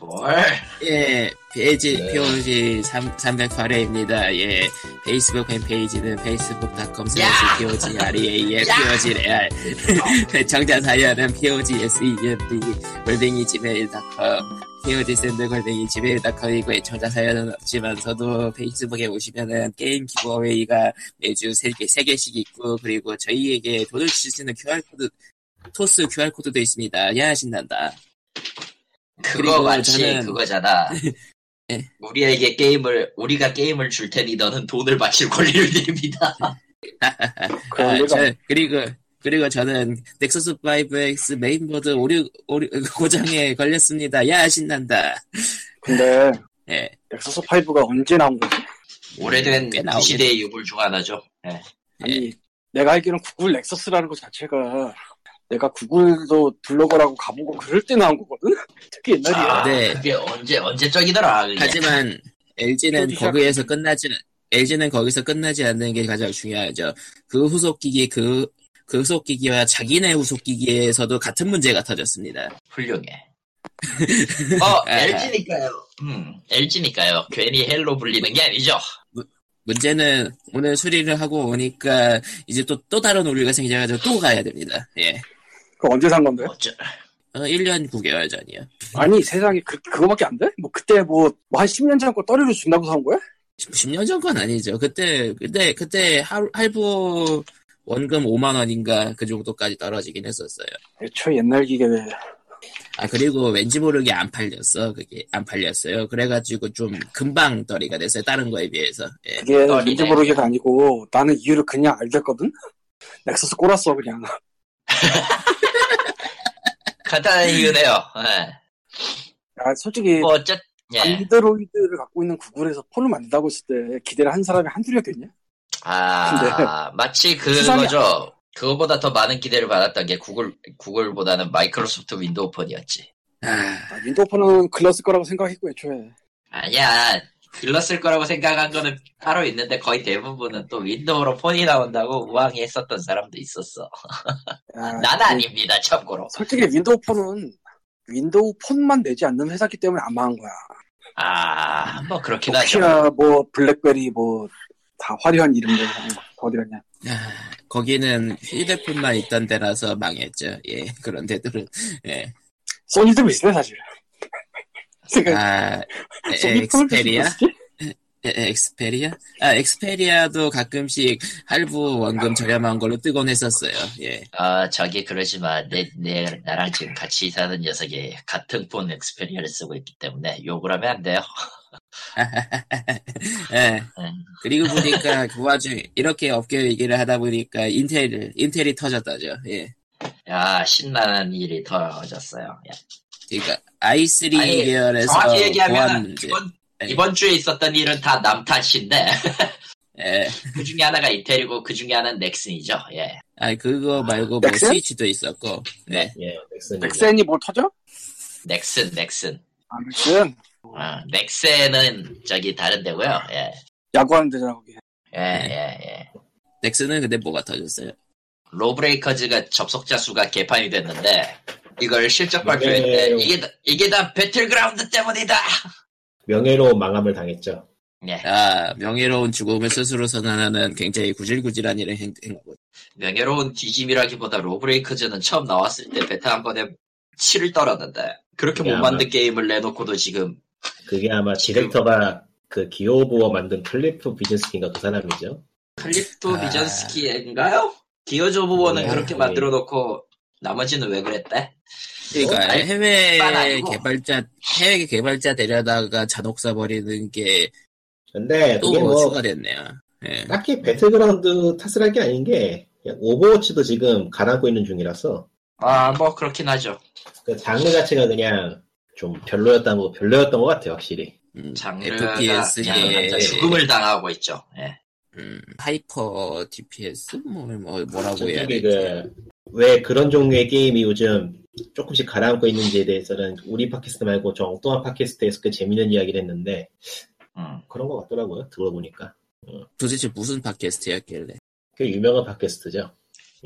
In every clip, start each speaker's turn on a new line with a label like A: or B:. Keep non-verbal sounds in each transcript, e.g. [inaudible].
A: 뭘.
B: 예, 페이지,
C: 네.
B: POG 3, 308회입니다. 예, 페이스북 홈페이지는 facebook.com
A: 야!
B: slash POG REAL,
A: 야!
B: POG 레알.
A: [laughs]
B: 정자 사연은 POG SEND, E 골뱅이 gmail.com, POG 샌드 골뱅이 gmail.com이고, 정자 사연은 없지만서도 페이스북에 오시면은 게임 기부어웨이가 매주 3개, 3개씩 있고, 그리고 저희에게 돈을 주실 수 있는 QR코드, 토스 QR코드도 있습니다. 야, 신난다.
A: 그거
B: 그리고
A: 마치
B: 저는-
A: 그거잖아.
B: [laughs] 예.
A: 우리에게 게임을 우리가 게임을 줄 테니 너는 돈을 바칠 권리를 드립니다.
B: 아,
C: 그런 리가
B: 저- 그리고 그리고 저는 넥서스 5X 메인보드 오류 오류 [laughs] 고장에 걸렸습니다. 야 신난다.
C: 근데
B: 예.
C: 엑소스 5가 언제 나온 거지?
A: 오래된
B: 꽤
A: 이
B: 나오겠-
A: 시대의 유물 중 하나죠. 예.
C: 아니 내가 알기로는 구글 넥서스라는 것 자체가 내가 구글도 블로거라고 가보고 그럴 때 나온 거거든? [laughs] 되게 옛날이야.
A: 아,
B: 네.
A: 그게 언제 언제적이더라. 그게.
B: 하지만 LG는
C: 그것도 시작-
B: 거기에서 끝나지 LG는 거기서 끝나지 않는 게 가장 중요하죠. 그 후속 기기 그, 그 후속 기기와 자기네 후속 기기에서도 같은 문제가 터졌습니다. [laughs]
A: 훌륭해. 어
B: 아.
A: LG니까요. 음 LG니까요. 괜히 헬로 불리는 게 아니죠.
B: 문제는 오늘 수리를 하고 오니까 이제 또 또 다른 오류가 생겨가지고 또 가야 됩니다. 예.
C: 그거 언제 산 건데?
A: 어쩌
B: 어, 1년 9개월 전이요.
C: 아니 세상에 그, 그거밖에 안 돼? 뭐 그때 뭐 한 10년 전 거 떠리로 준다고 산 거야?
B: 10년 전 건 아니죠. 그때, 그때, 그때 할, 할부 원금 5만원인가 그 정도까지 떨어지긴 했었어요.
C: 애초에 옛날 기계 왜
B: 아, 그리고 왠지 모르게 안 팔렸어. 그게 안 팔렸어요. 그래가지고 좀 금방 떨이가 됐어요. 다른 거에 비해서. 예.
C: 그게
A: 떨리네.
C: 뭔지 모르게가 아니고 나는 이유를 그냥 알겠거든? 넥서스 꼬랐어 그냥
A: 간단한 이유네요. 예.
C: 아, 솔직히
A: 뭐 어쨌 예.
C: 안드로이드를 갖고 있는 구글에서 폰을 만든다고 했을 때 기대를 한 사람이 한둘이었겠냐?
A: 아
B: [laughs]
A: 마치
C: 수상해.
A: 그거죠. 그거보다 더 많은 기대를 받았던 게 구글 구글보다는 마이크로소프트 윈도우 폰이었지.
B: 아,
C: 아, 윈도우 폰은 글렀을 거라고 생각했고 애초에
A: 아니야. 글렀을 거라고 생각한 거는 따로 있는데 거의 대부분은 또 윈도우로 폰이 나온다고 우왕이 했었던 사람도 있었어.
C: 아,
A: 난 아닙니다, 그 참고로.
C: 솔직히 윈도우 폰은 윈도우 폰만 내지 않는 회사기 때문에 안 망한 거야
A: 아, 뭐 그렇긴 하죠.
C: 노키아 뭐 블랙베리 뭐 다 화려한 이름들 어디 갔냐
B: 아, 거기는 휴대폰만 있던 데라서 망했죠. 예, 그런 데들은. 예.
C: 소니도 비슷해 사실 [laughs] 생각
B: 아, 에, 에,
C: 소니 폰을
B: 엑스페리아?
C: 비슷했지?
B: 에, 에, 엑스페리아? 아, 엑스페리아도 가끔씩 할부 원금 저렴한 걸로 뜨곤 했었어요. 예.
A: 아, 저기 그러지만 내, 내 나랑 지금 같이 사는 녀석이 같은 폰 엑스페리아를 쓰고 있기 때문에 욕을 하면 안 돼요.
B: 예.
A: 음.
B: 그리고
A: [laughs]
B: 보니까 그 와중에 이렇게 업계 얘기를 하다 보니까 인텔 인텔이 터졌다죠. 예.
A: 야, 신나는 일이 더러워졌어요. 야,
B: 그러니까 i3
A: 아니,
B: 계열에서
A: 정확히
B: 보안
A: 얘기하면
B: 문제.
A: 이번,
B: 네.
A: 이번 주에 있었던 일은 다 남 탓인데 [laughs]
B: 예.
A: 그 중에 하나가 인텔이고 그 중에 하나는 넥슨이죠. 예.
B: 아 그거 말고 뭐
C: 넥슨?
B: 스위치도 있었고. 네.
D: 예, 넥슨.
C: 넥센이 뭘 터져?
A: 넥슨, 넥슨.
C: 아 넥센
A: 어, 넥센은 저기 다른 데고요. 예.
C: 야구하는 데잖아 거기
A: 예, 예, 예.
B: 넥슨은 근데 뭐가 터졌어요?
A: 로브레이커즈가 접속자 수가 개판이 됐는데 이걸 실적
D: 맞아요.
A: 발표했는데 이게 다- 이게 다 배틀그라운드 때문이다.
D: 명예로운 망함을 당했죠.
A: 예.
B: 아 명예로운 죽음을 스스로 선언하는 굉장히 구질구질한 일을 행, 행하고.
A: 명예로운 뒤짐이라기보다 로브레이커즈는 처음 나왔을 때 베타 한 번에 7을 떨었는데 그렇게 못
D: 야,
A: 만든 게임을 내놓고도 지금
D: 그게 아마 디렉터가 그 기어보어 만든 클리프 비즈스킨가 그 사람이죠.
A: 클리프
B: 아.
A: 비전스키인가요? 기어즈 오브 워는
D: 네,
A: 그렇게
D: 네.
A: 만들어 놓고 나머지는 왜 그랬대?
B: 그러니까
A: 어, 아니,
B: 해외
A: 빤 아니고.
B: 개발자 해외 개발자 데려다가 잔혹사 버리는 게 또
D: 근데 그게
B: 뭐
D: 뭐
B: 추가됐네요. 예.
D: 딱히 배틀그라운드 탓을 한 게 아닌 게 그냥 오버워치도 지금 가라고 있는 중이라서
A: 아 뭐 그렇긴 하죠.
D: 그 장르 자체가 그냥 좀 별로였던 거 별로였던 것 같아요 확실히.
B: 음,
A: 장르가 그냥
B: FPS의
A: 완전 죽음을 당하고 있죠. 예.
B: 음, 하이퍼 DPS 뭐, 뭐 뭐라고 해야
A: 네,
D: 솔직히
B: 되지?
D: 그왜 그런 종류의 게임이 요즘 조금씩 가라앉고 있는지에 대해서는 우리 팟캐스트 말고 저 엉뚱한 팟캐스트에서 꽤 재밌는 이야기를 했는데
A: 음.
D: 그런 것 같더라고요 들어보니까
B: 도대체 무슨 팟캐스트였길래?
D: 꽤 유명한 팟캐스트죠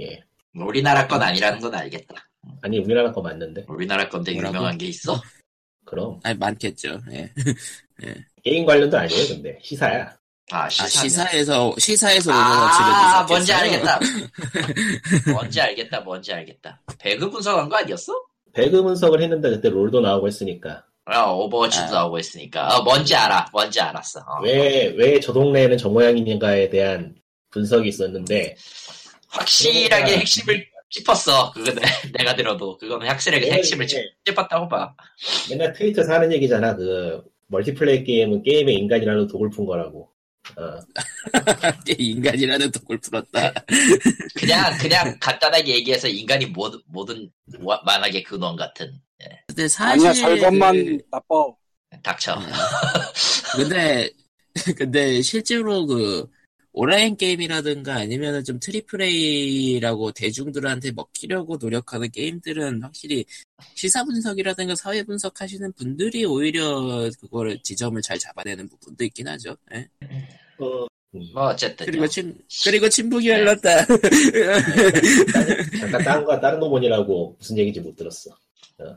D: 예
A: 우리나라 건 아니라는 건 알겠다.
D: 아니 우리나라 거 맞는데
A: 우리나라 건데
B: 뭐라고?
A: 유명한 게 있어?
D: 그럼
B: 아니 많겠죠. 예.
D: 게임 관련도 아니에요 근데 시사야
A: 아,
B: 아,
A: 시사.
B: 시사에서 시사에서 오는
A: 아,
B: 아,
A: 뭔지 알겠다.
B: [laughs]
A: 뭔지 알겠다, 뭔지 알겠다. 배그 분석한 거 아니었어?
D: 배그 분석을 했는데 그때 롤도 나오고 했으니까
A: 아, 오버워치도
B: 아.
A: 나오고 있으니까. 어, 뭔지 알아, 뭔지 알았어. 어.
D: 왜 왜 저 동네에는 저 모양인가에 대한 분석이 있었는데
A: 확실하게 핵심을 찝었어. 그거는 내가 들어도. 그거는 확실하게 핵심을 찝- 찝었다고 봐.
D: 맨날 트위터에서 하는 얘기잖아 그 멀티플레이 게임은 게임의 인간이라는 독을 푼 거라고 어,
B: [laughs] 인간이라는 독을 풀었다.
A: 그냥, 그냥 간단하게 얘기해서 인간이 모든, 모든, 와- 만약에 근원 같은.
B: 근데 사실
C: 아니야 절반만
A: 네.
B: 그-
C: 나빠.
A: 닥쳐.
B: 음. 근데 [laughs] 근데 실제로 그 온라인 게임이라든가 아니면은 좀 트리플 A라고 대중들한테 먹히려고 노력하는 게임들은 확실히 시사 분석이라든가 사회 분석하시는 분들이 오히려 그거를 지점을 잘 잡아내는 부분도 있긴 하죠. 예.
D: 어, 음.
A: 뭐, 어쨌든.
B: 그리고 친 그리고 친북이 열렸다. [laughs]
D: 잠깐 다른 거 다른 거 보니라고 무슨 얘기인지 못 들었어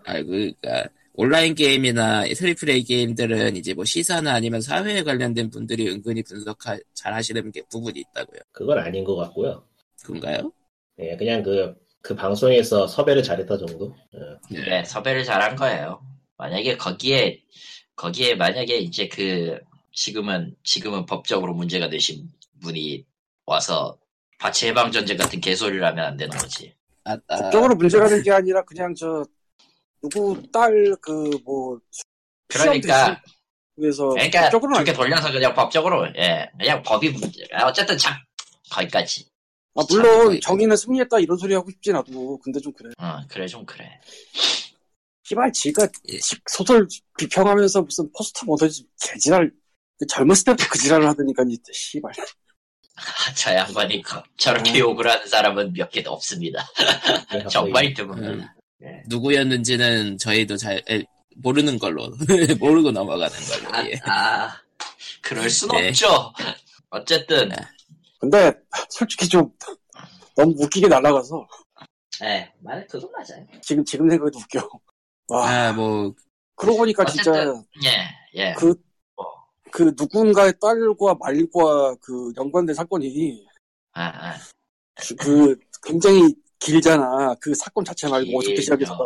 B: 아, 그러니까 온라인 게임이나 트리플 A 게임들은 이제 뭐 시사나 아니면 사회에 관련된 분들이 은근히 분석 잘 하시는 게 부분이 있다고요.
D: 그건 아닌 것 같고요
B: 그런가요?
D: 예, 그냥 그, 그 방송에서 섭외를 잘했다 정도? 어,
A: 네, 섭외를 잘한 거예요. 만약에 거기에, 거기에 만약에 이제 그, 지금은, 지금은 법적으로 문제가 되신 분이 와서 바치 해방 전쟁 같은 개소리를 하면 안 되는 거지.
B: 아, 아.
C: 법적으로 문제가 된 게 아니라 그냥 저 누구 딸 그 뭐
A: 그러니까,
C: 그래서
A: 그러니까
C: 법적으로
A: 좋게 돌려서 그냥 법적으로, 예, 그냥 법이 문제. 아, 어쨌든 참, 거기까지.
C: 아, 물론
B: 참,
C: 정의는 승리했다 이런 소리 하고 싶진 나도 근데 좀 그래.
A: 어, 그래, 좀 그래.
C: 희발 지가
B: 예.
C: 지- 소설 비평하면서 무슨 포스터 모델 개지랄 젊었을 때부터 그 지랄을 하더니까 이 씨발
A: 아, 저 양반이 거- 저렇게 욕을 하는 사람은 몇 개도 없습니다.
D: 갑자기
A: 정말 드문.
B: 음,
A: 네.
B: 누구였는지는 저희도 잘 에, 모르는 걸로 [laughs] 모르고 넘어가는
A: 아,
B: 걸로. 예.
A: 아, 그럴 순
B: 네.
A: 없죠. 어쨌든,
C: 근데 솔직히 좀 너무 웃기게 날아가서
A: 예, 말 그건 맞아요.
C: 지금 지금 생각해도 웃겨. 와
B: 아, 뭐
C: 그러고 보니까 진짜
A: 어쨌든. 예, 예.
C: 그 그 누군가의 딸과 말과 그 연관된 사건이
A: 아, 아,
C: 그 굉장히 길잖아. 그 사건 자체 말고 어저께 시작해서 봐.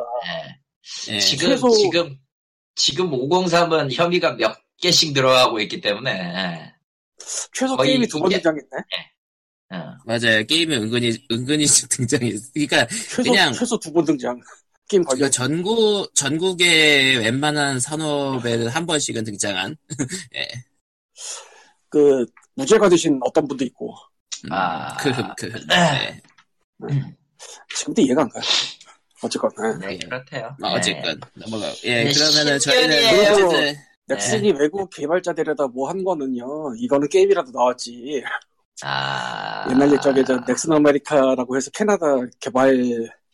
A: 예.
B: 예.
A: 지금,
C: 최소-
A: 지금, 지금 503은 혐의가 몇 개씩 들어가고 있기 때문에, 예.
C: 최소
A: 거의
C: 게임이 두 번
A: 이게-
C: 등장했네.
A: 어,
B: 맞아요. 게임에 은근히 은근히 [laughs] 등장했. 그러니까
C: 최소
B: 그냥-
C: 최소 두 번 등장. 게임
A: 아,
B: 이거
A: 네.
C: 관련
B: 전국 전국의 웬만한 산업에 한 번씩은 등장한.
C: 그 무죄가 되신 어떤 분도 있고
B: 음,
A: 아.
B: 그, 그, 예.
C: 지금도 이해가 안 가요. 어쨌거나
A: 네,
B: 예.
A: 그렇대요.
B: 뭐
A: 예.
B: 어쨌건 넘어가. 예,
A: 네,
B: 그러면은 저희는
A: 신년이에요.
B: 어쨌든
D: 네.
C: 넥슨이 외국 개발자 데려다 뭐 한 거는요. 이거는 게임이라도 나왔지.
A: 아.
C: 옛날에 저기 저 넥슨 아메리카라고 해서 캐나다 개발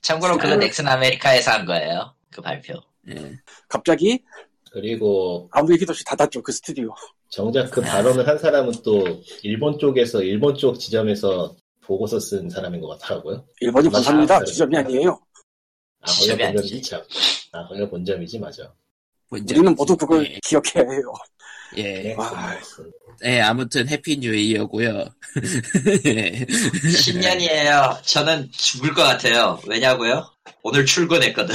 A: 참고로 그건 넥슨 아메리카에서 한 거예요. 그 발표.
B: 예.
C: 갑자기
D: 그리고
C: 아무 얘기도 없이 닫았죠 그 스튜디오.
D: 정작
A: 아.
D: 그 발언을 한 사람은 또 일본 쪽에서, 일본 쪽 지점에서 보고서 쓴 사람인 것 같더라고요.
C: 일본이
D: 맞아.
C: 본사입니다. 지점이 아니에요.
D: 아, 걸려본
A: 지점이
D: 점이지, 참. 아, 걸려본 점이지, 맞아.
B: 먼저-
C: 우리는 모두 그걸
D: 네.
B: 예,
C: 기억해야 해요.
A: 네.
B: 예,
C: 와.
B: 예, 아무튼 해피 뉴 이어고요. [laughs] 예.
A: 10년이에요. 저는 죽을 것 같아요. 왜냐고요? 오늘 출근했거든.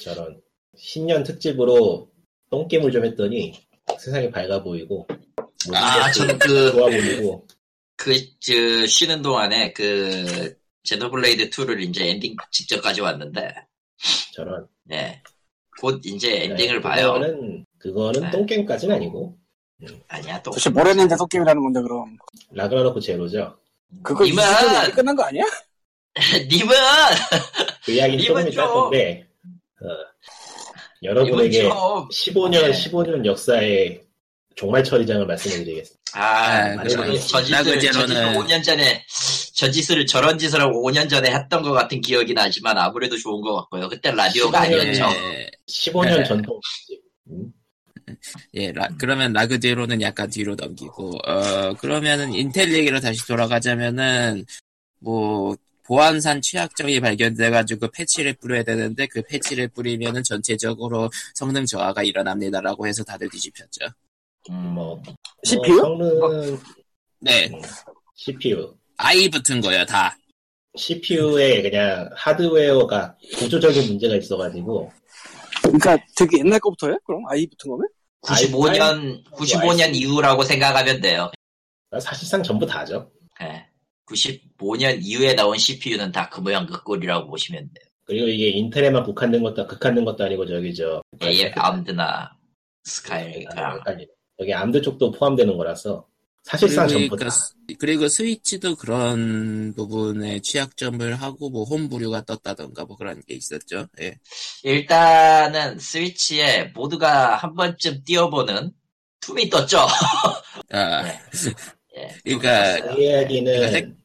D: 저런. 신년 특집으로 똥겜을 좀 했더니 세상이 밝아 보이고, 모든
A: 아,
D: 것이
A: 저는 그,
D: 좋아 보이고,
A: 그, 저, 쉬는 동안에 그, 제노블레이드 2를 이제 엔딩 직전까지 왔는데,
D: 저런.
A: 네. 곧 이제
D: 네,
A: 엔딩을 봐요.
D: 그거는, 그거는
A: 네.
D: 똥겜까지는 아니고,
A: 아니야, 또.
C: 도대체 뭘 했는데 게임이라는 건데 그럼
D: 라그나로크 제로죠.
C: 그거
A: 이만!
C: 이만 이미 끝난 거 아니야?
A: [laughs] 님은!
D: 그 이야기는
A: 이건
D: 조금 이따 할
A: 좀-
D: 건데 어,
A: 님은
D: 여러분에게
A: 좀.
D: 15년
A: 네.
D: 15년 역사의 종말 처리장을 말씀드리겠습니다.
A: 아,
B: 아,
A: 저는
D: 그래요.
A: 저 짓을, 저
B: 라그제로는-
A: 짓을 5년 전에, 저 짓을, 저런 짓을 5년 전에 했던 것 같은 기억이 나지만 아무래도 좋은 것 같고요. 그때 라디오가
D: 시간이-
A: 아니었죠.
B: 예.
D: 15년
B: 네.
D: 전통
B: 예, 라- 그러면 라그 뒤로는 약간 뒤로 넘기고, 어, 그러면은 인텔 얘기로 다시 돌아가자면은, 뭐, 보안산 취약점이 발견돼가지고 패치를 뿌려야 되는데 그 패치를 뿌리면은 전체적으로 성능 저하가 일어납니다라고 해서 다들 뒤집혔죠.
A: 음,
D: 뭐
C: CPU?
D: 성능
B: 네,
D: CPU
B: 아이 붙은 거예요 다.
D: CPU에 그냥 하드웨어가 구조적인 문제가 있어가지고
C: 그러니까 되게 옛날 거부터요? 그럼 아이 붙은 거면?
A: 95년 95년 이후라고 생각하면 돼요.
D: 사실상 전부 다죠.
A: 예. 95년 이후에 나온 CPU는 다 그 모양 그 꼴이라고 보시면 돼요.
D: 그리고 이게 인텔에만 국한된 것도 극한된 것도 아니고 저기 저
A: AF 예, 암드나 예,
D: 아,
A: 스카이가
D: 헷갈리네. 여기 암드 쪽도 포함되는 거라서 사실상 전부 다
B: 그러니까 스- 그리고 스위치도 그런 부분에 취약점을 하고 뭐 홈부류가 떴다던가 뭐 그런 게 있었죠. 예.
A: 일단은 스위치에 모두가 한 번쯤 뛰어보는 툼이 떴죠. [laughs]
B: 아,
A: 네. 예.
B: 그러니까
D: 이 이야기는
B: 그러니까 색-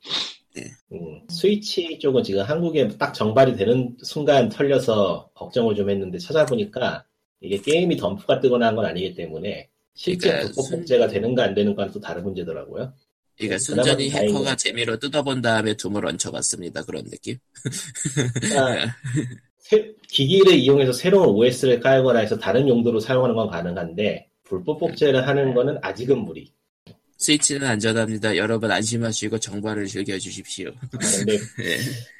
B: 네.
D: 음, 스위치 쪽은 지금 한국에 딱 정발이 되는 순간 털려서 걱정을 좀 했는데 찾아보니까 이게 게임이 덤프가 뜨거나 한 건 아니기 때문에 실제
B: 그러니까
D: 불법
B: 순-
D: 복제가 되는가 안 되는가는 또 다른 문제더라고요.
B: 그러니까
D: 그나마
B: 순전히
D: 다행이네.
B: 해커가 재미로 뜯어본 다음에 둠을 얹혀봤습니다. 그런 느낌. [laughs]
D: 그러니까 새- 기기를 이용해서 새로운 OS를 깔거나 해서 다른 용도로 사용하는 건 가능한데 불법 복제를 하는 거는 아직은 무리.
B: 스위치는 안전합니다. 여러분 안심하시고 정발을 즐겨주십시오.
D: 근데,
B: 예.
D: 네.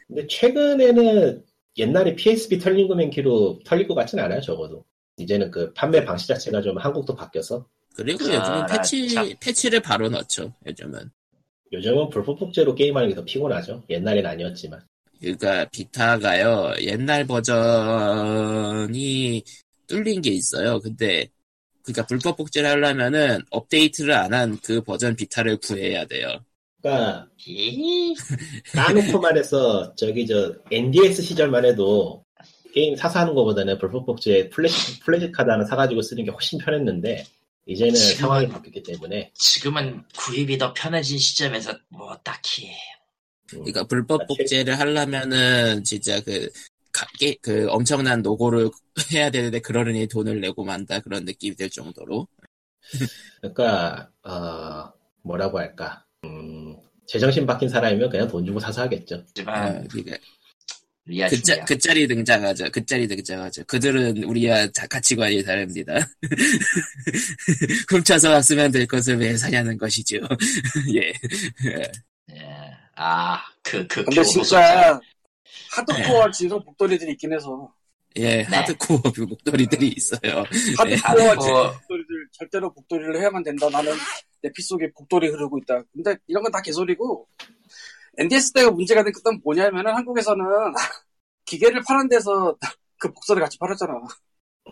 D: 근데 최근에는 옛날에 PSP 털린 금키로 털릴 것 같진 않아요, 적어도. 이제는 그 판매 방식 자체가 좀 한국도 바뀌어서
B: 그리고
A: 아,
B: 요즘은
A: 나
B: 패치
A: 참.
B: 패치를 바로 넣죠. 요즘은
D: 요즘은 불법 복제로 게임하는 게 더 피곤하죠. 옛날엔 아니었지만.
B: 그러니까 비타가요 옛날 버전이 뚫린 게 있어요. 근데 그러니까 불법 복제를 하려면은 업데이트를 안 한 그 버전 비타를 구해야 돼요.
D: 그러니까
A: 이-
D: 까놓고만 해서 저기 저 NDS 시절만 해도 게임 사서 하는 것보다는 불법 복제에 플래시 플래시 카드 하나 사가지고 쓰는 게 훨씬 편했는데 이제는
A: 지금은-
D: 상황이 바뀌었기 때문에
A: 지금은 구입이 더 편해진 시점에서 뭐 딱히
D: 음,
B: 그러니까 불법
D: 아,
B: 복제를 하려면은 진짜 그 가게 그 엄청난 노고를 [laughs] 해야 되는데 그러려니 돈을 내고 만다 그런 느낌이 들 정도로
D: 그러니까 어, 뭐라고 할까 음, 제정신 바뀐 사람이면 그냥 돈 주고 사서 하겠죠.
A: 하지만
B: 어, 그러니까
A: 리아
B: 그, 자,
A: 중이야.
B: 그 자리 등장하죠. 그 자리 등장하죠. 그들은 우리와 자- 가치관이 다릅니다. [laughs] 훔쳐서 왔으면 될 것을 왜 사냐는 것이죠. [laughs] 예.
A: 예. 아, 그, 그,
D: 뭐,
C: 근데
A: 교도소장.
C: 진짜 하드코어 지속 목도리들이 있긴 해서
A: 네.
B: 예, 하드코어 목도리들이 있어요.
C: 하드코어
D: 네.
C: 지속
A: 하드코어,
C: 목도리들 절대로 목도리를 해야만 된다. 나는 내 피 속에 목도리 흐르고 있다. 근데 이런 건 다 개소리고 NDS 때가 문제가 된 그건 뭐냐면은 한국에서는 [laughs] 기계를 파는 데서 [laughs] 그 복선을 같이 팔았잖아.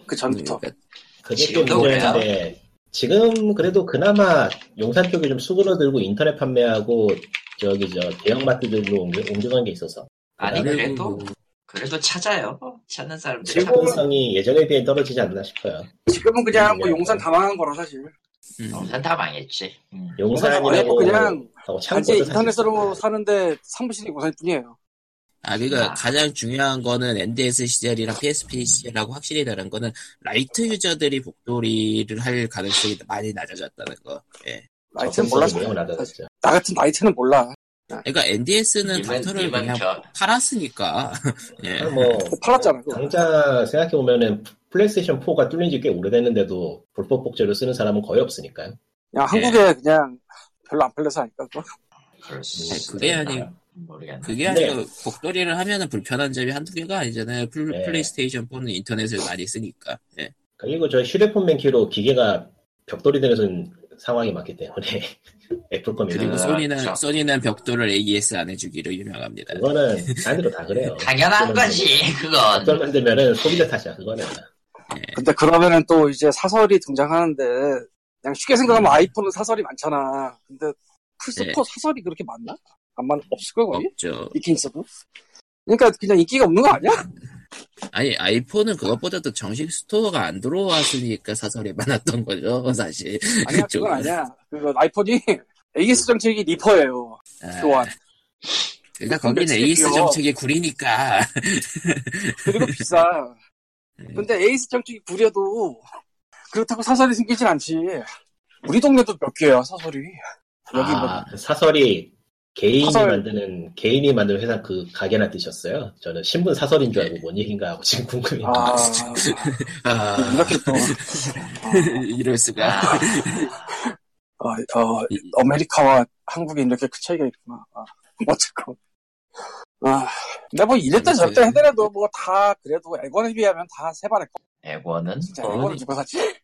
C: 그 전부터.
A: 네,
B: 그러니까
D: 그게 또
A: 지금도
D: 문제인데 지금 그래도 그나마 용산 쪽이 좀 수그러들고 인터넷 판매하고 저기 저 대형마트들로 옮겨, 옮겨간 게 있어서
A: 아니,
B: 그리고
A: 그래도, 그래도 찾아요. 찾는 사람들이 찾아서.
D: 실용성이 예전에 비해 떨어지지 않나 싶어요.
C: 지금은 그냥 뭐
D: 음,
C: 용산 당황한 거라 사실.
B: 음,
A: 우선 다 망했지. 음.
C: 용산 당황했고
D: 용산이라고
C: 그냥
D: 하고 참고도
C: 단지
D: 사실
C: 인터넷으로 사는데 사무실이 용산일 뿐이에요.
B: 아, 그러니까
A: 아.
B: 가장 중요한 거는 NDS 시절이랑 PSP 시절하고 확실히 다른 거는 라이트 유저들이 복도리를 할 가능성이 많이 낮아졌다는 거. 예.
C: 나이트는
D: 접근성이
C: 몰라서
D: 매우 낮아졌죠.
C: 나 같은 나이트는 몰라.
B: 그러니까 NDS는
A: 이만-
B: 닥터를
A: 이만
B: 그냥
A: 겨-
B: 팔았으니까. [laughs] 예.
D: 아, 뭐
C: 팔았잖아. 그거.
D: 당장 생각해 보면은 플레이스테이션 4가 뚫린 지 꽤 오래됐는데도 불법 복제로 쓰는 사람은 거의 없으니까요.
C: 그냥 한국에 그냥 별로 안 팔려서 하니까. 그거.
A: 그럴 수
D: 네,
A: 있을
B: 그게
A: 거다.
B: 아니에요.
A: 모르겠네.
B: 그게
D: 근데-
B: 아니고 복도리를 하면은 불편한 점이 한두 개가 아니잖아요. 플,
D: 네.
B: 레이스테이션 4는 인터넷을 많이 쓰니까. 예.
D: 그리고 저 휴대폰 맨키로 기계가 벽돌이 되는 상황이 많기 때문에 [laughs] 애플컴이
B: 그리고
A: 아,
B: 소니는
A: 자.
B: 소니는 벽돌을 AES 안 해주기로 유명합니다.
D: 그거는 단위로 다 그래요.
A: 당연한
D: 벽돌
A: 거지, 그건.
D: 벽돌 만들면은 소비자 탓이야 그거는.
C: 근데 그러면은 또 이제 사설이 등장하는데 그냥
B: 음.
C: 쉽게 생각하면 아이폰은 사설이 많잖아. 근데 플스4
B: 네.
C: 사설이 그렇게 많나? 아마 없을 걸 거의?
B: 없죠.
C: 있긴 있어도. 그러니까 그냥 인기가 없는
B: [laughs]
C: 거 아니야?
B: 아니 아이폰은 그것보다도 정식 스토어가 안 들어왔으니까 사설이 [laughs] 많았던 거죠 사실.
C: 아니야
B: 그쵸. 음.
C: 그건 아니야. 그거 아이폰이 [laughs] AS 정책이 리퍼예요.
B: 아,
C: 또한
B: 그러니까 거기는 AES
C: 귀여워.
B: 정책이 구리니까. [laughs]
C: 그리고 비싸.
B: 음.
C: 근데 AS 정책이 구려도 그렇다고 사설이 생기진 않지. 우리 동네도 몇 개야 사설이. 여기 뭐
D: 아, 그 사설이 개인이
C: 사설.
D: 만드는 개인이 만든 회사 그 가게나 뜨셨어요. 저는 신문 사설인 줄 알고 뭔 얘기인가 하고 지금 궁금해요.
C: 아,
B: 아,
C: 이렇게 또,
B: [laughs] 이럴 수가.
C: 어, 어, 아메리카와 한국이 이렇게 큰 차이가 있구나. 아, [laughs] 어쨌건. 아, 근데 뭐 이랬다
B: 네.
C: 저랬다 해더라도 뭐 다 그래도 액원에 비하면 다 세발했고
A: 에고는
C: 진짜
B: 어,
C: 액원을
B: 아니.
C: 누가 샀지?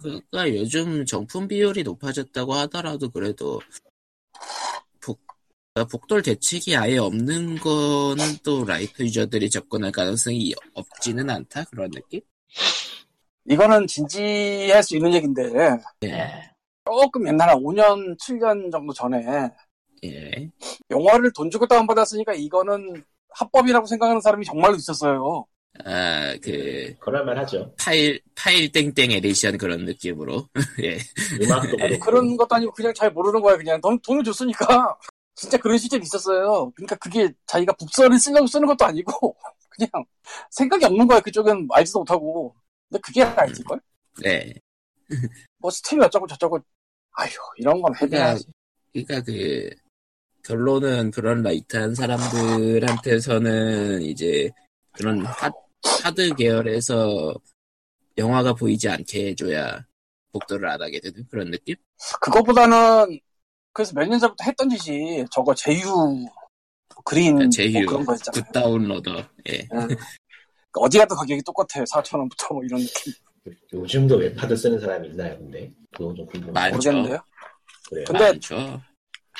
B: 그러니까 요즘 정품 비율이 높아졌다고 하더라도 그래도 복, 그러니까 복돌 대책이 아예 없는 거는 또 라이트 유저들이 접근할 가능성이 없지는 않다 그런 느낌?
C: 이거는 진지할 수 있는 얘기인데
B: 네.
A: 예.
C: 조금 옛날에 5년, 7년 정도 전에
B: 예.
C: 영화를 돈 주고 다운받았으니까 이거는 합법이라고 생각하는 사람이 정말로 있었어요.
B: 아, 그
D: 그럴만하죠.
B: 파일 파일 땡땡 에디션 그런 느낌으로. 예.
D: 음악도 그렇고
C: 뭐 그런 것도 아니고 그냥 잘 모르는 거야 그냥 돈, 돈을 줬으니까 [laughs] 진짜 그런 시절이 있었어요 그러니까 그게 자기가 북서를 쓰려고 쓰는 것도 아니고 [laughs] 그냥 생각이 없는 거야 그쪽은 알지도 못하고 근데 그게 알지걸?
B: 네.
C: 뭐 스팀이 어쩌고 저쩌고 아휴 이런 건
B: 그러니까
C: 해야지
B: 그러니까 그 결론은 그런 라이트한 사람들한테서는 이제 그런 하, 하드 계열에서 영화가 보이지 않게 해줘야 복도를 안 하게 되는 그런 느낌?
C: 그거보다는 그래서 몇 년 전부터 했던 짓이 저거 제휴 그린
B: 아,
C: 뭐
B: 제휴.
C: 그런 거 있잖아
B: 굿 다운로더. 예.
C: 어디 가도 가격이 똑같아요 4천원부터 뭐 이런 느낌
D: 요즘도 웹하드 쓰는 사람이 있나요? 근데 그거 좀 궁금해요.
B: 많죠.
C: 모르겠는데요
D: 그래요.
C: 근데-
B: 많죠.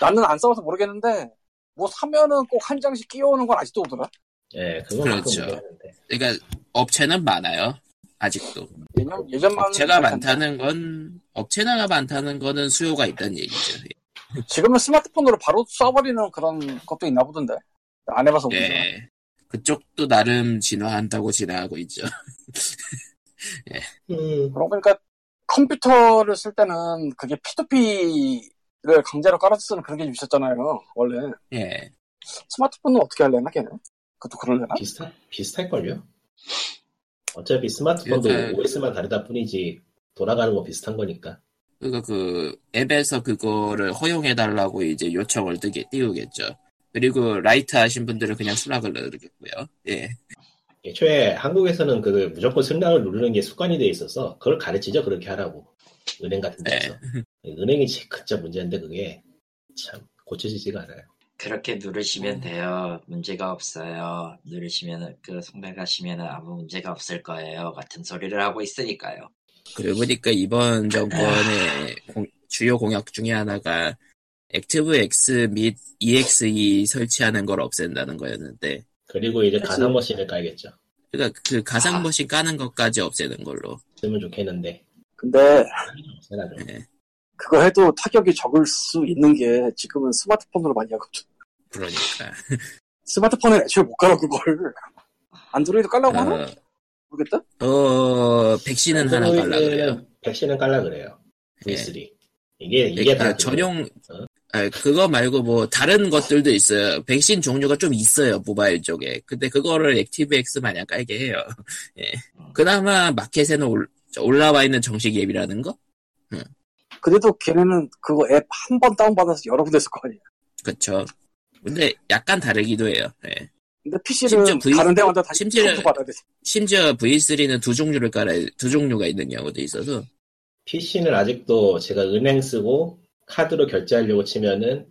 C: 나는 안 싸워서 모르겠는데 뭐 사면은 꼭 한 장씩 끼워오는 건 아직도 오더라
D: 예, 그건
B: 그렇죠.
D: 가끔 얘기하는데.
B: 그러니까 업체는 많아요. 아직도.
C: 예전, 예전만
B: 업체가 많다는 건 업체가 많다는 거는 수요가 있다는 얘기죠.
C: 지금은 스마트폰으로 바로 쏴버리는 그런 것도 있나 보던데 안 해봐서 모르
B: 예. 그쪽도 나름 진화한다고 진화하고 있죠. [laughs]
D: 음,
C: 그러고 보니까 컴퓨터를 쓸 때는 그게 P2P를 강제로 깔아서 쓰는 그런 게 좀 있었잖아요 원래
B: 예.
C: 스마트폰은 어떻게 하려나 걔는 그것도 그러려나
D: 비슷할 비슷할걸요? 어차피 스마트폰도
B: 일단-
D: OS만 다르다 뿐이지 돌아가는 거 비슷한 거니까.
B: 그러니까 그 앱에서 그거를 허용해 달라고 이제 요청을 뜨게 띄우겠죠. 그리고 라이트 하신 분들은 그냥 수락을 누르겠고요. 예.
D: 애초에 한국에서는 그 무조건 승낙을 누르는 게 습관이 돼 있어서 그걸 가르치죠 그렇게 하라고 은행 같은
B: 네.
D: 데서 은행이 제- 진짜 문제인데 그게 참 고쳐지지가 않아요.
A: 그렇게 누르시면
D: 네.
A: 돼요. 문제가 없어요. 누르시면 그 성별하시면 아무 문제가 없을 거예요. 같은 소리를 하고
D: 네,
A: 있으니까요.
B: 그러고 보니까 이번 정권의 공- 주요 공약 중에 하나가 액티브 X 및 EXE 설치하는 걸 없앤다는 거였는데
D: 그리고 이제
B: 그치.
D: 가상 머신을 깔겠죠.
B: 그러니까 그
A: 아.
B: 가상 머신 까는 것까지 없애는 걸로.
D: 쓰면 좋겠는데
C: 근데
D: 없애라죠.
B: 예.
C: 그거 해도 타격이 적을 수 있는 게 지금은 스마트폰으로 많이 하거든
B: 그러니까
C: 스마트폰은 애초에 못 깔아 그걸 안드로이드 깔라고 하나?
B: 어,
C: 모르겠다
B: 어, 백신은 하나 갈라 그래요.
D: 백신은 깔라 그래요.
B: 예.
D: V3 이게 이게
B: 그러니까
D: 다
B: 전용
D: 어?
B: 아, 그거 말고 뭐 다른 것들도 있어요. 백신 종류가 좀 있어요 모바일 쪽에. 근데 그거를 액티브엑스 마냥 깔게 해요. [laughs] 예. 그나마 마켓에는 올, 올라와 있는 정식 앱이라는 거.
C: 그래도 걔네는 그거 앱 한 번 다운받아서 여러 군데 쓸 거 아니야.
B: 그렇죠. 근데 약간 다르기도 해요. 예.
C: 근데
B: 심지어
C: PC는
B: V-
C: 다른 데마다 다시
B: 심지어-
C: 컴퓨터 받아야 돼.
B: 심지어 V3는 두 종류를 깔아 두 종류가 있는 경우도 있어서
D: PC는 아직도 제가 은행 쓰고 카드로 결제하려고 치면은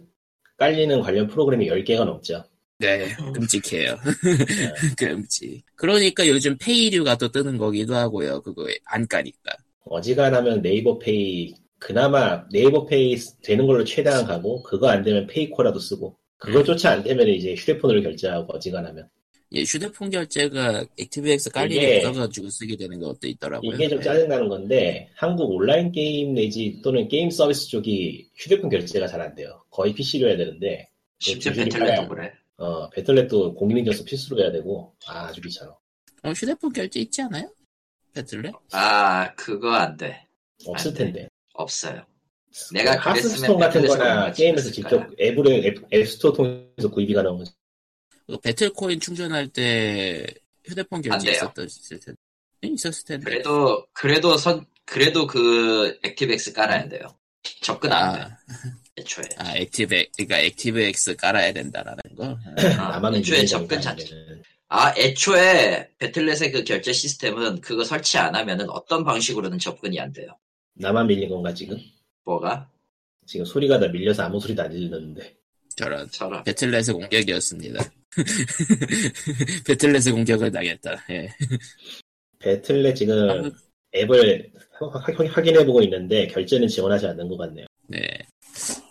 D: 깔리는 관련 프로그램이 10개가 넘죠.
B: 네 끔찍해요. [laughs] 끔찍. 그러니까 요즘 페이류가 또 뜨는 거기도 하고요. 그거 안 까니까.
D: 어지간하면 네이버 페이 그나마 네이버 페이 되는 걸로 최대한 가고 그거 안 되면 페이코라도 쓰고 그거조차 안 되면 이제 휴대폰으로 결제하고 어지간하면
B: 예, 휴대폰 결제가 액티브엑스
D: 이게-
B: 깔리게 있어가지고 쓰게 되는 것도 있더라고요.
D: 이게 좀
B: 예.
D: 짜증나는 건데 한국 온라인 게임 내지 또는 게임 서비스 쪽이 휴대폰 결제가 잘 안 돼요. 거의 PC로 해야 되는데
A: 심지어
D: 기준이
A: 배틀넷도
D: 깔아요.
A: 그래.
D: 어 배틀넷도 공인인증서 필수로 해야 되고 아주 귀찮아.
B: 어, 휴대폰 결제 있지 않아요? 배틀넷?
A: 아 그거 안 돼.
D: 없을
A: 안 돼.
D: 텐데.
A: 없어요. 내가
D: 네, 그러니까 하스스톤 같은
A: 배틀넷으로
D: 거나
A: 뭔가
D: 게임에서
A: 찍었을
D: 직접
A: 거야.
D: 앱으로 앱, 앱스토어 통해서 구입이 가능한 거지.
B: 그 배틀코인 충전할 때 휴대폰
A: 안
B: 결제
A: 돼요.
B: 있었을 텐데. 예, 있었을 텐데.
A: 그래도 그래도 선 그래도 그 액티브엑스 깔아야 돼요. 접근 안 돼.
B: 아,
D: [clears throat]
A: 애초에.
B: 아 액티브 그러니까 액티브 X 깔아야 된다라는 거.
A: 아,
D: 나만
A: 애초에
D: 있는
A: 접근
D: 건가,
A: 자체.
D: 아니면은.
A: 아, 애초에 배틀넷의 그 결제 시스템은 그거 설치 안 하면은 어떤 방식으로는 접근이 안 돼요.
D: 나만 밀린 건가 지금?
A: 뭐가?
D: 지금 소리가 다 밀려서 아무 소리도 안 들리는데
B: 저런
A: 저런.
B: 배틀넷의 공격이었습니다. [laughs] 배틀넷의 공격을 당했다. 예.
D: 배틀넷
A: 네.
B: 아,
D: 지금 앱을 확인해 보고 있는데 결제는 지원하지 않는 것 같네요.
B: 네.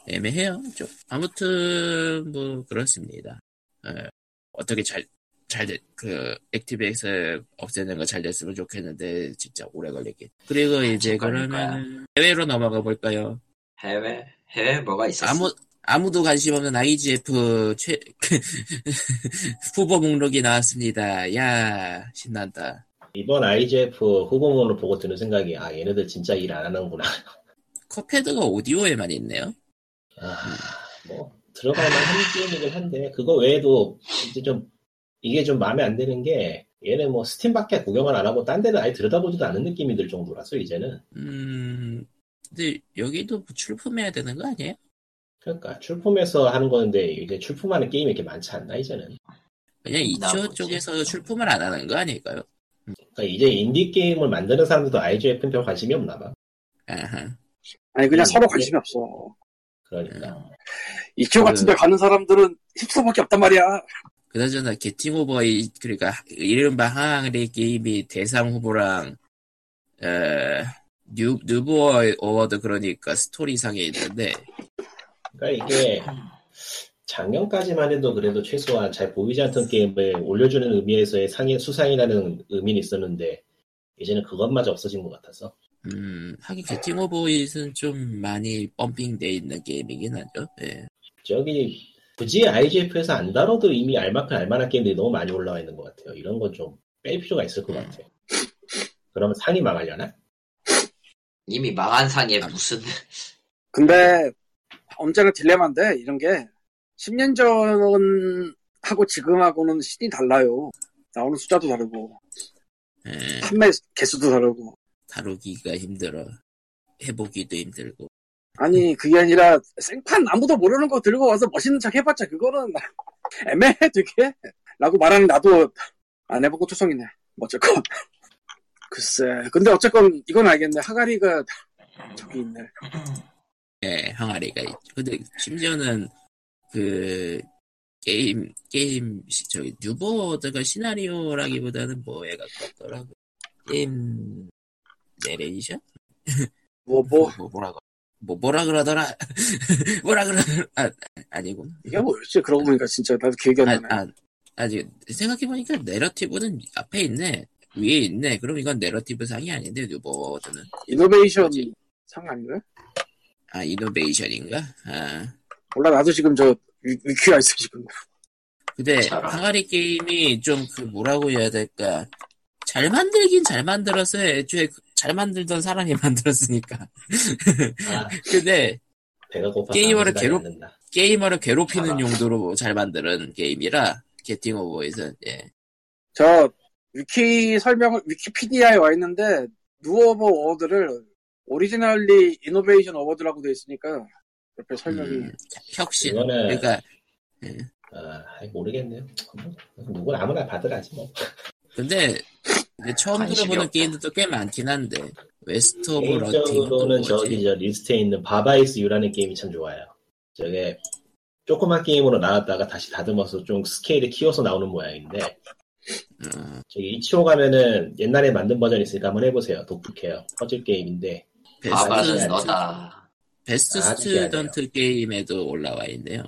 B: 애매해요. 좀. 아무튼, 뭐, 그렇습니다. 어, 어떻게 잘, 잘, 됐- 그, 액티베이스 없애는 거 잘 됐으면 좋겠는데, 진짜 오래 걸리겠.
A: 아,
B: 그리고 이제
A: 잠깐
B: 그러면 해외로 넘어가 볼까요?
A: 해외? 해외 뭐가 있었어?
B: 아무, 아무도 관심 없는 IGF 최, [laughs] 후보 목록이 나왔습니다. 야 신난다.
D: 이번 IGF 후보문을 보고 드는 생각이 아 얘네들 진짜 일 안 하는구나.
B: 컵헤드가 오디오에만 있네요.
D: 아, 아뭐 들어갈 만한 게임이긴 한데 그거 외에도 이제 좀 이게 좀 마음에 안 드는 게 얘네 뭐 스팀밖에 구경을 안 하고 딴 데는 아예 들여다보지도 않는 느낌이 들 정도라서 이제는
B: 음, 근데 여기도 뭐 출품해야 되는 거 아니에요?
D: 그러니까 출품해서 하는 건데 이제 출품하는 게임이 이렇게 많지 않나 이제는
B: 그냥
A: 나
B: 이쪽
A: 뭐지?
B: 쪽에서 출품을 안 하는 거 아닐까요?
D: 그러니까 이제 인디 게임을 만드는 사람들도 IGF는 별 관심이 없나 봐
B: 아하. 어.
C: 아니 그냥
D: 음,
C: 서로
D: 예.
C: 관심이 없어.
D: 그러니까
B: 음.
C: 이쪽 같은 데 가는 사람들은 힙스밖에 없단 말이야.
B: 그나저나 게팅 오버이 그러니까 이른바 항아리 게임이 대상 후보랑 어, 뉴 누보 어워드 그러니까 스토리상에 있는데
D: 그러니까 이게 작년까지만 해도 그래도 최소한 잘 보이지 않던 게임을 올려주는 의미에서의 상인 수상이라는 의미는 있었는데 이제는 그것마저 없어진 것 같아서
B: 음 하긴 게팅 오버이는 좀 많이 펌핑돼 있는 게임이긴 하죠. 예.
D: 저기 굳이 IGF에서 안 다뤄도 이미 알만큼 알만한 게임들이 너무 많이 올라와 있는 것 같아요. 이런 건 좀 뺄 필요가 있을 것 같아. 요 그러면 상이 망하려나?
A: 이미 망한 상에
B: 아,
A: 무슨
C: 근데 언제나 딜레마인데 이런 게 10년 전하고 지금하고는 신이 달라요. 나오는 숫자도 다르고
B: 예,
C: 판매 개수도 다르고
B: 다루기가 힘들어. 해보기도 힘들고.
C: 아니 그게 아니라 생판 아무도 모르는 거 들고 와서 멋있는 척 해봤자 그거는 [laughs] 애매해 되게 라고 말하는 나도 안 해보고 투성이네 뭐 어쨌건 [laughs] 글쎄 근데 어쨌건 이건 알겠네 하가리가 저기 있네
B: 예, 항아리가 있죠. 근데 심지어는 그 게임 게임 시- 저기 뉴보드가 시나리오라기보다는 뭐에 가깝더라고. 게임 내레이션?
C: 뭐 뭐
B: 뭐 뭐라고? 뭐 뭐라 그러더라? [laughs] 뭐라 그러더라? 아, 아니구나.
C: 이게 뭐였지 그러고 보니까 진짜 나도 기억이 안
B: 아,
C: 나네
B: 아, 아직 생각해보니까 내러티브는 앞에 있네. 위에 있네. 그럼 이건 내러티브 상이 아닌데 뉴보드는
C: 이노베이션 상 아닌가요?
B: 아 이노베이션인가? 아
C: 몰라 나도 지금 저 위- 위키야 있어 지금
B: 근데
A: 잘하네.
B: 항아리 게임이 좀 그 뭐라고 해야 될까 잘 만들긴 잘 만들었어요 애초에 그잘 만들던 사람이 [laughs] 만들었으니까
D: 아,
B: 근데
D: 배가 고파서
B: 게이머를
D: 아무 생각이
B: 괴롭-
D: 안 든다.
B: 게이머를 괴롭히는
A: 잘하.
B: 용도로 잘 만드는 게임이라 게팅 오버에서 예.
C: 저 위키 설명을 위키피디아에 와 있는데 누어버 어워드를 오리지널리 이노베이션 어워드라고 돼 있으니까 옆에 설명이
B: 음, 혁신
D: 이거는-
B: 그러니까
D: 아, 아이, 모르겠네요. 뭐, 누군 아무나 받으라지 뭐.
B: 근데 이게 처음
A: 관심이
B: 들어보는
A: 없다.
B: 게임들도 꽤 많긴 한데
C: 그
B: 웨스트 오브 러팅 또
D: 개인적으로는
B: 뭐지
D: 그 저기 저 리스트에 있는 바바이스 유라는 게임이 참 좋아요. 저게 조그만 게임으로 나왔다가 다시 다듬어서 좀 스케일을 키워서 나오는 모양인데
C: 음.
B: 어,
D: 저기 이치오 가면은 옛날에 만든 버전 있으니까 한번 해보세요. 독특해요. 퍼즐 게임인데
A: 바바는
D: 아직은
B: 베스트
A: 너다.
B: 베스트
D: 아직이 아니에요.
B: 스튜던트 게임에도 올라와 있네요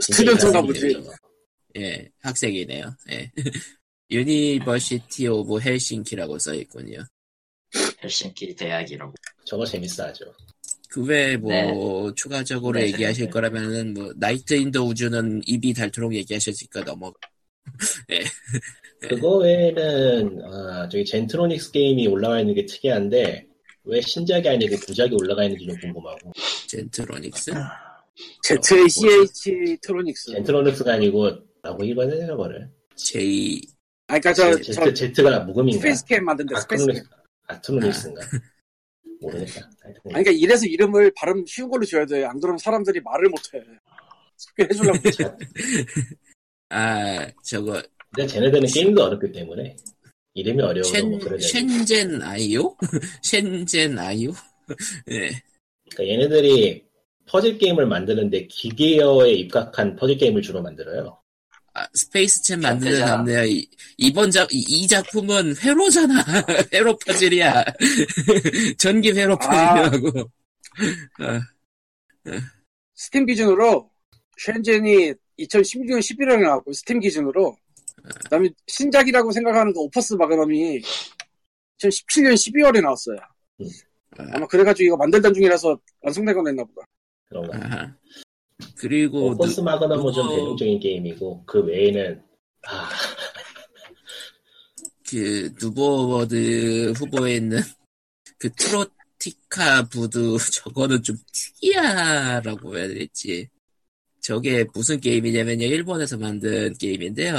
C: 스튜던트인가
D: 굉장히
C: 보지
D: 이상한
B: 예, 학생이네요. 예. [laughs] 유니버시티 오브 헬싱키라고 써 있군요.
A: 헬싱키 대학이라고.
D: 저거 재밌어 하죠.
B: 그 외에 뭐
A: 네.
B: 추가적으로
A: 네,
B: 얘기하실
D: 네.
B: 거라면은 뭐 나이트 인더 우주는 입이 닳도록 얘기하셨으니까 넘어.
C: 예.
D: 그거 외에는 아, 저기 젠트로닉스 게임이 올라와 있는 게 특이한데 왜 신작이 아니고 부작이 올라가 있는지 좀
C: 음.
D: 궁금하고
B: 젠트로닉스.
C: ZACH 트로닉스
D: 젠트로닉스가 아니고 라고 읽어야 되나 거를
B: 제이
C: 아 그니까 저, 저
D: 제트가
B: 아,
D: 묵음인가? 아,
C: 스페이스 게임 만든 데 스페이스 게임
D: 아트로닉스인가? 아, 모르겠다. 하여튼
C: 아니, 그러니까 이래서 이름을 발음 쉬운 걸로 줘야 돼. 안 그러면 사람들이 말을 못해. [laughs] 소개해 주려고.
D: 자,
B: 아 저거
D: 근데 쟤네들은 게임도 어렵기 때문에 이름이 어려워서
B: 쉔
D: 뭐 그러냐.
B: 쉔젠 [laughs] 아이오? 쉔젠 아이오? 예.
D: 그러니까 얘네들이 퍼즐 게임을 만드는데 기계어에 입각한 퍼즐 게임을 주로 만들어요.
B: 아, 스페이스 챈 만드는
A: 되잖아.
B: 남네요. 이- 이번 작, 이, 이 작품은 회로잖아. [laughs] 회로 퍼즐이야. [laughs] 전기 회로
A: 아.
B: 퍼즐이라고.
C: 스팀 기준으로 쉔젠이 2016년 11월에 나왔고 스팀 기준으로 그다음에 신작이라고 생각하는 그 오퍼스 마그넘이 2017년 12월에 나왔어요. 아마 그래가지고 이거 만들던 중이라서 완성된 건 했나 보다.
D: 그런 거.
B: 아하. 그리고
D: 뭐,
B: 누-
D: 포스 마그넘은 좀
B: 누구-
D: 대중적인 게임이고 그 외에는 아,
B: 그 누보워드 후보에 있는 그 트로티카 부두 [laughs] 저거는 좀 특이하라고 해야 될지 저게 무슨 게임이냐면요 일본에서 만든 게임인데요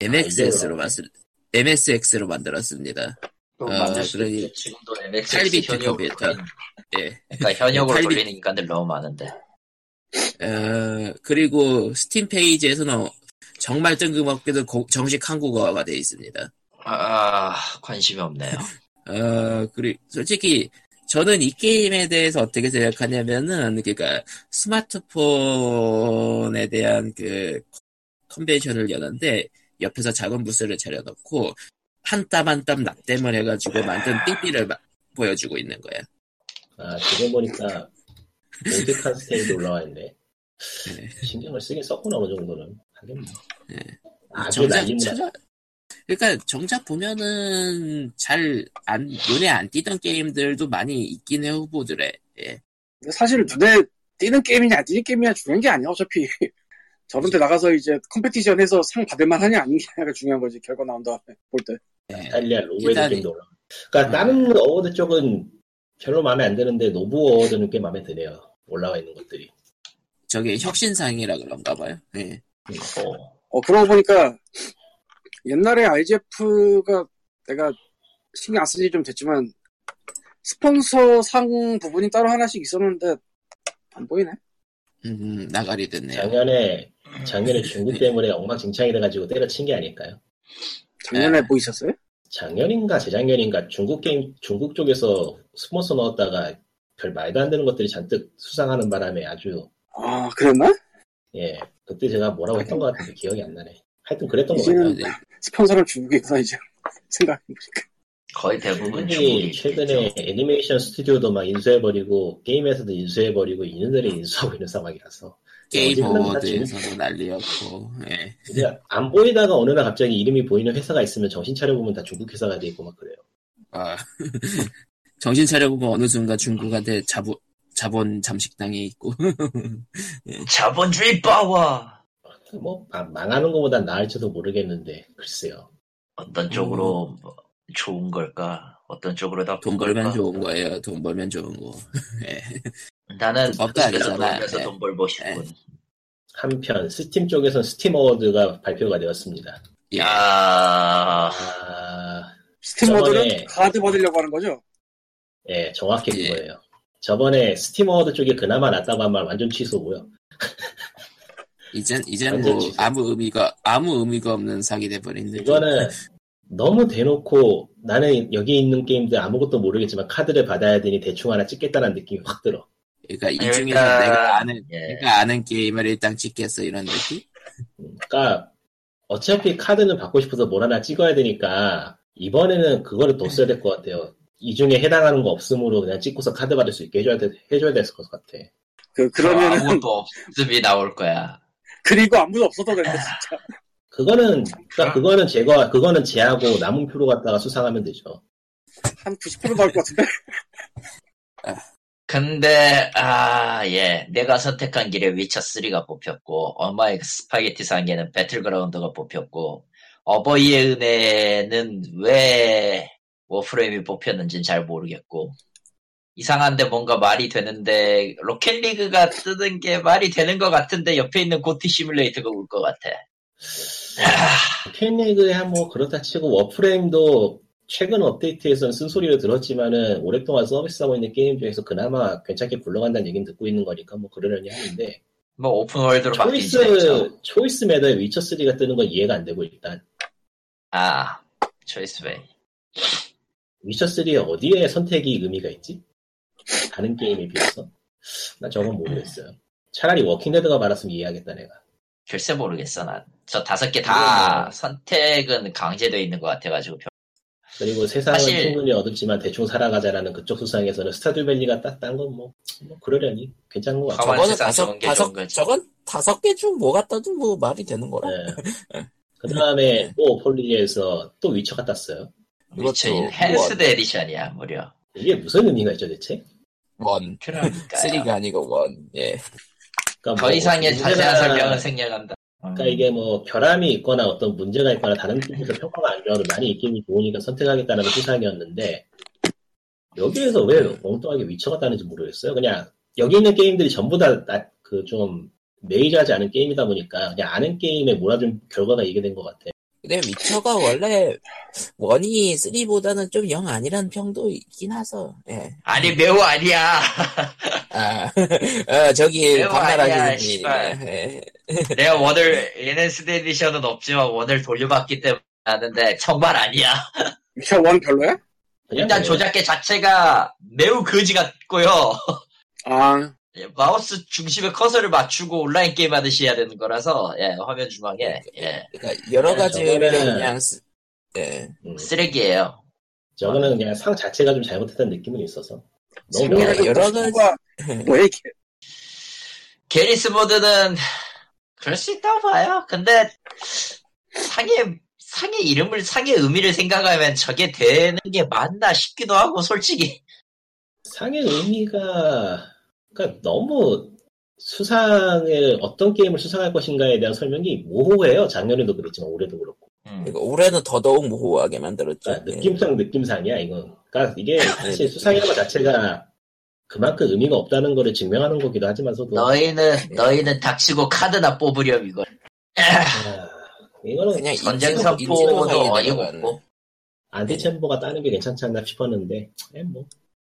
B: MXS로 만들 MSX로 만들었습니다.
A: 또
B: 아,
A: 만들 수도
B: 그러니-
A: 있죠. 지금도 MX
B: 칼비트
A: 현역으로
B: 컴퓨터.
A: 돌리는-
B: 예.
A: 그러니까 현역으로
B: 칼비-
A: 돌리는 인간들 너무 많은데
B: 어, 그리고 스팀 페이지에서는 정말 뜬금없게도 고- 정식 한국어가 돼 있습니다.
A: 아 관심이 없네요.
B: 어, 그리 솔직히 저는 이 게임에 대해서 어떻게 생각하냐면은 그러니까 스마트폰에 대한 그 컨벤션을 여는데 옆에서 작은 부스를 차려놓고 한 땀 한 땀 납땜을 해가지고 만든 삐삐를 마- 보여주고 있는 거야.
D: 아 지금 보니까 몰드칸 스테이도 올라와 있네.
B: 네.
D: 신경을 쓰긴 썼구나 어느 정도는 하긴 뭐.
B: 네.
D: 아주
B: 정작
D: 난리구나.
B: 찾아 그러니까 정작 보면은 잘 안 눈에 안 띄던 게임들도 많이 있긴 해 후보들에. 예.
C: 근데 사실 눈에 띄는 게임이냐 안 띄는 게임이냐 중요한 게 아니야 어차피 [laughs] 저런 데 나가서 이제 컴페티션 해서 상 받을 만하냐 아니냐가 중요한 거지 결과 나온 다음에 볼 때
B: 예.
D: 이탈리아 로우의
B: 기다리-
D: 느낌도 올라. 그러니까 다른 어워드 쪽은 별로 마음에 안 드는데 노브 어워드는 꽤 마음에 드네요. 올라와 있는 것들이.
B: 저게 혁신상이라 그런가 봐요. 예.
A: 오,
C: 어 그러고 보니까 옛날에 IGF가 내가 신경 안 쓰지 좀 됐지만 스폰서 상 부분이 따로 하나씩 있었는데 안 보이네
B: 음, 나가리 됐네요.
D: 작년에 작년에 중국 때문에 엉망진창이 돼가지고 때려친 게 아닐까요?
C: 작년에 뭐
B: 네.
C: 보이셨어요?
D: 작년인가 재작년인가 중국 게임 중국 쪽에서 스폰서 넣었다가 별 말도 안 되는 것들이 잔뜩 수상하는 바람에 아주
C: 아 그랬나?
D: 예 그때 제가 뭐라고 했던 것 같은데 기억이 안 나네. 하여튼 그랬던 것
C: 이제는
D: 같아요.
B: 네.
C: 스폰서는 중국이구나 이제 [laughs] 생각해보니까
A: [laughs] 거의 대부분 중국이
D: 중국이 최근에 애니메이션 스튜디오도 막 인수해버리고 게임에서도 인수해버리고 인연들이
A: 음.
D: 인수하고 있는 상황이라서
B: 게임
D: 어지간한 건
B: 어워드에서도 난리였고, 예.
D: 이제 안 보이다가 어느 날 갑자기 이름이 보이는 회사가 있으면 정신 차려보면 다 중국 회사가 돼 있고 막 그래요.
B: 아. [laughs] 정신 차려보면 어느 순간 중국한테 자부, 자본 잠식당이 있고. [laughs]
A: 자본주의 파워
D: 뭐 아, 망하는 것보단 나을지도 모르겠는데 글쎄요.
A: 어떤 쪽으로 뭐 좋은 걸까? 어떤 쪽으로
B: 음. 돈
A: 나쁜 걸까?
B: 벌면 좋은 거예요. 돈 벌면 좋은 거. 예.
A: 나는
B: 돈 법도
A: 그래서
B: 아니잖아.
A: 돈에서
B: 예.
A: 돈 벌고 싶군.
D: 한편 스팀 쪽에선 스팀 어워드가 발표가 되었습니다.
B: 예.
A: 야
D: 아,
C: 스팀 모드는
D: 저번에-
C: 가드 받으려고 하는 거죠?
D: 예, 정확히
B: 예.
D: 그거예요. 저번에 스팀 어워드 쪽이 그나마 낫다고 한 말 완전 취소고요.
B: 이젠, 이젠
D: 완전
B: 뭐,
D: 취소.
B: 아무 의미가, 아무 의미가 없는 사기 돼버린 느낌.
D: 이거는 너무 대놓고 나는 여기 있는 게임들 아무것도 모르겠지만 카드를 받아야 되니 대충 하나 찍겠다는 느낌이 확 들어.
B: 그러니까 이 중에서
A: 일단-
B: 내가 아는,
A: 예.
B: 내가 아는 게임을 일단 찍겠어, 이런 느낌?
D: 음, 그러니까 어차피 카드는 받고 싶어서 뭘 하나 찍어야 되니까 이번에는 그거를 더 써야 될 것 같아요. 이 중에 해당하는 거 없음으로 그냥 찍고서 카드 받을 수 있게 해줘야 돼, 해줘야 될 것 같아.
C: 그, 그러면은
A: 아무것도 없음이 나올 거야.
C: [laughs] 그리고 아무도 없어도 되는데 진짜
D: 그거는 그러니까 그거는 제거 그거는 제하고 남은 표로 갖다가 수상하면 되죠.
C: 한 90% 나올 것 같은데
A: 근데 아 예, 내가 선택한 길에 위쳐 3가 뽑혔고 엄마의 스파게티 상에는 배틀그라운드가 뽑혔고 어버이의 은혜는 왜 워프레임이 뽑혔는지는 잘 모르겠고 이상한데 뭔가 말이 되는데 로켓리그가 뜨는 게 말이 되는 것 같은데 옆에 있는 고티 시뮬레이터가 울 것 같아.
D: 캔리그야 뭐 그렇다 치고 워프레임도 최근 업데이트에선 쓴소리를 들었지만은 오랫동안 서비스하고 있는 게임 중에서 그나마 괜찮게 굴러간다는 얘기는 듣고 있는 거니까 뭐 그러려니 하는데
A: 뭐 오픈월드로 바뀌긴 했죠.
D: 초이스 초이스 메다에 위쳐 3가 뜨는 건 이해가 안 되고 일단
A: 아, 초이스웨이.
D: 위쳐 3에 어디에 선택이 의미가 있지? 다른 게임에 비해서 나 저건 모르겠어요. 차라리 워킹데드가 말았으면 이해하겠다 내가.
A: 글쎄 모르겠어, 난. 저 다섯 개 다 선택은 강제되어 있는 것 같아가지고. 별-
D: 그리고 세상은
A: 사실-
D: 충분히 어둡지만 대충 살아가자라는 그쪽 수상에서는 스타듀밸리가 딴건 뭐 그러려니 괜찮은 것 같아요.
A: 가만-
B: 저거는
A: 세상
B: 다섯
A: 좋은 게
B: 다섯
A: 좋은 거지. 네.
B: 저건 다섯 개 중 뭐가 떠도 뭐 말이 되는 거라.
D: 그 다음에 또 폴리에서 또 위쳐가 땄어요.
B: 이것도
A: 미친
B: 뭐-
A: 헬스드 에디션이야, 무려.
D: 이게 무슨 의미가 있죠 대체?
B: 원
A: 그러니까.
B: 쓰리가 아니고 원. 예.
D: 그러니까
A: 더
D: 뭐
A: 이상의
D: 문제가-
A: 자세한 설명은 생략한다. 음.
D: 그러니까 이게 뭐 결함이 있거나 어떤 문제가 있거나 다른 쪽에서 평가가 안 좋아도 많이 이 게임이 좋으니까 선택하겠다는 게 희상이었는데 여기에서 왜 엉뚱하게 위쳐가 다는지 모르겠어요. 그냥 여기 있는 게임들이 전부 다 그 좀 메이저하지 않은 게임이다 보니까 그냥 아는 게임에 몰아준 결과가 이게 된 것 같아.
B: 근데 위쳐가 원래 원이 쓰리보다는 좀 영 아니란 평도 있긴 하서. 예.
A: 아니, 매우 아니야. [laughs]
B: 아, [laughs] 아, 저기
A: 매우 아니야,
B: 반나라기
A: 씨발.
B: 예.
A: 내가 원을, NSD 에디션은 없지만 원을 돌려받기 때문에 하는데, 정말 아니야.
C: 미쳐 원 별로야?
D: 그냥
A: 일단
D: 뭐
A: 조작계 자체가 매우 거지 같고요. 예,
C: 아,
A: 마우스 중심에 커서를 맞추고 온라인 게임 하듯이 해야 되는 거라서, 예, 화면 중앙에, 예,
B: 그러니까 여러 가지 의미로
D: 저거는-
B: 그냥 쓰, 예.
D: 음,
A: 쓰레기예요
D: 저거는 그냥 상 자체가 좀 잘못했다는 느낌은 있어서 너무
B: 생각이
D: 명확하게
B: 여러 가지-
C: 뭐가 뭐야 이게?
A: 게리스 모드는 그럴 수 있다고 봐요. 근데 상의 상의 이름을 상의 의미를 생각하면 저게 되는 게 맞나 싶기도 하고 솔직히
D: 상의 의미가 그러니까 너무 수상을 어떤 게임을 수상할 것인가에 대한 설명이 모호해요. 작년에도 그랬지만 올해도 그렇고
B: 그러니까 올해는 더더욱 모호하게 만들었죠.
D: 그러니까
B: 예.
D: 느낌상 느낌상이야 이건. 그러니까 이게 사실 수상이라는 것 자체가 그만큼 의미가 없다는 거를 증명하는 거기도 하지만서도
A: 너희는 너희는 닥치고 카드나 뽑으렴 이거.
D: 아, 이거는
B: 그냥
A: 전쟁
B: 인지도- 인지도
A: 선포도 뭐
B: 상황이
A: 어이가
B: 들어가는.
A: 없고
D: 안티챔버가 따는 게 괜찮지 않나 싶었는데 에, 뭐.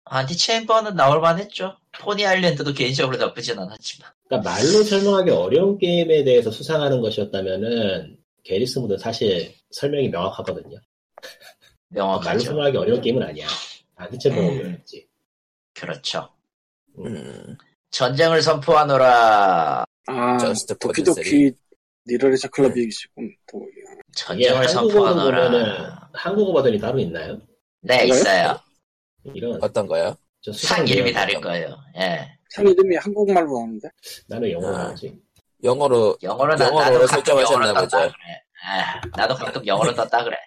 A: 안티챔버는 아, 나올만했죠. 포니 아일랜드도 개인적으로 나쁘진 않았지만
D: 그러니까 말로 설명하기 어려운 게임에 대해서 수상하는 것이었다면은 게리스무드 사실 설명이 명확하거든요. 아, 말로
A: 명확하죠.
D: 설명하기 어려운 게임은 아니야. 뭐, 안티챔버가
A: 아, 음.
D: 어렵지.
A: 그렇죠.
B: 음,
A: 전쟁을 선포하노라.
C: 아,
B: [laughs] 저스트 포드
C: 도피도피 니러리차 클럽 얘기지. 음, 또
D: 이게
A: 전쟁을
D: 한국어로 보면은
A: 선포하노라.
D: 한국어 버전이 따로 있나요?
A: 네
C: 뭐요?
A: 있어요.
D: 이런
B: 어떤 거요?
D: 저
A: 상
D: 수상
A: 이름이
D: 모양.
A: 다를 거예요. 예.
C: 상 이름이 한국말로 나오는데
D: 나는 영어로
B: 아.
D: 하지.
B: 영어로
A: 영어로 나,
B: 영어로
A: 나도 가끔
B: 설정하셨나
A: 영어로 떴다
B: 보죠.
A: 그래. 아, 나도 가끔 영어로 떴다 그래.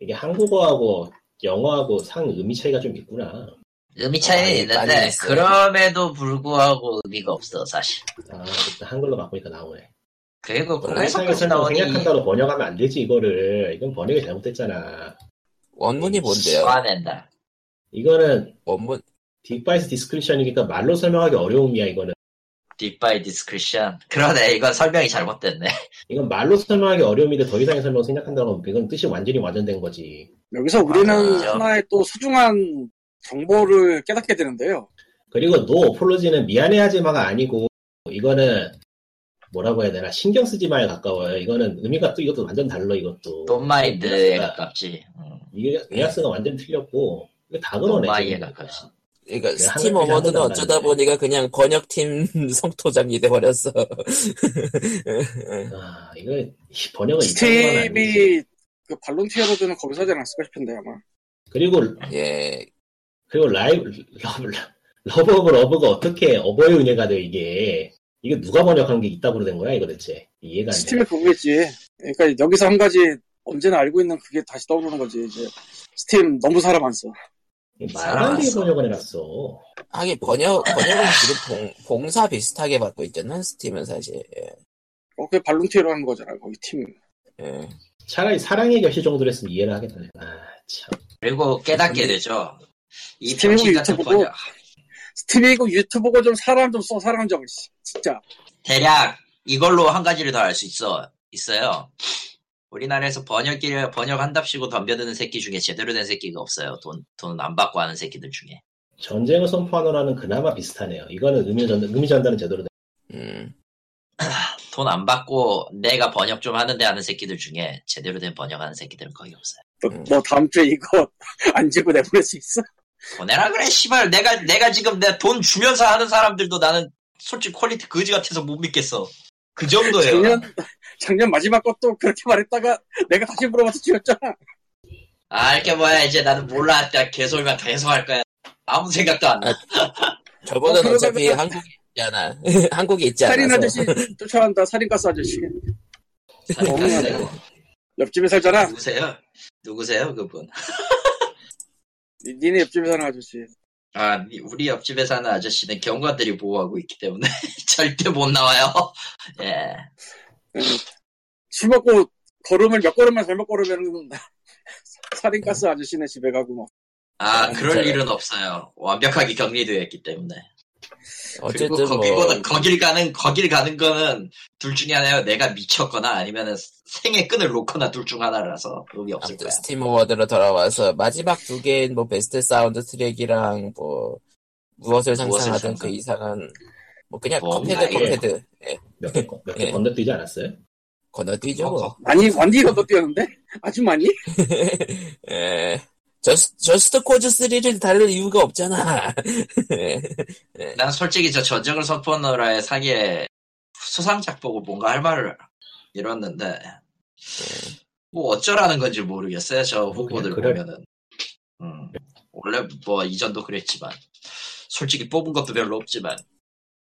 D: 이게 한국어하고 영어하고 상 의미 차이가 좀 있구나.
A: 의미
B: 많이-
A: 차이는
B: 많이
A: 있는데
B: 있어요.
A: 그럼에도 불구하고 의미가 없어 사실.
D: 아, 일단 한글로 바꾸니까 나오네.
A: 그리고
B: 그럼
D: 세상에
A: 그래서까지
D: 설명
A: 음. 나오니
D: 생략한다고 번역하면 안 되지 이거를. 이건 번역이 잘못됐잖아.
A: 음,
B: 원문이 뭔데요?
A: 아. 화낸다.
D: 이거는
B: 원문
D: 디바이스 디스크리션이니까 말로 설명하기 어려움이야 이거는.
A: 딥바이 디스크리션. 그러네 이건 설명이 잘못됐네.
D: 이건 말로 설명하기 어려움인데 더 이상의 설명 생략한다고 하면 이건 뜻이 완전히 완전된 거지.
C: 여기서 우리는
A: 맞아요.
C: 하나의 또 소중한 정보를 깨닫게 되는데요.
D: 그리고 노 어폴로지는 미안해하지마가 아니고 이거는 뭐라고 해야 되나 신경 쓰지 마에 가까워요. 이거는 의미가 또 이것도 완전 달라 이것도.
A: 돈마인드에
D: 뉘앙스가-
A: 가깝지. 음,
D: 이게 뉘앙스가 완전 틀렸고 이거 다 그러네.
A: 돈마이에
D: 지금.
A: 가깝지.
B: 그러니까
D: 네,
B: 스팀
D: 한글
B: 어워드는
D: 한글
B: 어쩌다
D: 나왔는데.
B: 보니까 그냥 번역팀 [laughs] 성토장이 돼버렸어.
D: 아 이거 번역은 이상한 건 아니지. 네,
C: 스팀이 그 발론티어로드는 거기서 하지 않았을까 싶은데 아마.
D: 그리고
B: 예,
D: 그리고 라이브 러브 러브 오브 러브가 어떻게 어버이 은혜가 돼 이게 이게 누가 번역한 게 이따구로 된 거야 이거 대체 이해가 안 돼.
C: 스팀을 보겠지. 그러니까 여기서 한 가지 언제나 알고 있는 그게 다시 떠오르는 거지. 이제 스팀 너무 사람 안 써.
D: 말안 되게 번역을 해놨어.
B: 하긴 번역 번역은 지금 봉, 봉사 비슷하게 받고 있잖아 스팀은 사실. 예,
C: 어, 그게 발론티어로 한 거잖아. 거기 팀.
B: 예.
D: 차라리 사랑의 결실 정도로 했으면 이해를 하겠다. 내가. 아 참.
A: 그리고 깨닫게 되죠. 이
C: 스팀이고
A: 평신 같은
C: 유튜브고.
A: 번역.
C: 스팀이고 유튜브고 좀 사람 좀 써. 사람 좀. 씨, 진짜.
A: 대략 이걸로 한 가지를 더 알 수 있어 있어요. 우리나라에서 번역기를 번역한답시고 덤벼드는 새끼 중에 제대로 된 새끼가 없어요. 돈, 돈 안 받고 하는 새끼들 중에.
D: 전쟁을 선포하노라는 그나마 비슷하네요. 이거는 의미 전달, 의미 전달은 제대로 된.
B: 음,
A: 돈 안 받고 내가 번역 좀 하는데 하는 새끼들 중에 제대로 된 번역하는 새끼들은 거의 없어요.
C: 너, 너뭐 다음 주에 이거 [laughs] 안 지고 내보낼 수 있어?
A: 보내라 그래, 씨발. 내가, 내가 지금 내 돈 주면서 하는 사람들도 나는 솔직히 퀄리티 거지 같아서 못 믿겠어. 그
D: 네.
A: 정도예요.
C: 작년 작년 마지막 것도 그렇게 말했다가 내가 다시 물어봐서 지었잖아.
A: 아, 이렇게 뭐야. 이제 나는 몰라. 그냥 개소리만 계속 할 거야. 아무 생각도 안 나.
B: 저번엔
C: 어,
B: 어차피
C: 그러면은-
B: 한국에 있잖아. [laughs] 한국에 있지
C: 살인
B: 않아서.
C: 아저씨 쫓아간다. 살인가스 아저씨.
A: 그러니까
B: 뭐
C: 너무하네. 옆집에 살잖아.
A: 누구세요? 누구세요, 그분?
C: 니- 니네 옆집에 사는 아저씨.
A: 아, 미- 우리 옆집에 사는 아저씨는 경관들이 보호하고 있기 때문에 [laughs] 절대 못 나와요. 예.
C: 술 먹고 걸음을 몇 걸음만 잘못 걸으면 [laughs] 살인가스 아저씨네 집에 가고 막.
A: 아, 그럴
B: 진짜요?
A: 일은 없어요. 완벽하게 격리되어 있기 때문에. 그리고
B: 어쨌든 뭐,
A: 거기보다, 거길 가는, 거길 가는 거는 둘 중에 하나예요. 내가 미쳤거나 아니면 생의 끈을 놓거나 둘 중 하나라서 의미 없을
B: 아무튼
A: 거야.
B: 스팀 어워드로 돌아와서 마지막 두 개인 뭐 베스트 사운드 트랙이랑 뭐 무엇을
A: 무엇을
B: 상상하던
A: 상상.
B: 그 이상은 뭐 그냥
A: 뭔가
B: 컵헤드
A: 이게-
B: 컵헤드 예,
D: 몇 개, 거- 몇개
B: 예.
D: 건너뛰지 않았어요?
B: 건너뛰죠.
A: 어,
B: 뭐.
A: 거-
C: 많이 많이 건너뛰었는데 아주 많이?
B: [laughs] 예. 저스, 저스트 코즈 3를 다룰 이유가 없잖아. [laughs] 예.
A: 난 솔직히 저 전쟁을 선포하느라의 상의 수상작 보고 뭔가 할 말을 잃었는데, 뭐 어쩌라는 건지 모르겠어요. 저 후보들
D: 네. 아, 그냥 그래.
A: 보면은. 음, 원래 뭐 이전도 그랬지만, 솔직히 뽑은 것도 별로 없지만,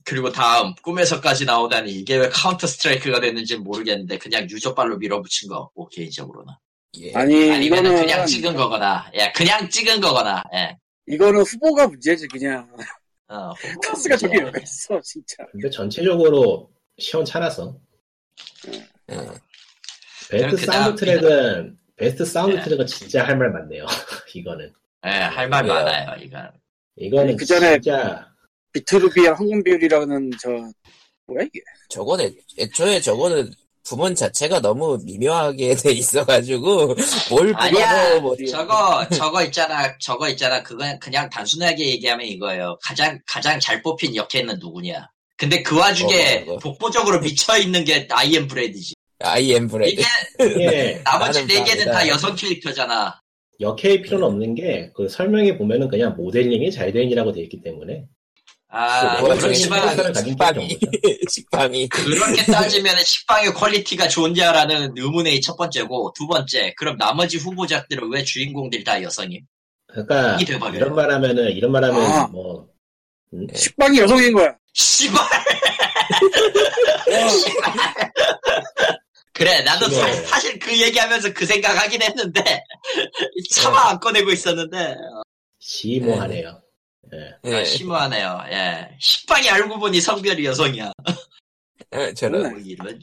A: 그리고 다음, 꿈에서까지 나오다니 이게 왜 카운터 스트라이크가 됐는지 모르겠는데, 그냥 유저발로 밀어붙인 거, 뭐 개인적으로는.
B: 예.
C: 아니
A: 아니면
C: 이거는
A: 은 그냥 찍은 거거나, 예, 그냥 찍은 거거나, 예.
C: 이거는 후보가 문제지 그냥. [laughs]
A: 어, 후보가
C: 카스가 저기
A: 문제야.
C: 여기 있어 진짜.
D: 근데 전체적으로 시원찮아서
B: 예.
A: 그냥
D: 베스트 사운드
A: 그냥-
D: 트랙은 베스트 사운드
A: 예.
D: 트랙은 진짜 할 말 많네요. [laughs] 이거는
A: 예, 할 말
B: 왜요?
A: 많아요, 이건.
D: 이거는
C: 아니, 그 전에-
D: 진짜
C: 비트루비아 황금비율이라는 저 뭐야 이게?
B: 저건 애, 애초에 저거는 부문 자체가 너무 미묘하게 [laughs] 돼 있어가지고 뭘
A: 아니야.
B: 뽑아도 머리
A: 저거 저거 있잖아 저거 있잖아 그건 그냥 단순하게 얘기하면 이거예요 가장 가장 잘 뽑힌 역캐는 누구냐 근데 그 와중에
B: 어, 어, 어.
A: 독보적으로 미쳐 있는 게 아이엠 브레드지
B: 아이엠 브레드
A: 이게
D: 이게
A: 나머지
B: 나는
A: 네 개는 다
B: 나는
A: 여성 캐릭터잖아
D: 역해의 필요는 없는 게 그 설명에 보면은 그냥 모델링이 잘된이라고 돼 있기 때문에
A: 아
B: 그거 중에
A: 그렇지만
D: 식빵이-
B: 식빵이 식빵이
A: 그렇게 따지면 식빵의 퀄리티가 좋냐라는 의문의 첫 번째고 두 번째 그럼 나머지 후보작들은 왜 주인공들이 다 여성임
D: 그러니까
A: 이게 대박이에요.
D: 이런 말하면은 이런 말하면
C: 아.
D: 뭐
C: 식빵이 여성인 [laughs] 거야.
A: 씨발
C: 아,
A: 그래 나도
D: 그거.
A: 사- 사실 그 얘기하면서 그 생각하긴 했는데 [laughs] 차마 안 꺼내고 있었는데
D: 뭐 심오하네요. 예.
B: 예.
A: 아, 심오하네요. 예. 식빵이 알고 보니 성별이 여성이야.
B: 예,
D: 네.
B: 저는
A: 뭐 이런.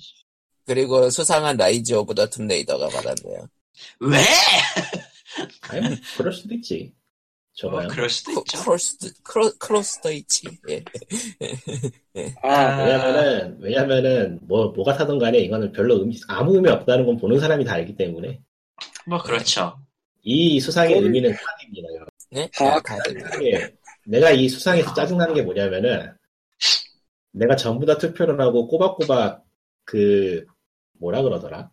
B: 그리고 수상한 라이즈 오브 더 툼레이더가 받았네요
A: 왜?
D: 아니 뭐 그럴 수도 있지.
A: 뭐
D: 저거요.
A: 그럴 수도
B: 크-
D: 어.
A: 있죠.
B: 크로스 크로, 크로스더이치 예.
C: 아
D: 왜냐면은 왜냐면은 뭐 뭐가 타든 간에 이거는 별로 의미 아무 의미 없다는 건 보는 사람이 다 알기 때문에
A: 뭐 그렇죠.
D: 이 수상의
C: 그걸-
D: 의미는 사기입니다. 여러분.
B: 네?
C: 아,
B: 아, 다들
D: 예. 내가 이 수상에서 짜증나는 게 뭐냐면은 내가 전부 다 투표를 하고 꼬박꼬박 그 뭐라 그러더라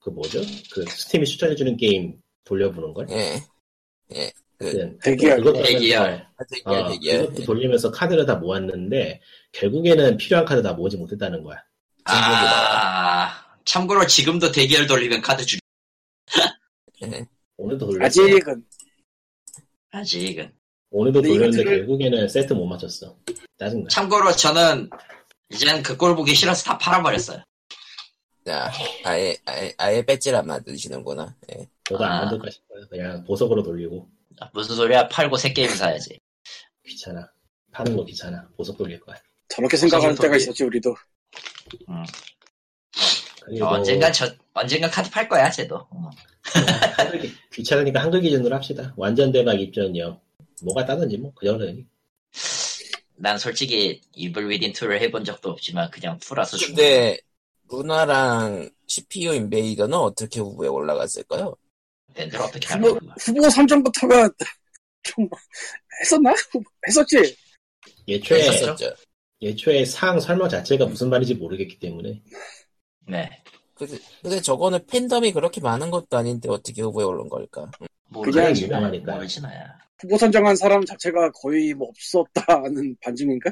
D: 그 뭐죠 그 스팀이 추천해주는 게임 돌려보는 걸
B: 예. 예.
D: 하여튼
C: 대기열.
B: 네.
D: 그것도
A: 대기열.
D: 하면서
B: 대기야,
D: 어,
B: 대기야.
D: 그것도 돌리면서 카드를 다 모았는데 결국에는 필요한 카드 다 모으지 못했다는 거야.
A: 아, 참고로 지금도 대기열 돌리면 카드 줄
B: 예,
D: 오늘도 돌렸
C: 아직은
A: 아직은.
D: 오늘도
C: 근데 이거
D: 돌렸는데
C: 지금-
D: 결국에는 세트 못 맞췄어. 짜증나.
A: 참고로 저는 이젠 그 꼴 보기 싫어서 다 팔아버렸어요.
B: 자, 아예, 아예, 아예 배지를 안 만드시는구나. 예.
D: 저도 안
A: 아.
D: 만들까 싶어요. 그냥 보석으로 돌리고
A: 아, 무슨 소리야? 팔고 새 게임 사야지.
D: 귀찮아. 파는 거 귀찮아. 보석 돌릴 거야.
C: 저렇게 생각하는
A: 없어서
C: 때가
A: 그런지.
C: 있었지 우리도.
D: 그리고
A: 언젠간 저 언젠간 카드 팔 거야, 쟤도. 음.
D: 한글- 귀찮으니까 한글 기준으로 합시다. 완전 대박 입전이요. 뭐가 따든지 뭐 그전에
A: 난 솔직히 이블 위딘 2를 해본 적도 없지만 그냥 풀어서 죽는
B: 근데, 루나랑 CPU 인베이더는 어떻게 후보에 올라갔을까요?
A: 밴드를 어떻게 하는
C: 후보,
A: 건가?
C: 후보 선정부터가 [laughs] 좀 했었나? 후보- 했었지?
D: 예초에
A: 그랬었죠.
B: 했었죠.
D: 예초에 상 설명 자체가 무슨 말인지 모르겠기 때문에
A: 네.
B: 근데, 근데 저거는 팬덤이 그렇게 많은 것도 아닌데 어떻게 후보에 오른 걸까?
D: 그냥
A: 모르지, 나.
D: 유명하니까.
A: 뭐 모르지, 나야.
C: 후보 선정한 사람 자체가 거의 뭐 없었다는
B: 음,
C: 반증인가?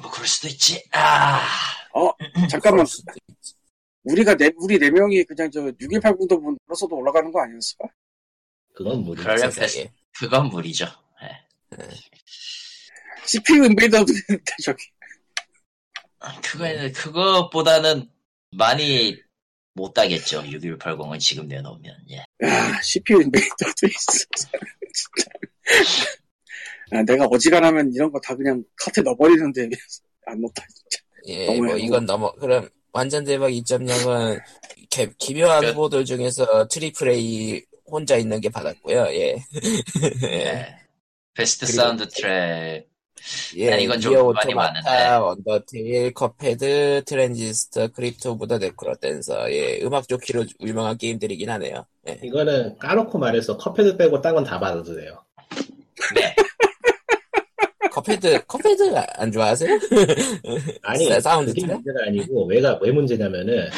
A: 뭐, 그럴 수도 있지. 아.
C: 잠깐만
B: 그럴 수도 있지.
C: 우리가 네 우리 네 명이 그냥 저 6180도 문으로서도 올라가는 거 아니었을까?
D: 그건 무리.
A: 그럴-
B: 세상에.
A: 패스. 그건 무리죠. 네.
C: CPU 인베이더도 있는데 저기
A: 아,
D: 네.
A: 그거는, 그거보다는 많이 못 따겠죠. 6180은 지금 내놓으면, 예.
C: 야 CPU 아, 인베이더도 있어 [laughs] 진짜 아, 내가 어지간하면 이런 거 다 그냥 카트 넣어버리는데 안 넣다 진짜
B: 예,
C: 너무
B: 뭐
C: 해보-
B: 이건 넘어. 그럼 완전 대박 2.0은 기묘한
A: 끝.
B: 후보들 중에서 트리플 A 혼자 있는 게 받았고요. 예.
D: 네.
A: 예. 베스트
B: 그리고-
A: 사운드 트랙.
B: 예,
A: 아니, 이건 좀
B: 니어
A: 많이
B: 오토마타,
A: 많은데.
B: 언더테일, 컵헤드, 트랜지스터, 크립토보다 네크로 댄서. 예, 음악 좋기로 유명한 게임들이긴 하네요. 예.
D: 이거는 까놓고 말해서 컵헤드 빼고 딴 건 다 받아도 돼요.
A: 네.
B: 컵헤드, 컵헤드 안 좋아하세요?
D: 아니
B: 사- 사운드
D: 네. 그게
B: 트랙?
D: 문제가 아니고 왜가 왜 문제냐면은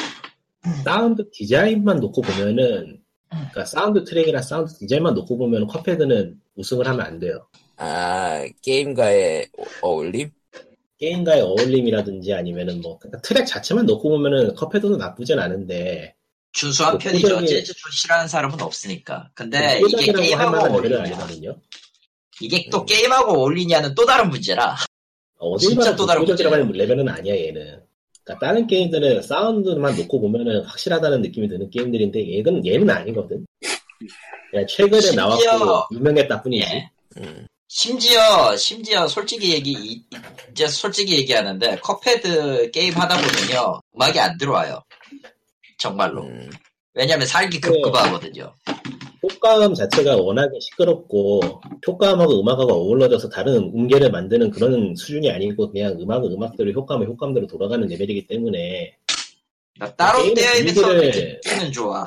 D: 사운드 디자인만 놓고 보면은 그러니까 사운드 트랙이나 사운드 디자인만 놓고 보면 컵헤드는 우승을 하면 안 돼요.
B: 아, 게임과의 어- 어울림?
D: 게임과의 어울림이라든지 아니면은 뭐 그러니까 트랙 자체만 놓고 보면은 컵헤드도 나쁘진 않은데
A: 준수한
D: 뭐,
A: 편이죠.
D: 꾸준히-
A: 재즈 좀 싫어하는 사람은 없으니까. 근데 네, 이게
D: 꿀떡이라고 네, 할
A: 게임하고
D: 만한 네. 노래는
A: 어울리냐.
D: 아니거든요.
A: 이게 또 게임하고 어울리냐는 또 다른 문제라. 진짜
D: 어딜만
A: 또 다른
D: 독보적이라고 하는 레벨은 아니야 얘는. 그러니까 다른 게임들은 사운드만 놓고 보면은 확실하다는 느낌이 드는 게임들인데 얘는
A: [laughs]
D: 얘는 아니거든. 그냥 최근에
A: 심지어-
D: 나왔고 유명했다 뿐이지.
A: 예.
B: 음.
A: 심지어 심지어 솔직히 얘기 이- 이제 솔직히 얘기하는데 컵헤드 게임 하다 보면요 음악이 안 들어와요 정말로
B: 음.
A: 왜냐면 살기 급급하거든요
D: 효과음 자체가 워낙에 시끄럽고 효과음하고 음악하고 어우러져서 다른 음계를 만드는 그런 수준이 아니고 그냥 음악은 음악대로 효과음은 효과음대로 돌아가는 레벨이기 때문에
A: 나 따로
D: 게임의
A: 떼어서
D: 분위기를-
A: 듣기는 좋아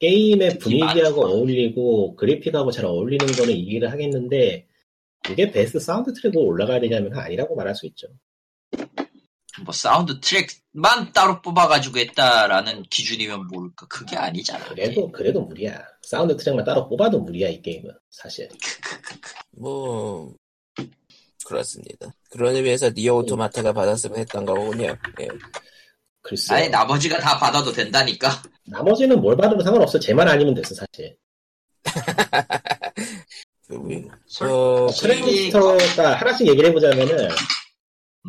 D: 게임의
A: 특히
D: 분위기하고
A: 많죠.
D: 어울리고 그래픽하고 잘 어울리는 거는 이해를 하겠는데 이게 베스트 사운드 트랙으로 올라가야 되냐면 아니라고 말할 수 있죠.
A: 뭐 사운드 트랙만 따로 뽑아가지고 했다라는 기준이면 모를까 그게 아니잖아
D: 그래도 그래도 무리야. 사운드 트랙만 따로 뽑아도 무리야 이 게임은 사실.
B: 뭐, 그렇습니다. 그런 의미에서 니어
D: 네.
B: 오토마타가 받았으면 했던 거군요. 예.
D: 글쎄.
A: 아니 나머지가 다 받아도 된다니까 [laughs]
D: 나머지는 뭘 받아도 상관없어. 제만 아니면 됐어 사실.
B: 그리고,
A: 솔-
D: 아,
B: 어,
A: 솔직히
D: 트랙리스터가 하나씩 얘기를 해보자면은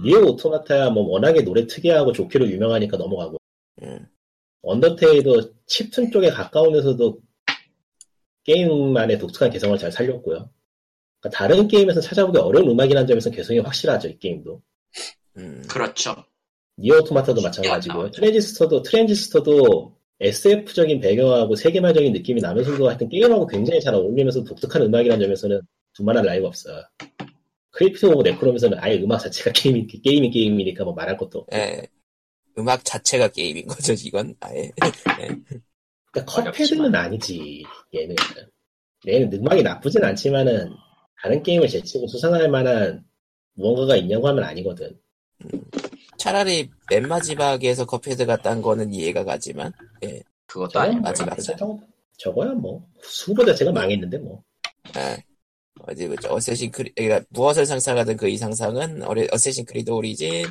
D: 니오 오토마타야 뭐 워낙에 노래 특이하고 좋기로 유명하니까 넘어가고
B: 음.
D: 언더테일도 칩튼 쪽에 가까우면서도 게임만의 독특한 개성을 잘 살렸고요. 그러니까 다른 게임에서 찾아보기 어려운 음악이라는 점에서 개성이 확실하죠 이 게임도.
B: 음.
A: 그렇죠
D: 니오 오토마타도 마찬가지고요.
A: 나오죠.
D: 트랜지스터도 트랜지스터도 SF적인 배경하고 세계말적인 느낌이 나면서도 하여튼 게임하고 굉장히 잘 어울리면서 독특한 음악이라는 점에서는 두말할 나위가 없어. 요 크립트 오브 네크롬에서는 아예 음악 자체가 [laughs] 게임이 게임이 게임이니까 뭐 말할 것도. 없고.
B: 예. 음악 자체가 게임인 거죠, 이건 아예.
D: 그러니까 컵헤드는 아니지 얘는. 얘는 음악이 나쁘진 않지만은 다른 게임을 제치고 수상할 만한 무언가가 있냐고 하면 아니거든.
B: 차라리 맨 마지막에서 컵헤드가 딴 거는 이해가 가지만.
A: 그것도
D: 저거야
A: 아니고
D: 뭐,
B: 마지막 장.
D: 저거- 저거야 뭐 후보 자체가 망했는데 뭐.
B: 아, 어디 보자. 어쌔신 크리, 그러니까 무엇을 상상하던 그 이상상은 어레, 어쌔신 크리드 오리진,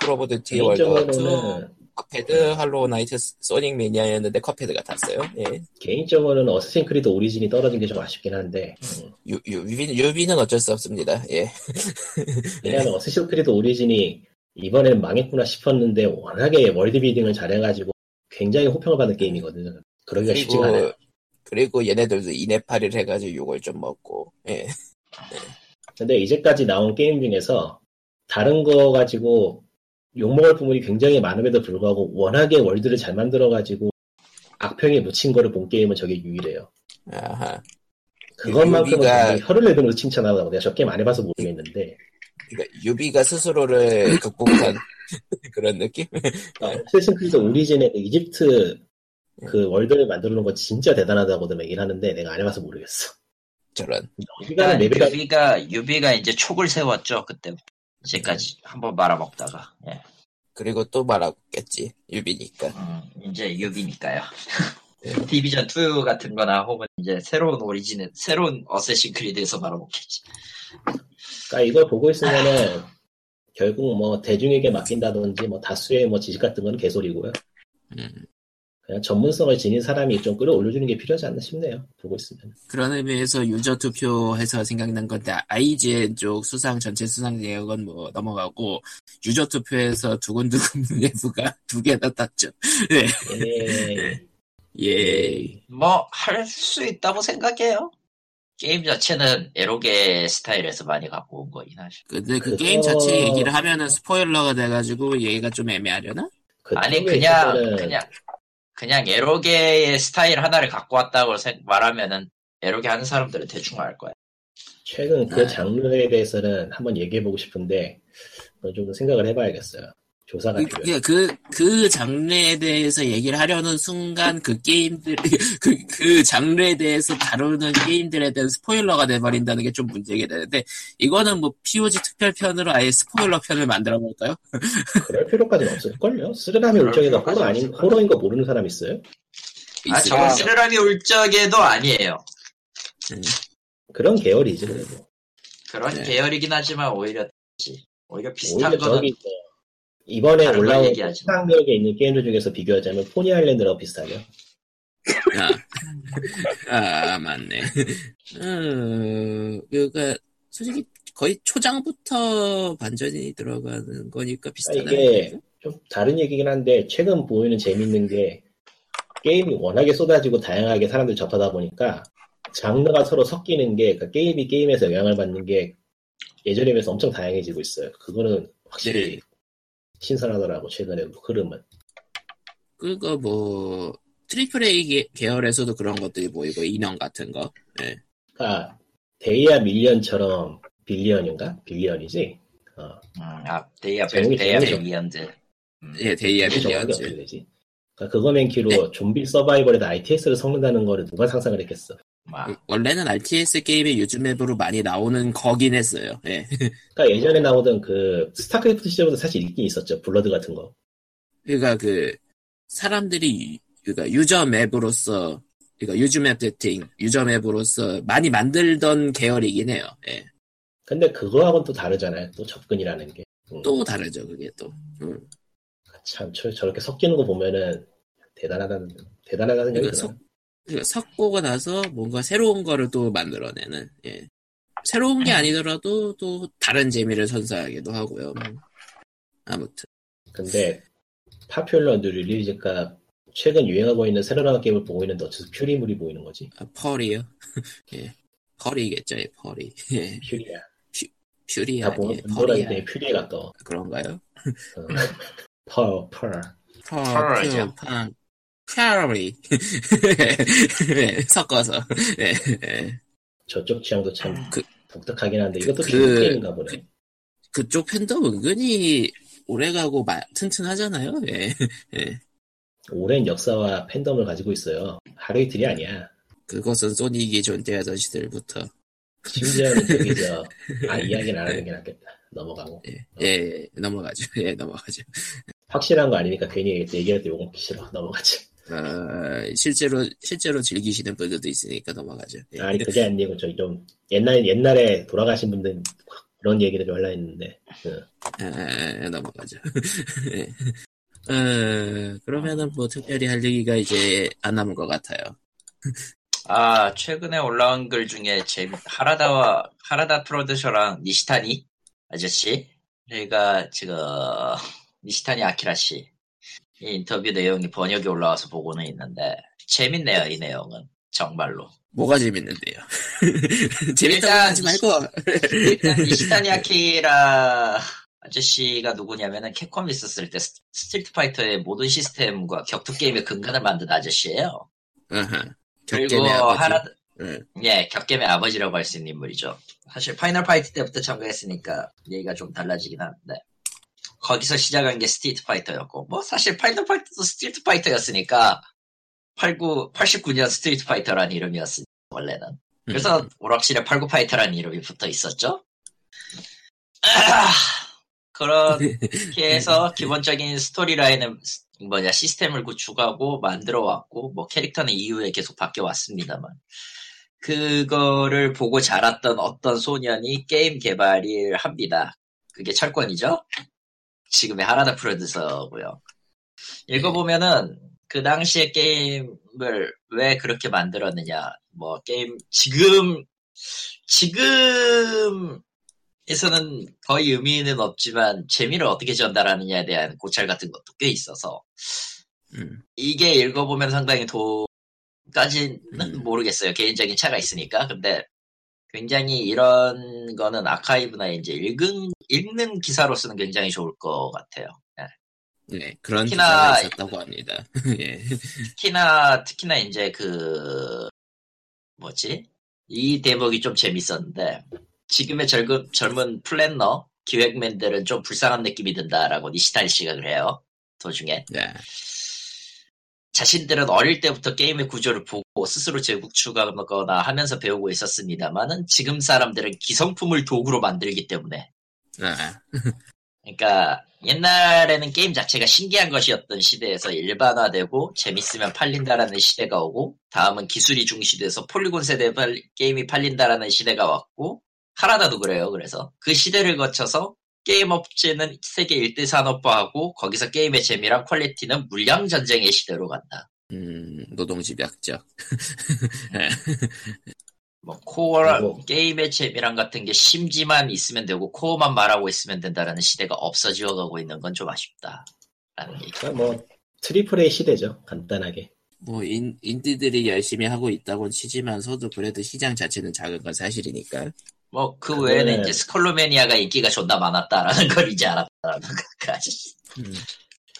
B: 크로보드 뒤에 월드2
D: 개인적으로는
B: 컵헤드, 할로우 나이트, 소닉 매니아였는데 컵헤드가 탔어요. 예.
D: 개인적으로는 어쌔신 크리드 오리진이 떨어진 게 좀 아쉽긴 한데 음,
B: 유, 유, 유비, 유비는 어쩔 수 없습니다. 예. 네.
D: 왜냐하면 어쌔신 크리드 오리진이 이번엔 망했구나 싶었는데 워낙에 월드 비딩을 잘해가지고 굉장히 호평을 받는 게임이거든. 그러기가 쉽지가 않아요.
B: 그리고, 그리고 얘네들도 이네파리를 해가지고 욕을 좀 먹고, 예.
D: 근데 이제까지 나온 게임 중에서 다른 거 가지고 욕먹을 부분이 굉장히 많음에도 불구하고 워낙에 월드를 잘 만들어가지고 악평에 묻힌 거를 본 게임은 저게 유일해요.
B: 네, 아하.
D: 그것만큼은
B: 유비가-
D: 굉장히 혀를 내밀어서 칭찬하고 내가 저 게임 안 해봐서 모르겠는데 [coughs]
B: 그러니까 유비가 스스로를 극복한 [laughs] 그런 느낌?
D: 어,
A: 네.
D: 실슨크리드 오리진의 그 이집트 그 월드를 만들어 놓은 거 진짜 대단하다고도 얘기를 하는데 내가 안 해봐서 모르겠어.
B: 저런.
A: 아,
D: 여기가
A: 네.
D: 네 레벨이
A: 유비가 유비가 이제 촉을 세웠죠 그때 이제까지 한번 말아먹다가 예.
B: 그리고 또 말하겠지. 유비니까.
A: 음, 이제 유비니까요.
D: 네.
A: [laughs] 디비전 2 같은 거나 혹은 이제 새로운 오리진은 새로운 어쌔신 크리드에서 말아먹겠지.
D: 그러니까 이걸 보고 있으면은 결국 뭐 대중에게 맡긴다든지 뭐 다수의 뭐 지식 같은 건 개소리고요.
A: 네.
B: 음.
D: 그냥 전문성을 지닌 사람이 좀 끌어올려주는 게 필요하지 않나 싶네요. 보고 있으면.
B: 그런 의미에서 유저 투표해서 생각난 건데 IGN 쪽 수상 전체 수상 내역은 뭐 넘어가고 유저 투표에서 두근두근 [laughs] 내부가 두 개나 땄죠.
A: [laughs]
D: 예.
A: 네.
B: 예.
A: 뭐 할 수 있다고 생각해요. 게임 자체는 에로게 스타일에서 많이 갖고 온 거긴 하죠.
B: 근데 그
D: 그거-
B: 게임 자체 얘기를 하면은 스포일러가 돼가지고 얘기가 좀 애매하려나?
D: 그
A: 아니
D: 팀에
A: 그냥
D: 있어서는
A: 그냥 그냥 에로게의 스타일 하나를 갖고 왔다고 생- 말하면은 에로게 하는 사람들은 대충 알 거야.
D: 최근 그
A: 아.
B: 네.
D: 장르에 대해서는 한번 얘기해보고 싶은데 그건 좀 생각을 해봐야겠어요. 조사가
B: 그,
D: 필요해요.
B: 그, 그, 그 장르에 대해서 얘기를 하려는 순간 그 게임들, [laughs] 그, 그 장르에 대해서 다루는 게임들에 대한 스포일러가 돼버린다는 게 좀 문제게 되는데, 이거는 뭐 POG 특별편으로 아예 스포일러 편을 만들어 볼까요?
D: 그럴 필요까지는 없을걸요? 쓰르람이
A: 그럴
D: 울적이가
A: 필요까지
D: 호러 아닌
A: 없을걸?
D: 호러인 거 모르는 사람 있어요?
A: 아 저건 쓰르라미 울적에도 아니에요.
D: 그런 계열이지 그래도.
A: 그런
B: 네.
A: 계열이긴 하지만 오히려 오히려 비슷한
D: 오히려
A: 거는
D: 저기 뭐 이번에
A: 다른 걸
D: 올라온
A: 얘기하지.
D: 상력에 있는 게임들 중에서 비교하자면 포니 아일랜드랑 비슷하죠.
B: 아, 아, 맞네. [laughs] 음, 그니까, 솔직히 거의 초장부터 반전이 들어가는 거니까 비슷하다.
D: 이게 좀 다른 얘기긴 한데 최근 보이는 재밌는 게 게임이 워낙에 쏟아지고 다양하게 사람들이 접하다 보니까 장르가 서로 섞이는 게 그러니까 게임이 게임에서 영향을 받는 게 예전에 비해서 엄청 다양해지고 있어요. 그거는 확실히
B: 네.
D: 신선하더라고 최근에 흐름은.
B: 그거 뭐 트리플 A 게- 계열에서도 그런 것들이 뭐 보이고 인형 같은 거.
D: 그러니까 데이아 밀리언처럼 빌리언인가? 빌리언이지? 어,
A: 음, 아 데이아
D: 제목이
A: 벨 데이아
D: 뭐죠?
A: 벨리언드. 음.
B: 예, 데이아
D: 이게 그 정확히
B: 빌리언즈. 네.
D: 어떻게 되지? 그러니까 그거 맨키로 좀비 서바이벌에다 ITS를 섞는다는 거를 누가 상상을 했겠어.
A: 막
B: 그 원래는 RTS 게임의 요즘 앱으로 많이 나오는 거긴 했어요. 예.
D: 그러니까 예전에 나오던 그 스타크래프트 시절부터 사실 있긴 있었죠. 블러드 같은 거.
B: 그러니까 그 사람들이 유- 그러니까 유저 맵으로서 그러니까 요즘 앱 데이팅 유저 맵으로서 많이 만들던 계열이긴 해요. 예.
D: 근데 그거하고는 또 다르잖아요. 또 접근이라는 게. 음.
B: 또 다르죠, 그게 또. 음.
D: 참, 저, 저렇게 섞이는 거 보면은 대단하다는, 대단하다는 생각이
B: 그러니까
D: 들어요.
B: 섞- 그러니까 섞고 나서 뭔가 새로운 거를 또 만들어내는. 예. 새로운
D: 음.
B: 게 아니더라도 또 다른 재미를 선사하기도 하고요. 뭐. 아무튼
D: 근데 파퓰러 뉴 릴리즈가 최근 유행하고 있는 새로운 게임을 보고 있는데 어째서 퓨리물이 보이는 거지?
B: 아, 펄이요. [laughs] 예. 펄이겠죠, 예, 펄이. [laughs] 예.
D: 퓨리야.
B: 퓨리
D: 다 보면
B: 아니에요. 예,
D: 분노라기
B: 펄이야.
D: 때문에 퓨리에 가까워.
B: 그런가요?
D: 어. 펄, 펄.
B: 펄,
A: 펄이죠.
B: 퓨, 팡, 퓨리. [laughs] 예, 섞어서. 예, 예.
D: 저쪽 취향도 참
B: 그-
D: 독특하긴 한데 이것도
B: 그-
D: 중국 게임인가 보네.
B: 그쪽 팬덤 은근히 오래가고 마- 튼튼하잖아요. 예. 그
D: 오랜 역사와 팬덤을 가지고 있어요. 하루 이틀이 아니야.
B: 그것은 소닉이 존재하던 시절부터.
D: 심지어는 저기
B: [laughs]
D: 저, 아, 이야기는 안 하는 게 낫겠다. 넘어가고.
B: 예, 예, 넘어가죠. [laughs] 예, 넘어가죠.
D: 확실한 거 아니니까 괜히 얘기할 때, 얘기할 때 욕먹기 싫어. 넘어가지.
B: 어, 실제로, 실제로 즐기시는 분들도 있으니까 넘어가죠. 예.
D: 아니 그게 아니고 저기 좀 옛날 옛날에 돌아가신 분들 그런 얘기를 좀 하려 했는데
B: 아, 아, 아, 넘어가죠. [laughs] 예. 어, 그러면은 뭐 특별히 할 얘기가 이제 안 남은 것 같아요.
A: 아 최근에 올라온 글 중에 제 하라다와 하라다 프로듀서랑 니시타니 아저씨 그러니까 지금 니시타니 아키라 씨이 인터뷰 내용이 번역이 올라와서 보고는 있는데 재밌네요 이 내용은 정말로
B: 뭐가 재밌는데요? [laughs] 재밌다고
A: 일단-
B: 하지 말고.
A: 일단 니시타니 아키라 아저씨가 누구냐면은 캡콤이 있었을 때 스- 스트리트 파이터의 모든 시스템과 격투 게임의 근간을 만든 아저씨예요
B: 아하.
A: 그리고
B: 격겜의 아버지.
A: 하라
B: 예.
A: 예, 겹겜의 아버지라고 할 수 있는 인물이죠. 사실 파이널 파이트 때부터 참가했으니까 얘기가 좀 달라지긴 하는데 거기서 시작한 게 스트리트 파이터였고 뭐 사실 파이터 파이터도 스트리트 파이터였으니까 89, 89년 스트리트 파이터란 이름이었으니 원래는 그래서 오락실에 89 파이터란 이름이 붙어 있었죠 아, 그렇게 해서 기본적인 스토리라인은 뭐냐 시스템을 구축하고 만들어 왔고 뭐 캐릭터는 이후에 계속 바뀌어 왔습니다만 그거를 보고 자랐던 어떤 소년이 게임 개발을 합니다. 그게 철권이죠? 지금의 하라다 프로듀서고요. 읽어보면은 그 당시에 게임을 왜 그렇게 만들었느냐. 뭐 게임 지금 지금에서는 거의 의미는 없지만 재미를 어떻게 전달하느냐에 대한 고찰 같은 것도 꽤 있어서
B: 음.
A: 이게 읽어보면 상당히 도까지는
B: 음.
A: 모르겠어요. 개인적인 차가 있으니까. 근데 굉장히 이런 거는 아카이브나 이제 읽은, 읽는 기사로서는 굉장히 좋을 것 같아요. 예.
B: 네, 그런
A: 특히나-
B: 기사가 있었다고 합니다. [laughs] 예.
A: 특히나, 특히나 이제 그, 뭐지? 이 대목이 좀 재밌었는데, 지금의 젊은, 젊은 플랜너, 기획맨들은 좀 불쌍한 느낌이 든다라고 니시탈 씨가 그래요. 도중에.
B: 야,
A: 자신들은 어릴 때부터 게임의 구조를 보고 스스로 재구축하거나 하면서 배우고 있었습니다만은 지금 사람들은 기성품을 도구로 만들기 때문에
B: 아,
A: 그러니까 옛날에는 게임 자체가 신기한 것이었던 시대에서 일반화되고 재밌으면 팔린다라는 시대가 오고 다음은 기술이 중시돼서 폴리곤 세대 팔- 게임이 팔린다라는 시대가 왔고 하라다도 그래요. 그래서 그 시대를 거쳐서 게임 업체는 세계 1대 산업화하고 거기서 게임의 재미랑 퀄리티는 물량 전쟁의 시대로 간다.
B: 음, 노동집약적. [laughs] 예.
A: 뭐 코어
D: 그리고-
A: 게임의 재미랑 같은 게 심지만 있으면 되고 코어만 말하고 있으면 된다라는 시대가 없어지어가고 있는 건 좀 아쉽다라는 얘기.
D: 그러니까 뭐 트리플 A 시대죠. 간단하게.
B: 뭐, 인, 인디들이 열심히 하고 있다고는 치지만서도 그래도 시장 자체는 작은 건 사실이니까.
A: 뭐 그
D: 그거는-
A: 외에는 이제 스컬로메니아가 인기가 존나 많았다라는 [laughs] 걸 이제 알았다라는 것까지.
B: 음,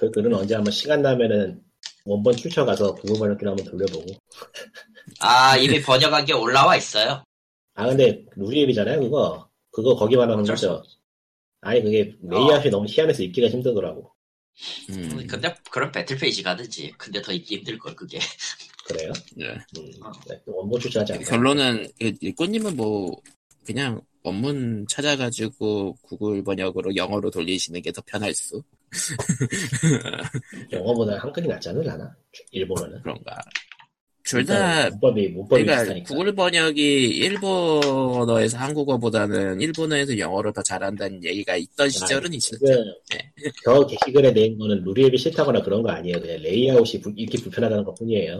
D: 그 글은 언제 한번 시간 나면은 원본 출처가서 구글 번역기로 한번 돌려보고.
A: 아 이미 번역한 게 올라와 있어요.
D: 아 근데 루리앱이잖아요 그거. 그거 거기만 하는
A: 어쩔 수
D: 거죠. 아니 그게 레이아웃이 너무 희한해서 읽기가 힘들더라고.
B: 음,
A: 근데 그럼 배틀 페이지 가든지. 근데 더 읽기 힘들 걸 그게.
D: 그래요?
B: 예.
D: 음,
A: 아.
D: 네, 원본 출처하지 않나.
B: 결론은, 이- 꽃님은 뭐, 그냥 원문 찾아가지고 구글 번역으로 영어로 돌리시는 게 더 편할 수?
D: 영어보다 한글이 낫지 않으려나? 일본어는. 그러니까
B: 그런가. 둘 다
D: 문법이 문법이
B: 그러니까
D: 비슷하니까.
B: 구글 번역이 일본어에서 한국어보다는 일본어에서 영어로 더 잘한다는 얘기가 있던 시절은 있었죠. 네.
D: 아, 그, 저 게시글에 낸 거는 루리앱이 싫다거나 그런 거 아니에요. 그냥 레이아웃이 부, 이렇게 불편하다는 것 뿐이에요.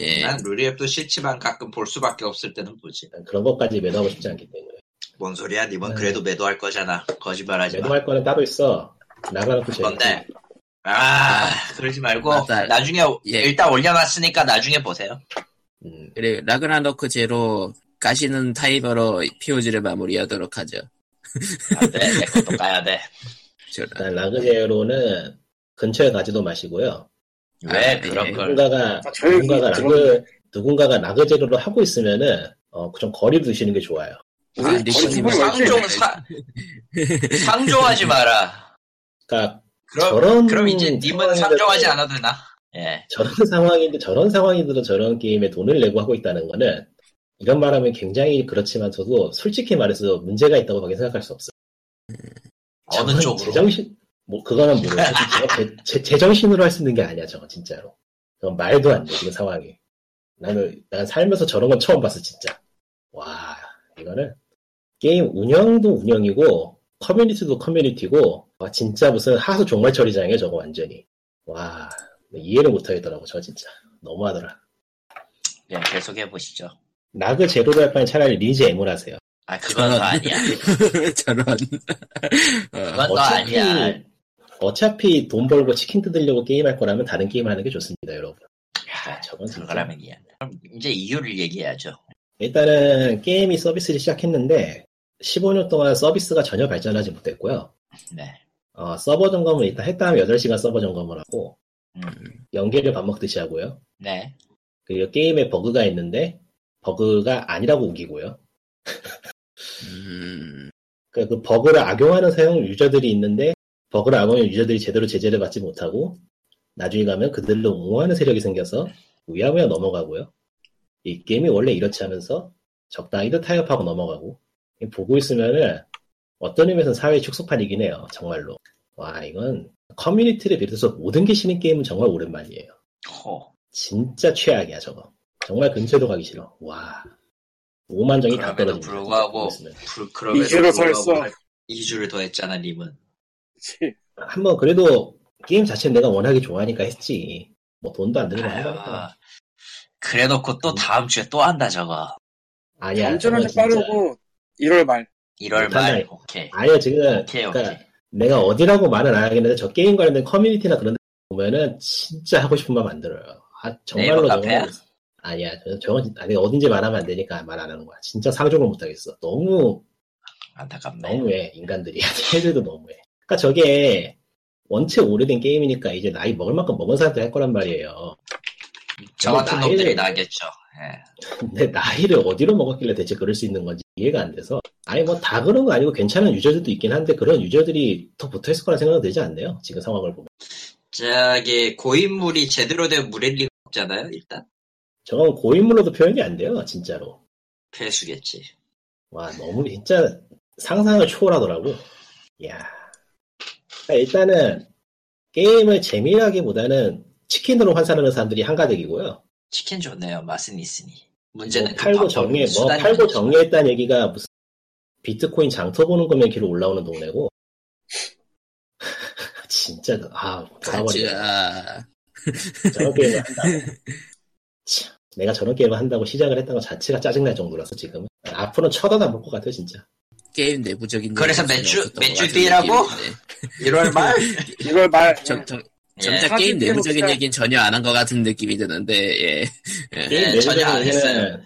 B: 예.
A: 난 루리앱도 싫지만 가끔 볼 수밖에 없을 때는 보지.
D: 난 그런 것까지 매도하고 싶지 않기 때문에.
A: 뭔 소리야? 이번
D: 네.
A: 그래도 매도할 거잖아. 거짓말하지 마.
D: 매도할 거는 따로 있어. 나가놓고 제일.
A: 뭔데? 아, 그러지 말고
B: 맞다.
A: 나중에
B: 예.
A: 일단 올려놨으니까 나중에 보세요.
D: 음,
B: 그리고 라그나노크 제로 가시는 타이거로 POG를 마무리하도록 하죠.
A: 안돼, 내 것도 까야 돼.
B: 저는.
D: 일단 라그제로는 근처에 가지도 마시고요.
A: 왜
B: 아,
A: 그런
B: 예.
A: 걸?
D: 누군가가
C: 아, 저희
D: 누군가가
C: 들어가-
D: 라그 누군가가 라그제로를 하고 있으면은 어, 좀 거리 두시는 게 좋아요.
B: 아,
C: 우리
B: 근데
C: 거의
B: 지금
C: 뭐 구글
B: 상-
C: 완전히
A: 상종 사, 상종하지 마라.
D: 그러니까
A: [laughs] 그럼
D: 저런
A: 어, 그럼 이제 님은
D: 상황인데도-
A: 상종하지 않아도 되나? 예.
D: 저런 상황인데 저런 상황인데도 저런 게임에 돈을 내고 하고 있다는 거는 이런 말하면 굉장히 그렇지만서도 솔직히 말해서 문제가 있다고 밖에 생각할 수 없어요.
A: 어느
D: 저건
A: 쪽으로?
D: 제정신 뭐 그거는 모르겠
A: [laughs]
D: 어 제, 정신으로 할 수 있는 게 아니야 저건 진짜로. 그건 말도 안 돼 지금 상황이. 나는 난 살면서 저런 건 처음 봤어 진짜. 와 이거는 게임 운영도 운영이고 커뮤니티도 커뮤니티고 와 진짜 무슨 하수 종말 처리장이야 저거 완전히. 와 이해를 못하겠더라고 저 진짜 너무하더라.
A: 그냥 예, 계속 해보시죠.
D: 나그 제로를 할 바엔 차라리 리즈 애을 하세요.
A: 아 그건 너 아니야.
D: [laughs]
B: 저런. 어,
A: 그건 너 아니야.
D: 어차피 돈 벌고 치킨 뜯으려고 게임할 거라면 다른 게임 하는 게 좋습니다, 여러분. 야, 저건 진짜.
A: 그거라면 이해. 그럼 이제 이유를 얘기해야죠.
D: 일단은 게임이 서비스를 시작했는데 15년 동안 서비스가 전혀 발전하지 못했고요.
A: 네.
D: 어, 서버 점검을 일단 했다 하면 8시간 서버 점검을 하고
A: 음.
D: 연계를 밥 먹듯이 하고요.
A: 네.
D: 그리고 게임에 버그가 있는데 버그가 아니라고 우기고요.
B: 음,
D: 그러니까 그, 그 버그를 악용하는 사용 유저들이 있는데 버그를 악용한 유저들이 제대로 제재를 받지 못하고 나중에 가면 그들로 옹호하는 세력이 생겨서 우야우야 넘어가고요. 이 게임이 원래 이렇지 하면서 적당히도 타협하고 넘어가고 보고 있으면은 어떤 의미에서는 사회 축소판이긴 해요. 정말로. 와 이건 커뮤니티를 비롯해서 모든 게 쉬는 게임은 정말 오랜만이에요.
A: 허.
D: 진짜 최악이야 저거. 정말 근처도 가기 싫어. 와. 오만정이 다
A: 그럼에도
D: 떨어집니다.
A: 불구하고
D: 보고 있으면.
A: 불- 그럼에도
C: 이주를
A: 불구하고
C: 더했어.
A: 한 2주를 더 했잖아 님은
C: 그치.
D: 한번 그래도 게임 자체는 내가 워낙에 좋아하니까 했지. 뭐 돈도 안 드는 거
A: 아,
D: 아니야.
A: 그래놓고 또 다음 주에 또 한다 저거
D: 아니야.
C: 엄청나게
D: 저거 진짜
C: 빠르고 1월 말
A: 1월
D: 못한다,
A: 말
D: 이거.
A: 오케이
D: 아니야 지금
A: 오케이
D: 그러니까
A: 오케이
D: 내가 어디라고 말은 안 하겠는데 저 게임 관련된 커뮤니티나 그런 데 보면은 진짜 하고 싶은 말 만들어요. 아, 정말로
A: 네이버
D: 저건
A: 카페야?
D: 아니야 저- 저건 진- 아니 어딘지 말하면 안 되니까 말 안 하는 거야. 진짜 상종을 못 하겠어. 너무
A: 안타깝네
D: 너무해 인간들이 [laughs] 애들도 너무해. 그러니까 저게 원체 오래된 게임이니까 이제 나이 먹을 만큼 먹은 사람들 이할 거란 말이에요.
A: 저 같은
D: 나이를-
A: 놈들이 나겠죠 예.
D: 근데 나이를 어디로 먹었길래 대체 그럴 수 있는 건지 이해가 안 돼서 아니 뭐 다 그런 거 아니고 괜찮은 유저들도 있긴 한데 그런 유저들이 더 붙어 있을 거라 생각은 되지 않네요. 지금 상황을 보면.
A: 저기 고인물이 제대로 된 물일 리가 없잖아요 일단
D: 저건 뭐 고인물로도 표현이 안 돼요, 진짜로.
A: 폐수겠지
D: 와, 너무 진짜 상상을 초월하더라고. 이야. 그러니까 일단은 게임을 재미라기보다는 치킨으로 환산하는 사람들이 한가득이고요.
A: 치킨 좋네요 맛은 있으니
D: 뭐
A: 문제는 그
D: 팔고
A: 밥
D: 정리해, 뭐
A: 수단이
D: 팔고
A: 문제죠.
D: 정리했다는 얘기가 무슨 비트코인 장터 보는 거면 길로 올라오는 동네고. [laughs] 진짜, 아, 돌아버리네.
B: 가자.
D: 저런 게임을
A: [laughs]
D: 한다고. 참, 내가 저런 게임을 한다고 시작을 했던 것 자체가 짜증날 정도라서 지금. 앞으로는 쳐다도 안볼것 같아요, 진짜.
B: 게임 내부적인
A: 그래서
B: 요소는
A: 매주-
B: 없었던
A: 매주
B: 것 같은
A: 뒤라고?
B: 느낌인데.
A: 1월
D: [laughs]
A: 말
C: 1월 말
B: 정, 정,
A: 예.
B: 정작
C: 사진
B: 게임 내부적인
C: 빼놓자.
B: 얘기는 전혀 안 한 것 같은 느낌이 드는데 예.
A: 예,
D: 게임
A: 전혀 안
D: 내부적인
A: 했어요.
D: 얘기는,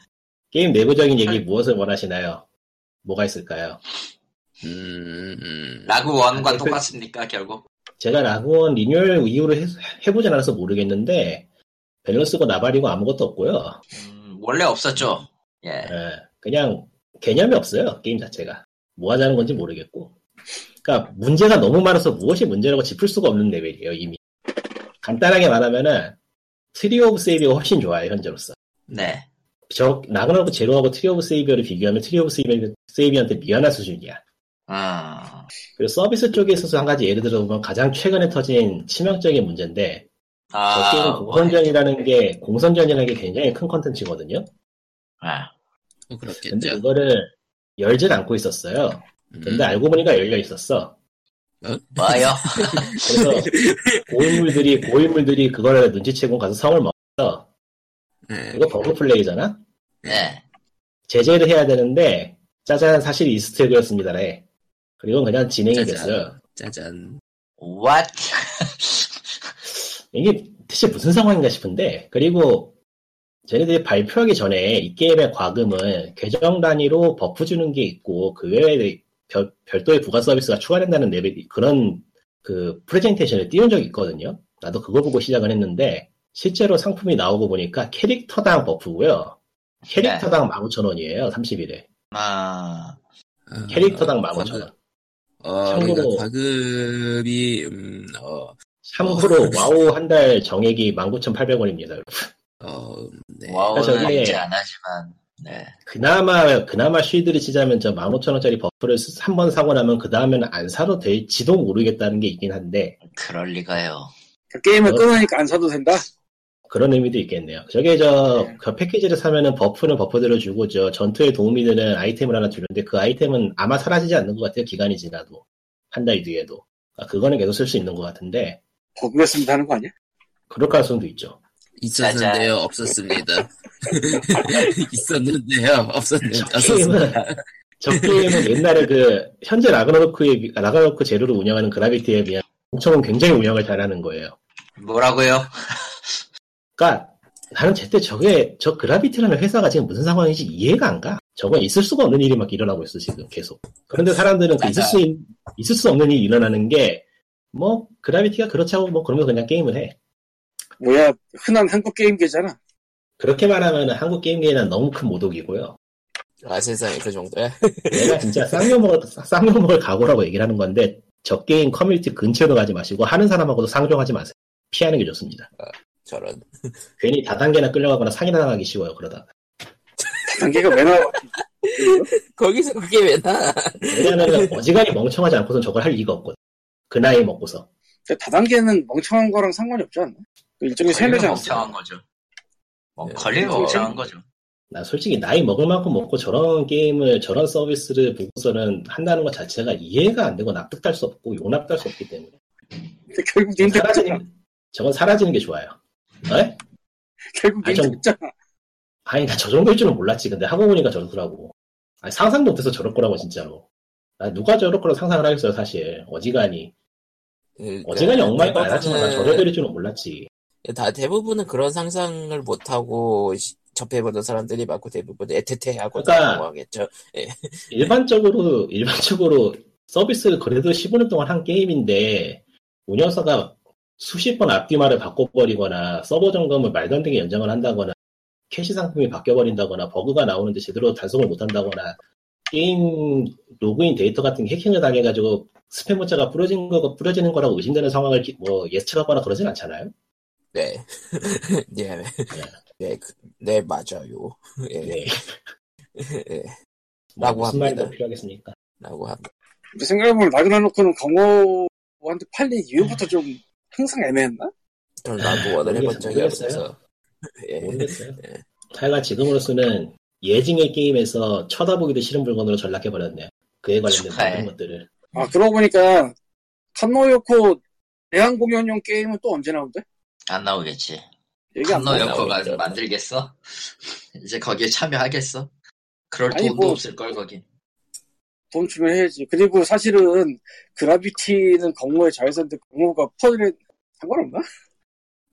D: 게임 내부적인 얘기 무엇을 원하시나요? 뭐가 있을까요?
B: 음, 음.
A: 라그 원과
D: 아니, 그-
A: 똑같습니까 결국
D: 제가 라구원 리뉴얼 이후로 해, 해보진 않아서 모르겠는데, 밸런스고 나발이고 아무것도 없고요.
A: 음, 원래 없었죠 예
D: 예, 그냥 개념이 없어요, 게임 자체가. 뭐 하자는 건지 모르겠고. 그러니까 문제가 너무 많아서 무엇이 문제라고 짚을 수가 없는 레벨이에요, 이미. 간단하게 말하면은, 트리 오브 세이비가 훨씬 좋아요, 현재로서.
A: 네.
D: 저 나그나고 제로하고 트리 오브 세이비어를 비교하면 트리 오브 세이비, 세이비한테 미안한 수준이야.
A: 아,
D: 그리고 서비스 쪽에 있어서 한 가지 예를 들어보면 가장 최근에 터진 치명적인 문제인데 저 게임은
A: 아,
D: 공선전이라는 게 공선전이라는 게 굉장히 큰 컨텐츠거든요.
A: 아,
B: 뭐
D: 근데
B: 그렇겠죠.
D: 그거를 열질 않고 있었어요.
B: 음.
D: 근데 알고 보니까 열려 있었어.
A: 뭐요?
B: [laughs]
D: 그래서 고인물들이 고인물들이 그거를 눈치채고 가서 성을 먹었어.
B: 예.
D: 이거 버그 플레이잖아.
A: 네.
D: 제재를 해야 되는데 짜잔 사실 이스트에그였습니다네. 그리고 그냥 진행이
B: 짜잔.
D: 됐어요.
B: 짜잔.
A: What?
D: 이게 대체 무슨 상황인가 싶은데 그리고 쟤네들이 발표하기 전에 이 게임의 과금은 계정 단위로 버프 주는 게 있고 그 외에 별, 별도의 부가 서비스가 추가된다는 레벨 그런 그 프레젠테이션을 띄운 적이 있거든요. 나도 그거 보고 시작을 했는데 실제로 상품이 나오고 보니까 캐릭터당 버프고요. 캐릭터당 15,000원이에요. 30일에.
A: 아,
B: 어,
D: 캐릭터당
B: 과금.
D: 15,000원.
B: 어,
D: 참고로-
B: 그러니까 과금이 음, 어,
D: 참고로 와우 한 달 정액이 19,800원입니다.
B: 어, 네.
A: 와우는
D: 저게-
A: 알지 않았지만, 네.
D: 그나마 그나마 쉬드를 치자면 저 15,000원짜리 버프를 한 번 사고 나면 그 다음에는 안 사도 될지도 모르겠다는 게 있긴 한데
A: 그럴 리가요.
C: 그 게임을
D: 어.
C: 끊으니까 안 사도 된다.
D: 그런 의미도 있겠네요. 저게 저
C: 네.
D: 그 패키지를 사면은 버프는 버프대로 주고 저 전투에 도움이 되는 아이템을 하나 주는데 그 아이템은 아마 사라지지 않는 것 같아요. 기간이 지나도 한 달 뒤에도 아, 그거는 계속 쓸 수 있는 것 같은데
C: 버그였습니다 하는 거 아니야?
D: 그럴 가능성도 있죠.
B: 있었는데요, 없었습니다. [laughs] 있었는데요, 없었는데
D: 저 [laughs] 게임은
B: 없었습니다.
D: 저 게임은 옛날에 그 현재 라그나로크에 비- 라그나로크 제로를 운영하는 그라비티에 비하면 엄청 굉장히 운영을 잘하는 거예요.
A: 뭐라고요?
D: 그러니까 나는 제때 저게 저 그라비티라는 회사가 지금 무슨 상황인지 이해가 안 가. 저건 있을 수가 없는 일이 막 일어나고 있어 지금 계속. 그런데 사람들은 그 있을 수 있- 있을 수 없는 일이 일어나는 게 뭐 그라비티가 그렇다고 뭐 그러면서 그냥 게임을 해.
C: 뭐야 흔한 한국 게임계잖아.
D: 그렇게 말하면 한국 게임계에는 너무 큰 모독이고요.
B: 아 세상에 그 정도야?
D: [laughs] 내가 진짜 쌍욕먹을 쌍욕먹을 각오라고 얘기를 하는 건데 저 게임 커뮤니티 근처도 가지 마시고 하는 사람하고도 상종하지 마세요. 피하는 게 좋습니다.
B: 저런.
D: 괜히 다단계나 끌려가거나 상이나 당하기 쉬워요. 그러다.
C: 단계가 왜 나와?
B: 거기서 그게 왜 나?
D: 왜냐하면 어지간히 멍청하지 않고선 저걸 할 리가 없거든. 그 나이 먹고서.
C: 근데 다단계는 멍청한 거랑 상관이 없지 않나? 그 일종의
A: 걸리면
C: 세뇌잖아.
A: 멍청한 거죠. 뭐,
B: 네,
A: 걸리면
C: 멍청한
A: 멍청한 거죠.
D: 나 솔직히 나이 먹을 만큼 먹고 저런 게임을 저런 서비스를 보고서는 한다는 것 자체가 이해가 안 되고 납득할 수 없고 용납할 수 없기 때문에
C: 근데 결국 님들 했잖아.
D: 사라지는 저건 사라지는 게 좋아요. 네?
C: 결국
D: 아, 좀-
C: 님들 했잖아.
D: 아니 나 저 정도일 줄은 몰랐지. 근데 하고 보니까 저렇더라고. 아니, 상상도 못해서 저럴 거라고 진짜로. 나 누가 저럴 거라 상상을 하겠어요 사실. 어지간히 [laughs] 어지간히
B: 그러니까
D: 엉망이 많았지만나 저럴
B: 대부분은-
D: 일일 줄은 몰랐지.
B: 다 대부분은 그런 상상을 못 하고 접해보는 사람들이 많고 대부분 애태태하고
D: 그러니까-
B: 하겠죠. 네.
D: 일반적으로 일반적으로 서비스를 그래도 15년 동안 한 게임인데 운영사가 수십 번 앞뒤말을 바꿔버리거나 서버 점검을 말도 안 되게 연장을 한다거나 캐시 상품이 바뀌어버린다거나 버그가 나오는데 제대로 단속을 못한다거나 게임 로그인 데이터 같은 게 해킹을 당해가지고 스팸 문자가 뿌려진 거 뿌려지는 거라고 의심되는 상황을 기- 뭐 예측하거나 그러진 않잖아요.
B: 네, [laughs] 네, 네, 그- 네 맞아요. 예,
D: 네.
B: 예, [laughs]
D: 뭐
B: 라고
D: 무슨 말이 더
B: 합니다.
D: 필요하겠습니까?
B: 라고 합니다.
C: 근데 그 생각해보면 나그나놓고는 광고한테 팔린 이유부터 좀 항상 애매했나?
B: 저는 나도 원을 해본 적이
D: 모르겠어요.
B: 없어서. 예,
D: 모르겠어요. 하여간 지금으로서는 예징의 게임에서 쳐다보기도 싫은 물건으로 전락해버렸네요. 그에 관련된
A: 축하해.
D: 모든 것들을.
C: 아 그러고 보니까 칸노요코 대한 공연용 게임은 또 언제 나온대?
A: 안 나오겠지.
C: 얘기 안
A: 한너
C: 나와.
B: 나오네.
A: 여코가
B: 나오겠죠.
A: 만들겠어? [laughs] 이제 거기에 참여하겠어? 그럴
C: 아니,
A: 돈도
C: 뭐-
A: 없을 걸 거긴.
C: 돈 주면 해야지. 그리고 사실은 그라비티는 공모의 자회사인데 공모가 퍼즐에 상관없나?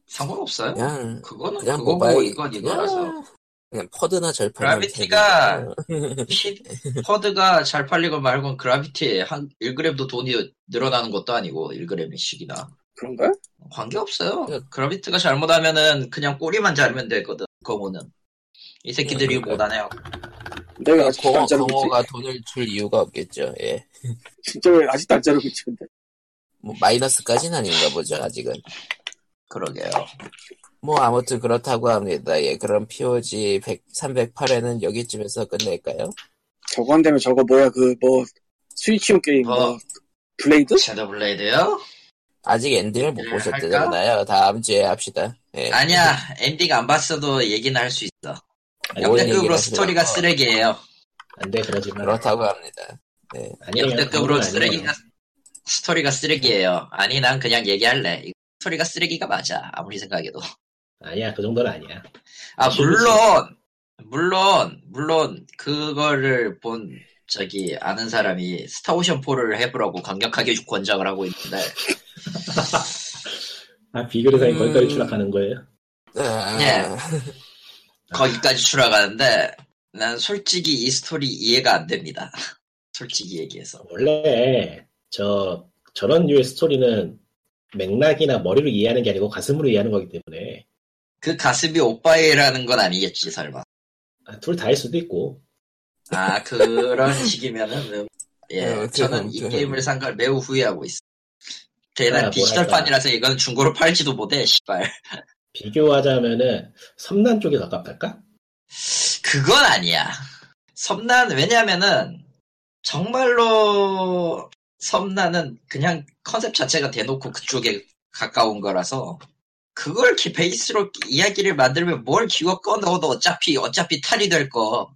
A: 상관없어요?
B: 그냥
A: 그거는
B: 그냥
A: 그거고
B: 모바일 아.
A: 이건
B: 그냥-
A: 이거라서.
B: 그냥 퍼드나 절판.
A: 그라비티가
B: [laughs]
A: 피- 퍼드가 잘 팔리고 말곤 그라비티에 한 1그램도 돈이 늘어나는 것도 아니고 1그램씩이나
C: 그런가?
A: 관계없어요.
B: 네.
A: 그라비티가 잘못하면은 그냥 꼬리만 자르면 되거든. 그거는 이 새끼들이
B: 네, 그러니까.
A: 못하네요.
C: 내가 아직도 안 자르고 있지.
B: 공호가 예. 돈을 줄 이유가 없겠죠. 예,
C: 진짜 왜 아직도 안 자르고 있지 근데.
B: 뭐 마이너스까지는 아닌가 보죠 아직은.
A: 그러게요.
B: 뭐 아무튼 그렇다고 합니다. 예, 그럼 POG 100, 308회는 여기쯤에서 끝낼까요?
C: 저거 안 되면 저거 뭐야 그 뭐 스위치용 게임
A: 어.
C: 뭐 블레이드?
A: 섀도우 블레이드요?
B: 아직 엔딩을 못
A: 예,
B: 보셨잖아요. 다음 주에 합시다. 예.
A: 아니야 엔딩 안 봤어도 얘기는 할 수 있어.
D: 아니,
B: 뭔 얘기를
A: 역대급으로
B: 하세요?
A: 스토리가 쓰레기예요.
D: 안 돼, 그러지 마.
B: 그렇다고 합니다.
D: 아니에요. 그건
A: 역대급으로
D: 아니에요.
A: 쓰레기가 스토리가 쓰레기예요. 아니 난 그냥 얘기할래. 이 스토리가 쓰레기가 맞아. 아무리 생각해도.
D: 아니야, 그 정도는 아니야.
A: 아
D: 무슨
A: 물론 물론 물론 그거를 본 저기 아는 사람이 스타오션 4를 해보라고 강력하게 권장을 하고 있는데
D: 아, 비교대상이
B: 음.
D: 거기까지 추락하는 거예요?
B: 아,
A: 예. 거기까지 추락하는데 난 솔직히 이 스토리 이해가 안 됩니다. [laughs] 솔직히 얘기해서
D: 원래, 저, 저런 류의 스토리는 맥락이나 머리로 이해하는 게 아니고 가슴으로 이해하는 거기 때문에,
A: 그 가슴이 오빠이라는 건 아니겠지 설마.
D: 아, 둘 다일 수도 있고,
A: 아 그런 식이면은 음, 예
B: 어,
A: 저는 이
B: 그건-
A: 게임을 산 걸 매우 후회하고 있어. 대단
D: 아,
A: 디지털판이라서 이건 중고로 팔지도 못해 씨발.
D: 비교하자면은, 섬난 쪽에 가깝달까?
A: 그건 아니야. 섬난 왜냐면은 정말로 섬난은 그냥 컨셉 자체가 대놓고 그쪽에 가까운 거라서 그걸 이렇게 베이스로 이야기를 만들면 뭘 기워 꺼넣어도 어차피 어차피 탈이 될 거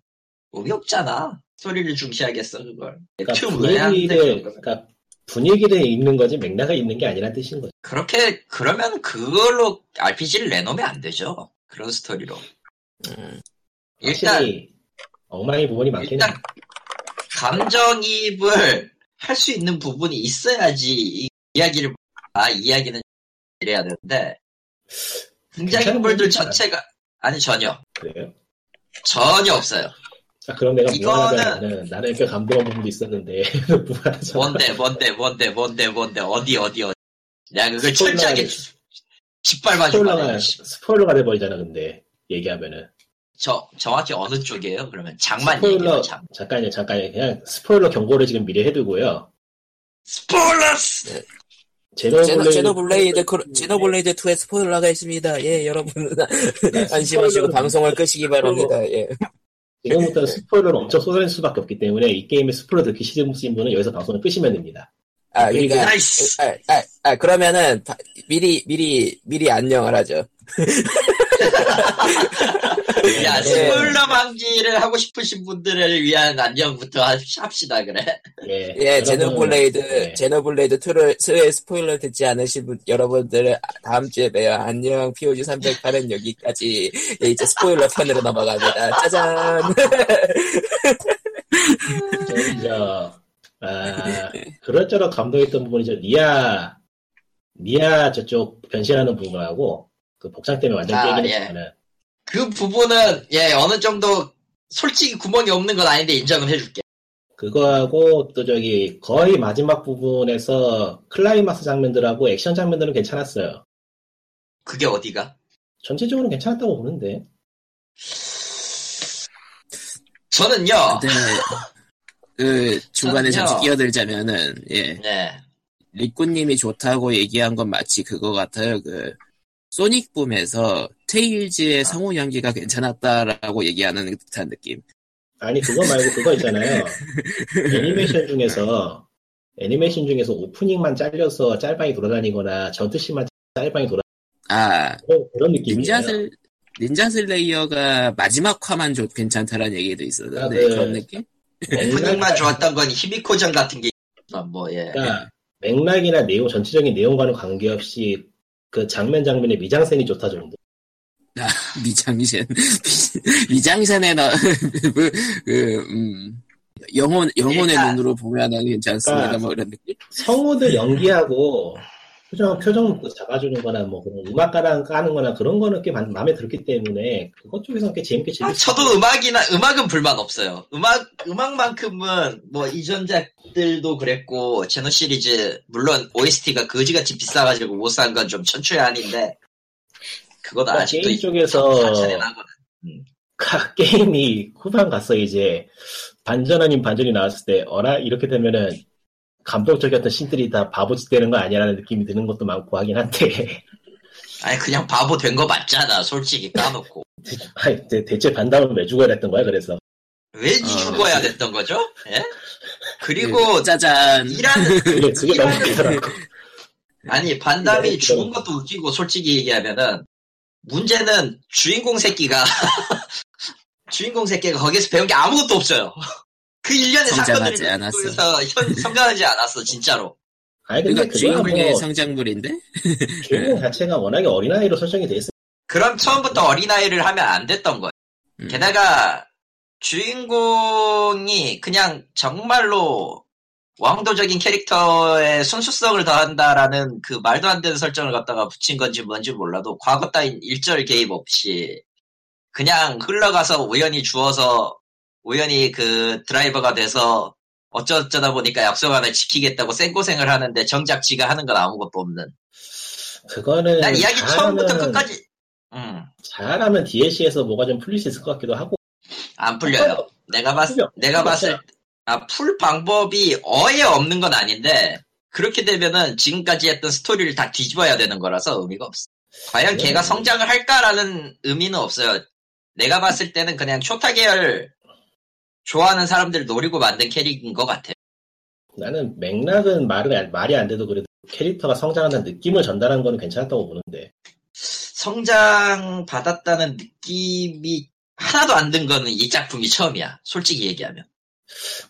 A: 의미 없잖아. 소리를 중시하겠어 그걸.
D: 그러니까
A: 큐왜 하는데
D: 분위기를,
A: 그런 거를.
D: 그러니까 분위기를 읽는 거지 맥락을 읽는 게 아니란 뜻인 거지.
A: 그렇게 그러면 그걸로 RPG를 내놓으면 안 되죠. 그런 스토리로.
B: 음,
A: 일단
D: 확실히 엉망이 부분이 많긴 해.
A: 일단 감정이입을 할 수 있는 부분이 있어야지 이 이야기를 아 이야기는 이래야 되는데
D: 괜찮은
A: 등장인물들
D: 부분이
A: 전체가 아니 전혀
D: 그래요?
A: 전혀 없어요.
D: 자, 그럼 내가
A: 이거는-
D: 무관하다는 나는 꽤 감동한 부분도 있었는데 [laughs] 무관하잖아.
A: 뭔데 뭔데 뭔데 뭔데 뭔데 어디 어디 어디 내가 그걸
D: 스포일러가
A: 철저하게
D: 됐어.
A: 짓밟아
D: 스포일러가
A: 주면
D: 스포일러가 돼버리잖아 근데 얘기하면은
A: 저 정확히 어느 쪽이에요? 그러면 장만
D: 스포일러
A: 얘기해요 장.
D: 잠깐요 잠깐요 그냥 스포일러 경고를 지금 미리 해두고요
A: 스포일러스!
D: 제노 블레이드-
B: 제노블레이드 크로- 제노블레이드 2의 스포일러가 있습니다. 예,
A: [laughs]
B: 여러분 [laughs] 안심하시고 방송을 끄시기 바랍니다. 예.
D: 아, 지금부터는 스포일러를 엄청 쏟아낼 수밖에 없기 때문에 이 게임의 스포일러 듣기 싫으신 분은 여기서 방송을 끄시면 됩니다.
B: 아, 그러니까
A: 나이스!
B: 아, 아, 아, 그러면은 다- 미리 미리 미리 안녕을 하죠.
A: 야,
D: 네.
A: 스포일러 방지를 하고 싶으신 분들을 위한 안녕부터 하- 합시다, 그래.
D: 예,
B: 예,
D: 여러분,
B: 제노블레이드
D: 예.
B: 제노블레이드 2를 2의 스포일러 듣지 않으신 분 여러분들은 다음 주에 봬요. 안녕. POG 308은 여기까지. 예, 이제 스포일러 편으로 넘어갑니다. 짜잔.
D: 저희 저 아, 그럴저럴 감동했던 부분이 저 니아 니아 저쪽 변신하는 부분하고 그 복장 때문에 완전
A: 아,
D: 깨기는
A: 예.
D: 부분은
A: 그 부분은, 예, 어느 정도, 솔직히 구멍이 없는 건 아닌데 인정은 해줄게.
D: 그거하고 또 저기 거의 마지막 부분에서 클라이막스 장면들하고 액션 장면들은 괜찮았어요.
A: 그게 어디가?
D: 전체적으로 는 괜찮았다고 보는데
A: 저는요,
B: 근데 네. [laughs] 그 중간에 잠시
A: 저는요.
B: 끼어들자면은 예
A: 네,
B: 리꾸님이 좋다고 얘기한 건 마치 그거 같아요. 그 소닉 붐에서 테일즈의 성우 연기가 괜찮았다라고 얘기하는 듯한 느낌.
D: 아니 그거 말고 그거 있잖아요. 애니메이션 중에서 애니메이션 중에서 오프닝만 잘려서 짤방이 돌아다니거나 전투씬만 짤방이 돌아
B: 아
D: 그런, 그런 느낌이에요.
B: 닌자슬 닌자슬레이어가 마지막 화만 좋 괜찮다라는 얘기도 있었는데
D: 아, 네.
B: 그런 느낌? [laughs]
A: 예, 오프닝만 좋았던 건 히비코전 같은 게, 있지만 뭐, 예.
D: 그러니까 맥락이나 내용 전체적인 내용과는 관계없이 그 장면 장면의 미장센이 좋다 정도.
B: 미장센 [laughs] 미장센의 나 [laughs] 그, 그, 음, 영혼 영혼의
A: 일단-
B: 눈으로 보면은 괜찮습니다.
D: 그러니까-
B: 뭐 이런 느낌.
D: 성우들 연기하고 표정 표정 뭐 잡아주는거나 뭐 그런 음악가랑 까는거나 그런 거는 꽤 마- 마음에 들었기 때문에 그것 쪽에서 꽤 재밌게 즐길
A: 아,
D: 수 있어요.
A: 저도 음악이나 음악은 불만 없어요. 음악 음악만큼은 뭐 이전작들도 그랬고 제노 시리즈 물론 OST가 거지같이 비싸가지고 못 산 건 좀 천추의 아닌데 그건
D: 그러니까
A: 아직도
D: 게임 쪽에서
A: 사천에 나거든.
D: 각 게임이 후반 가서 이제 반전 아닌 반전이 나왔을 때 어라 이렇게 되면은 감동적이었던 신들이 다 바보짓 되는 거 아니라는 느낌이 드는 것도 많고 하긴 한데 [laughs]
A: 아니 그냥 바보 된 거 맞잖아. 솔직히 까놓고
D: 아니, 대- 대체 반담은 왜 죽어야 됐던 거야 그래서 아,
A: 왠지
B: 어.
A: 죽어야 됐던 거죠? 예? 그리고
B: 예. 짜잔.
D: [laughs]
A: 이라는
D: 예. 그게, 그게 너무 웃기더라고
A: 아니 반담이
D: 네,
A: 죽은
D: 그럼.
A: 것도 웃기고 솔직히 얘기하면은 문제는 주인공 새끼가 [laughs] 주인공 새끼가 거기서 배운 게 아무것도 없어요. 그 일련의
B: 성장하지
A: 사건들이
B: 않았어.
A: 그래서 현 성장하지 않았어 진짜로.
D: 아니 근데
B: 그러니까
D: 그거야
B: 주인공의
D: 뭐
B: 성장물인데
A: 네.
D: 주인공 자체가 워낙에 어린아이로 설정이 돼 있어
A: 그럼 처음부터 어린아이를 하면 안 됐던 거예요.
B: 음.
A: 게다가 주인공이 그냥 정말로 왕도적인 캐릭터의 순수성을 더한다라는 그 말도 안 되는 설정을 갖다가 붙인 건지 뭔지 몰라도 과거 따윈 일절 개입 없이 그냥 흘러가서 우연히 주워서 우연히 그 드라이버가 돼서 어쩌다 보니까 약속 하나 지키겠다고 생고생을 하는데 정작 지가 하는 건 아무것도 없는
D: 그거는
A: 난 이야기 처음부터
D: 네, 잘하면은-
A: 끝까지 음.
D: 잘하면 DLC에서 뭐가 좀 풀릴 수 있을 것 같기도 하고
A: 안 풀려요. 내가 봤,
D: 풀려.
A: 내가 봤을, 아, 풀 방법이 어에 없는 건 아닌데, 그렇게 되면은 지금까지 했던 스토리를 다 뒤집어야 되는 거라서 의미가 없어. 과연
D: 네.
A: 걔가 성장을 할까라는 의미는 없어요. 내가 봤을 때는 그냥 초타 계열 좋아하는 사람들 노리고 만든 캐릭인 것 같아요.
D: 나는 맥락은 말을 안- 말이 안 돼도 그래도 캐릭터가 성장한다는 느낌을 전달한 거는 괜찮았다고 보는데
A: 성장 받았다는 느낌이 하나도 안 든 거는 이 작품이 처음이야. 솔직히 얘기하면.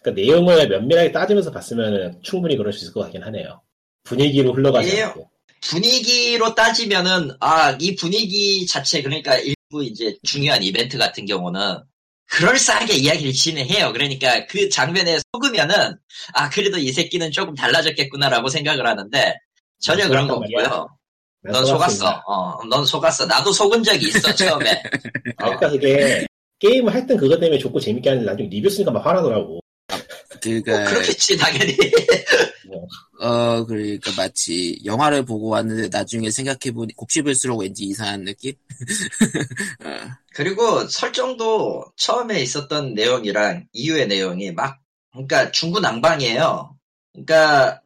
D: 그러니까 내용을 면밀하게 따지면서 봤으면 충분히 그럴 수 있을 것 같긴 하네요 분위기로 흘러가지
A: 예요.
D: 않고
A: 분위기로 따지면은 아 이 분위기 자체 그러니까 일부 이제 중요한 이벤트 같은 경우는 그럴싸하게 이야기를 진행해요. 그러니까 그 장면에 속으면은 아 그래도 이 새끼는 조금 달라졌겠구나라고 생각을 하는데 전혀
D: 난
A: 그런 거
D: 속았단 말이야.
A: 없고요.
D: 난
A: 넌
D: 속았습니다.
A: 속았어. 어, 넌 속았어. 나도 속은 적이 있어 처음에.
D: [laughs] 아, 그러니까 그게 게임을 할 땐 그것 때문에 좋고 재밌게 하는데 나중에 리뷰 쓰니까 막 화나더라고
A: 뭐
B: 그러니까
A: 그렇겠지 당연히.
B: 어 그러니까 마치 영화를 보고 왔는데 나중에 생각해보니 곱씹을수록 왠지 이상한 느낌?
A: 그리고 설정도 처음에 있었던 내용이랑 이후의 내용이 막, 그러니까 중구난방이에요. 그러니까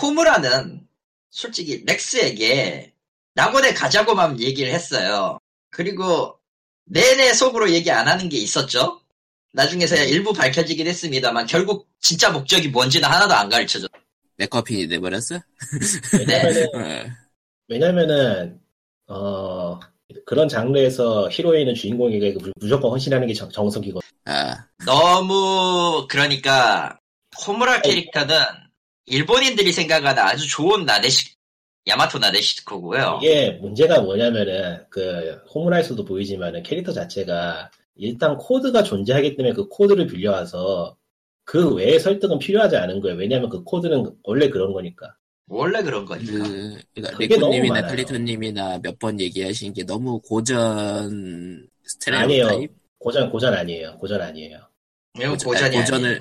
A: 호무라는 솔직히 맥스에게 낙원에 가자고만 얘기를 했어요. 그리고 내내 속으로 얘기 안 하는 게 있었죠. 나중에서야 일부 밝혀지긴 했습니다만 결국 진짜 목적이 뭔지는 하나도 안 가르쳐줘.
B: 맥커핀이 돼버렸어?
A: 네.
D: 왜냐면은,
B: 어.
D: 왜냐면은, 어, 그런 장르에서 히로인은 주인공에게 무- 무조건 헌신하는 게 정, 정석이고.
B: 아,
A: 너무 그러니까 호무라
D: 네.
A: 캐릭터는 일본인들이 생각하는 아주 좋은 나데시 야마토 나데시코고요.
D: 이게 문제가 뭐냐면은, 그, 호무라에서도 보이지만은 캐릭터 자체가 일단 코드가 존재하기 때문에 그 코드를 빌려와서 그 외의 설득은 필요하지 않은 거예요. 왜냐면 그 코드는 원래 그런 거니까.
A: 원래 그런 거니까.
B: 그, 그러니까
D: 그게 너무
B: 리코님이나
D: 많아요.
B: 클리토님이나 몇 번 얘기하신 게 너무 고전
D: 아니에요.
B: 스테레오타입?
D: 고전, 고전 아니에요. 고전 아니에요.
A: 매우
B: 고전-
A: 고전이
B: 고전을- 음.
A: 아니에요.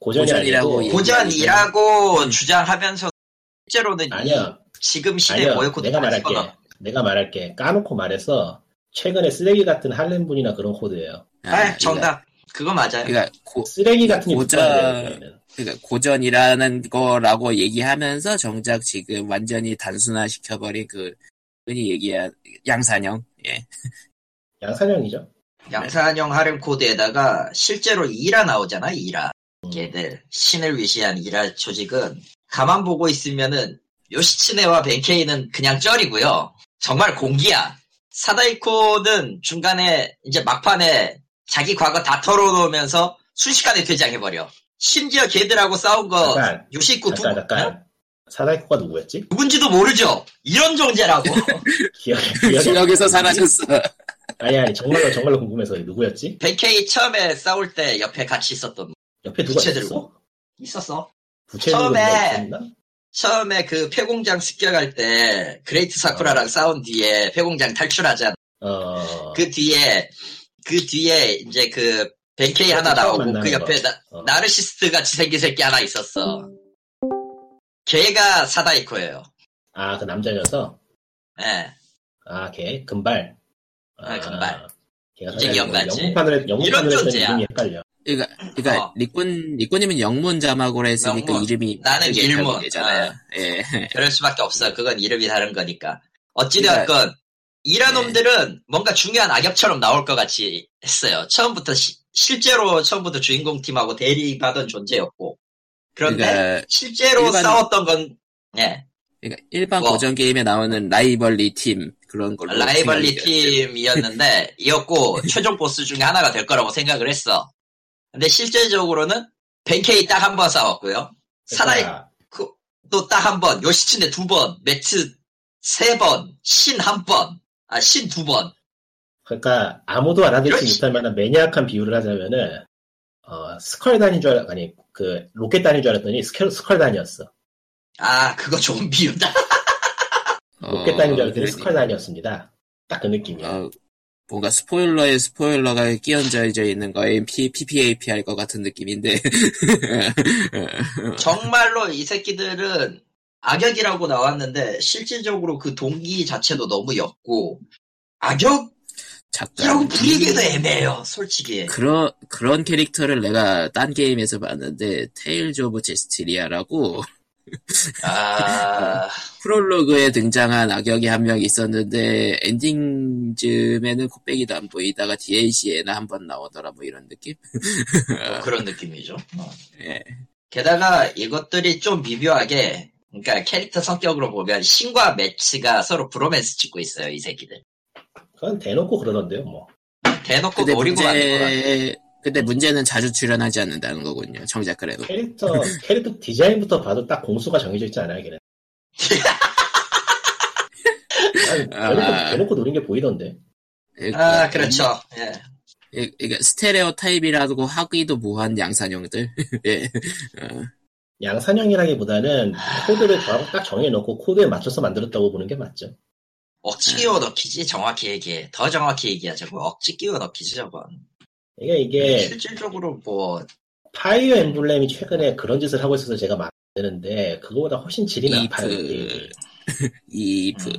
D: 고전이
B: 고전이라고
D: 아니고,
B: 얘기-
A: 고전이라고 주장하면서 실제로는
D: 아니야.
A: 지금 시대
D: 아니야.
A: 모여코
D: 내가 말할게. 내가 말할게. 까놓고 말해서 최근에 쓰레기 같은 할렘 분이나 그런 코드예요.
A: 아, 정답. 그거 맞아요.
B: 그러니까 고,
D: 쓰레기 같은 게
B: 고전-
D: 붙어야 돼요, 그러면은.
B: 그러니까 고전이라는 거라고 얘기하면서 정작 지금 완전히 단순화 시켜버린 그 흔히 얘기한 양산형 예
D: 양산형이죠.
A: 양산형 하렘 코드에다가 실제로 이라 나오잖아, 이라.
D: 음.
A: 걔들 신을 위시한 이라 조직은 가만 보고 있으면은 요시츠네와 벤케이는 그냥 쩔이고요. 정말 공기야. 사다이코는 중간에 이제 막판에 자기 과거 다 털어놓으면서 순식간에 퇴장해버려. 심지어 걔들하고 싸운 거
D: 잠깐,
A: 요시코 두
D: 잠깐, 잠깐. 사다이코가 누구였지?
A: 누군지도 모르죠. 이런 존재라고. [laughs]
D: 기억에,
A: 그
D: 기억에.
B: 지역에서 사라졌어
D: 아니, 아니, 정말로, 정말로 궁금해서 누구였지?
A: 백케이 처음에 싸울 때 옆에 같이 있었던
D: 옆에 누가
A: 부채
D: 있었어?
A: 있었어.
D: 부채 들고
A: 처음에
D: 있었나?
A: 처음에 그 폐공장 습격할 때 그레이트 사쿠라랑 싸운 뒤에 폐공장 탈출하잖아.
D: 어,
A: 그 뒤에 그 뒤에 이제 그 벤케이 하나
D: 처음
A: 나오고 그
D: 만나는
A: 옆에 나,
D: 어.
A: 나르시스트 같이 생긴 새끼 하나 있었어. 걔가 사다이코예요.
D: 아, 그 남자여서?
A: 예.
D: 아, 걔? 금발.
A: 아, 금발.
D: 걔가
A: 이제
D: 사다이코.
A: 기억나지?
D: 영문판을, 영문판을 했더니
A: 존재야.
D: 이름이 헷갈려.
B: 그러니까 그러니까
A: 어.
B: 리꾼 리꾼님은 영문 자막으로 했으니까
A: 영문.
B: 이름이
A: 나는
B: 그게
A: 일문.
B: 결국이잖아요. 예
A: 그럴 수밖에 없어. 그건 이름이 다른 거니까. 어찌되었건 이란 놈들은 뭔가 중요한 악역처럼 나올 것 같이 했어요. 처음부터 시- 실제로 처음부터 주인공 팀하고 대립하던 존재였고 그런데
B: 그러니까
A: 실제로
B: 일반-
A: 싸웠던 건 예,
B: 그러니까 일반
A: 뭐.
B: 고전 게임에 나오는 라이벌리 팀 그런 걸로
A: 라이벌리
B: 생각이
A: 팀이었는데 이었고 최종 보스 중에 하나가 될 거라고 생각을 했어. 근데 실제적으로는 벤케이 딱 한 번 싸웠고요. 사나이
D: 그러니까
A: 또 딱 한 번, 요시츠네 두 번, 매츠 세 번, 신 한 번, 아, 신 두 번.
D: 그러니까 아무도 알아듣지
A: 역시.
D: 못할 만한 매니악한 비유를 하자면은 어, 스컬 단인 줄 알았, 아니 그 로켓 단인 줄 알았더니 스컬, 스컬 단이었어.
A: 아, 그거 좋은 비유다.
B: 들었어요.
D: 로켓 단인 줄 알았더니
B: 그러니-
D: 스컬 단이었습니다. 딱 그 느낌이야.
B: 어, 뭔가 스포일러에 스포일러가 끼얹어져 있는 거에 P, PPAP 할 것 같은 느낌인데. [laughs]
A: 정말로 이 새끼들은 악역이라고 나왔는데, 실질적으로 그 동기 자체도 너무 옅고, 악역이라고
B: 잠깐.
A: 부리기도 애매해요, 솔직히.
B: 그런, 그런 캐릭터를 내가 딴 게임에서 봤는데, 테일즈 오브 제스티리아라고,
A: 아,
B: 프롤로그에 등장한 악역이 한 명 있었는데, 엔딩쯤에는 코빼기도 안 보이다가 DLC에나 한 번 나오더라, 뭐 이런 느낌?
A: 뭐 그런 느낌이죠. 어.
B: 아. 예.
A: 게다가 이것들이 좀 미묘하게, 그러니까 캐릭터 성격으로 보면 신과 매치가 서로 브로맨스 찍고 있어요, 이 새끼들.
D: 그건 대놓고 그러던데요, 뭐.
A: 대놓고
B: 근데
A: 노리고 가는 어, 거라.
B: 문제, 근데 문제는 자주 출연하지 않는다는 거군요, 정작 그래도.
D: 캐릭터 [laughs] 캐릭터 디자인부터 봐도 딱 공수가 정해져 있지
B: [laughs]
D: 않아요, 걔는. 아니, 대놓고,
B: 아.
D: 대놓고 노린 게 보이던데.
A: 아, 그렇죠. 예.
B: 예, 그러니까 스테레오 타입이라고 하기도 무한 양산형들. [laughs] 예.
D: 양산형이라기보다는
B: 아.
D: 코드를 정확딱 정해놓고 코드에 맞춰서 만들었다고 보는 게 맞죠.
B: 예.
A: 억지 끼워 넣기지, 정확히 얘기해. 더 정확히 얘기하자고. 억지 끼워 넣기지, 저건.
D: 그러니까 이게 이게
A: 실질적으로 뭐,
D: 파이어 엠블렘이 최근에 그런 짓을 하고 있어서 제가 막 되는데 그거보다 훨씬 질이 나빠요.
B: 이프.
D: 이게.
B: 이프.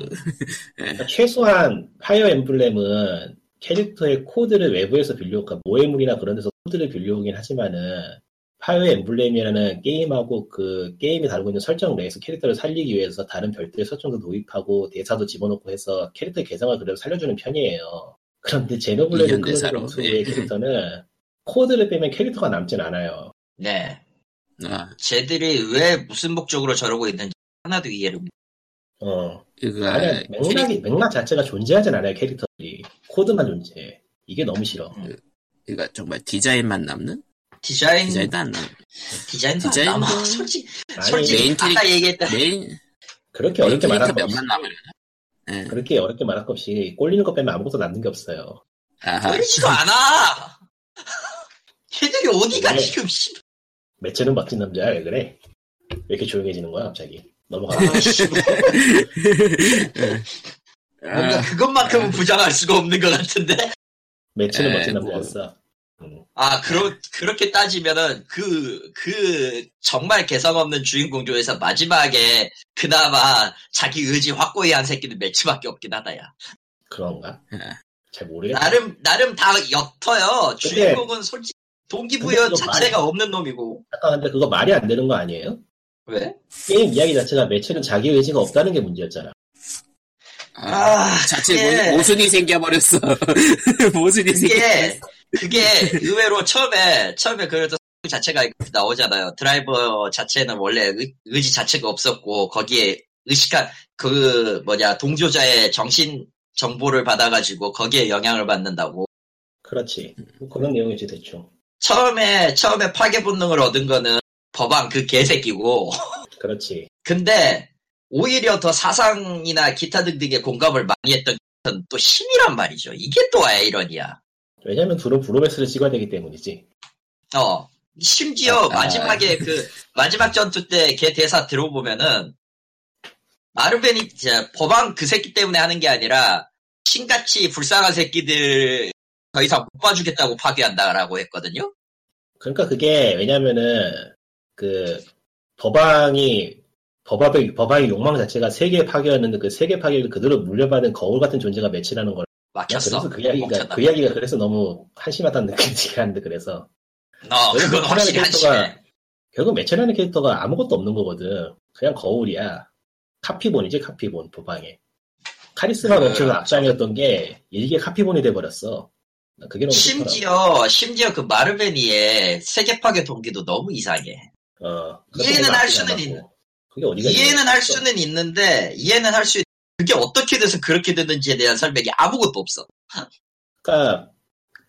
D: 그러니까 최소한 파이어 엠블렘은 캐릭터의 코드를 외부에서 빌려올까 모해물이나 그런 데서 코드를 빌려오긴 하지만은 파이어 엠블렘이라는 게임하고 그 게임이 다루고 있는 설정 내에서 캐릭터를 살리기 위해서 다른 별도의 설정도 도입하고 대사도 집어넣고 해서 캐릭터 개성을 그래도 살려주는 편이에요. 그런데 제노블레드
B: 이견
D: 클로즈
B: 대사로,
D: 검수의
B: 예.
D: 캐릭터는 코드를 빼면 캐릭터가 남진 않아요.
A: 네.
B: 아,
A: 쟤들이 왜 무슨 목적으로 저러고 있는지 하나도 이해를 못.
D: 어.
B: 그거
D: 아니야,
B: 캐릭-
D: 맥락이, 맥락 자체가 존재하진 않아요, 캐릭터들이. 코드만 존재해. 이게 너무 싫어.
B: 그거 정말 디자인만 남는?
A: 디자인 디자인
B: 디자인도 안
D: [laughs]
B: 남는.
A: 디자인도 안
B: 디자인도-
A: 남아. [laughs] 솔직히
D: 아니,
A: 솔직히
B: 메인 캐릭-
A: 아까 얘기했다.
B: 메인
D: 네, 그렇게
B: 메인
D: 어렵게 말할
B: 캐릭터
D: 거 없이,
B: 몇만 남으려나? 예.
D: 그렇게 어렵게 말할 거 없이 꼴리는 것 빼면 아무것도 남는 게 없어요.
B: 아하.
A: 떨리지도 않아. [laughs] 쟤들이 어디가
D: 네.
A: 지금 씨.
D: 매체는 멋진 남자야, 왜 그래? 왜 이렇게 조용해지는 거야, 갑자기? 넘어가. [laughs]
A: 아, 씨. 뭔가
B: 아,
A: 그것만큼은 부정할 수가 없는 것 같은데.
D: 매체는
B: 에이,
D: 멋진
B: 뭐.
D: 남자였어. 음.
A: 아, 그러, 그렇게 따지면은, 그, 그, 정말 개성 없는 주인공 중에서 마지막에, 그나마 자기 의지 확고히 한 새끼는 매치밖에 없긴 하다, 야.
D: 그런가?
B: 예.
D: 잘 모르겠다.
A: 나름, 나름 다 역터요.
D: 네. 근데-
A: 주인공은 솔직히, 동기부여
D: 근데 그거
A: 자체가 없는 놈이고.
D: 아까 근데 그거 말이 안 되는 거 아니에요?
A: 왜?
D: 게임 이야기 자체가 매체는 자기 의지가 없다는 게 문제였잖아.
B: 아,
A: 아,
B: 자체
A: 그게-
B: 모, 모순이 생겨버렸어. [laughs] 모순이
A: 그게,
B: 생겨버렸어.
A: 그게 의외로 처음에, 처음에 그래도 자체가 이렇게 나오잖아요. 드라이버 자체는 원래 의, 의지 자체가 없었고, 거기에 의식한, 그, 뭐냐, 동조자의 정신 정보를 받아가지고 거기에 영향을 받는다고.
D: 그렇지. 뭐 그런 내용이지 대충.
A: 처음에, 처음에 파괴 본능을 얻은 거는 법왕 그 개새끼고, [laughs]
D: 그렇지.
A: 근데 오히려 더 사상이나 기타 등등의 공감을 많이 했던 것은 또 신이란 말이죠. 이게 또 아이러니야.
D: 왜냐면 둘은 브로베스를 찍어야 되기 때문이지.
A: 어. 심지어
B: 아.
A: 마지막에 그 마지막 전투 때 걔 대사 들어보면은 마르벤이 이제 법왕 그 새끼 때문에 하는 게 아니라 신같이 불쌍한 새끼들 더 이상 못 봐주겠다고 파괴한다라고 했거든요.
D: 그러니까 그게 왜냐면은 그 법왕이 법왕의 법왕의 욕망 자체가 세계 파괴였는데 그 세계 파괴를 그대로 물려받은 거울 같은 존재가 매치라는 걸. 난
A: 막혔어.
D: 그래서 그 이야기가
A: 멈췄다.
D: 그 이야기가 그래서 너무 한심하다는 [laughs] 느낌이 하는데 그래서
A: 어,
D: 그래서
A: 그건 확실히
D: 하나의 캐릭터가-
A: 한심해.
D: 결국 매체라는 캐릭터가 아무것도 없는 거거든. 그냥 거울이야. 카피본이지 카피본 법왕의 카리스마
A: 그-
D: 넘치는 악장이었던 게 일개 카피본이 돼버렸어. 난 그게 너무 싫더라고.
A: 심지어 심지어 그 마르베니의 세계 파괴 동기도 너무 이상해.
D: 어,
A: 이해는
D: 그것도
A: 할 수는
D: 나쁘지
A: 있는-
D: 않았고. 그게 어디가
A: 이해는
D: 이해가
A: 할
D: 있어.
A: 수는 있는데 이해는 할 수 그게 어떻게 돼서 그렇게 됐는지에 대한 설명이 아무것도 없어.
D: 그러니까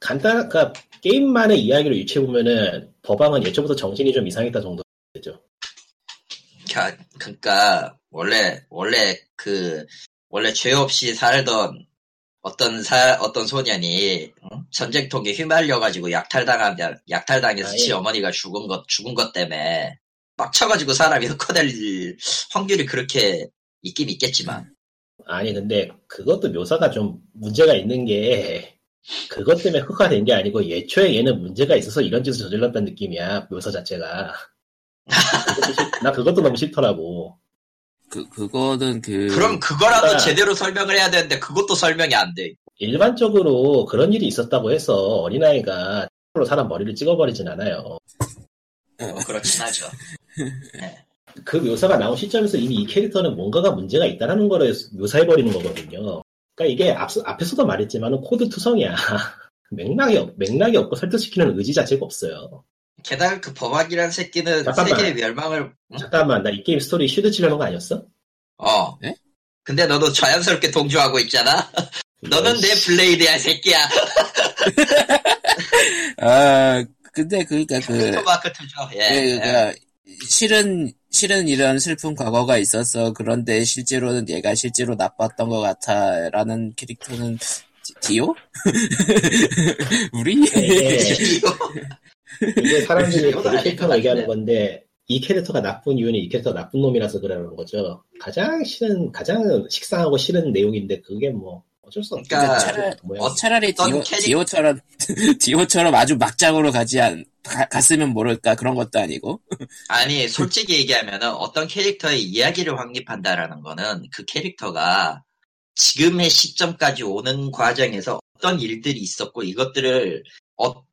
D: 간단, 그러니까 게임만의 이야기를 유추해 보면은 법왕은 예초부터 정신이 좀 이상했다 정도 되죠.
A: 겨- 그러니까 원래 원래 그 원래 죄 없이 살던 어떤 사 어떤 소년이 응? 전쟁통에 휘말려 가지고 약탈당한 약탈당해서
D: 아,
A: 지
D: 예.
A: 어머니가 죽은 것 죽은 것 때문에 막 쳐가지고 사람이 흑화될 확률이 그렇게 있긴 있겠지만
D: 아니 근데 그것도 묘사가 좀 문제가 있는 게 그것 때문에 흑화된 게 아니고 예초에 얘는 문제가 있어서 이런 짓을 저질렀다는 느낌이야 묘사 자체가 그것도 싫- 나 그것도 너무 싫더라고
B: 그, 그거는 그.
A: 그럼 그거라도
D: 음. 그러니까-
A: 제대로 설명을 해야 되는데 그것도 설명이 안 돼.
D: 일반적으로 그런 일이 있었다고 해서 어린아이가 으로 사람 머리를 찍어버리진 않아요 [laughs]
A: 뭐 그렇긴 하죠.
D: 그 묘사가 나온 시점에서 이미 이 캐릭터는 뭔가가 문제가 있다는 거를 묘사해버리는 거거든요 그러니까 이게 앞, 앞에서도 말했지만 코드 투성이야 [laughs] 맥락이, 없- 맥락이 없고 설득시키는 의지 자체가 없어요
A: 게다가 그 범악이란 새끼는
D: 잠깐만.
A: 세계의 멸망을 응?
D: 잠깐만, 나 이 게임 스토리 쉴드 치려는 거 아니었어?
A: 어.
B: 네?
A: 근데 너도 자연스럽게 동조하고 있잖아. 너는 내 블레이드야, 이 새끼야.
B: 아, 근데 그니까
A: [laughs]
B: 그.
A: 컴퓨터 마크 투죠. 예.
B: 예,
A: 예.
B: 그러니까 실은 실은 이런 슬픈 과거가 있었어. 그런데 실제로는 얘가 실제로 나빴던 것 같아라는 캐릭터는 디- 디오? [laughs] 우리?
A: 예,
B: [laughs]
D: 이게,
A: 이거
D: 이게 사람들이
A: 이건 아닐
D: 그
A: 것
D: 캐릭터가 얘기하는 건데, 이 캐릭터가 나쁜 이유는 이 캐릭터가 나쁜 놈이라서 그러는 거죠. 가장 싫은, 가장 식상하고 싫은 내용인데, 그게 뭐, 어쩔 수 없죠.
A: 그러니까
D: 차라리 뭐야.
A: 어-
B: 차라리
A: 어떤
B: 디오,
A: 캐릭-
B: 디오처럼 [laughs] 디오처럼 아주 막장으로 가지 않 가- 갔으면 모를까 그런 것도 아니고.
A: [laughs] 아니 솔직히 얘기하면은 어떤 캐릭터의 이야기를 확립한다라는 거는 그 캐릭터가 지금의 시점까지 오는 과정에서 어떤 일들이 있었고 이것들을 어떤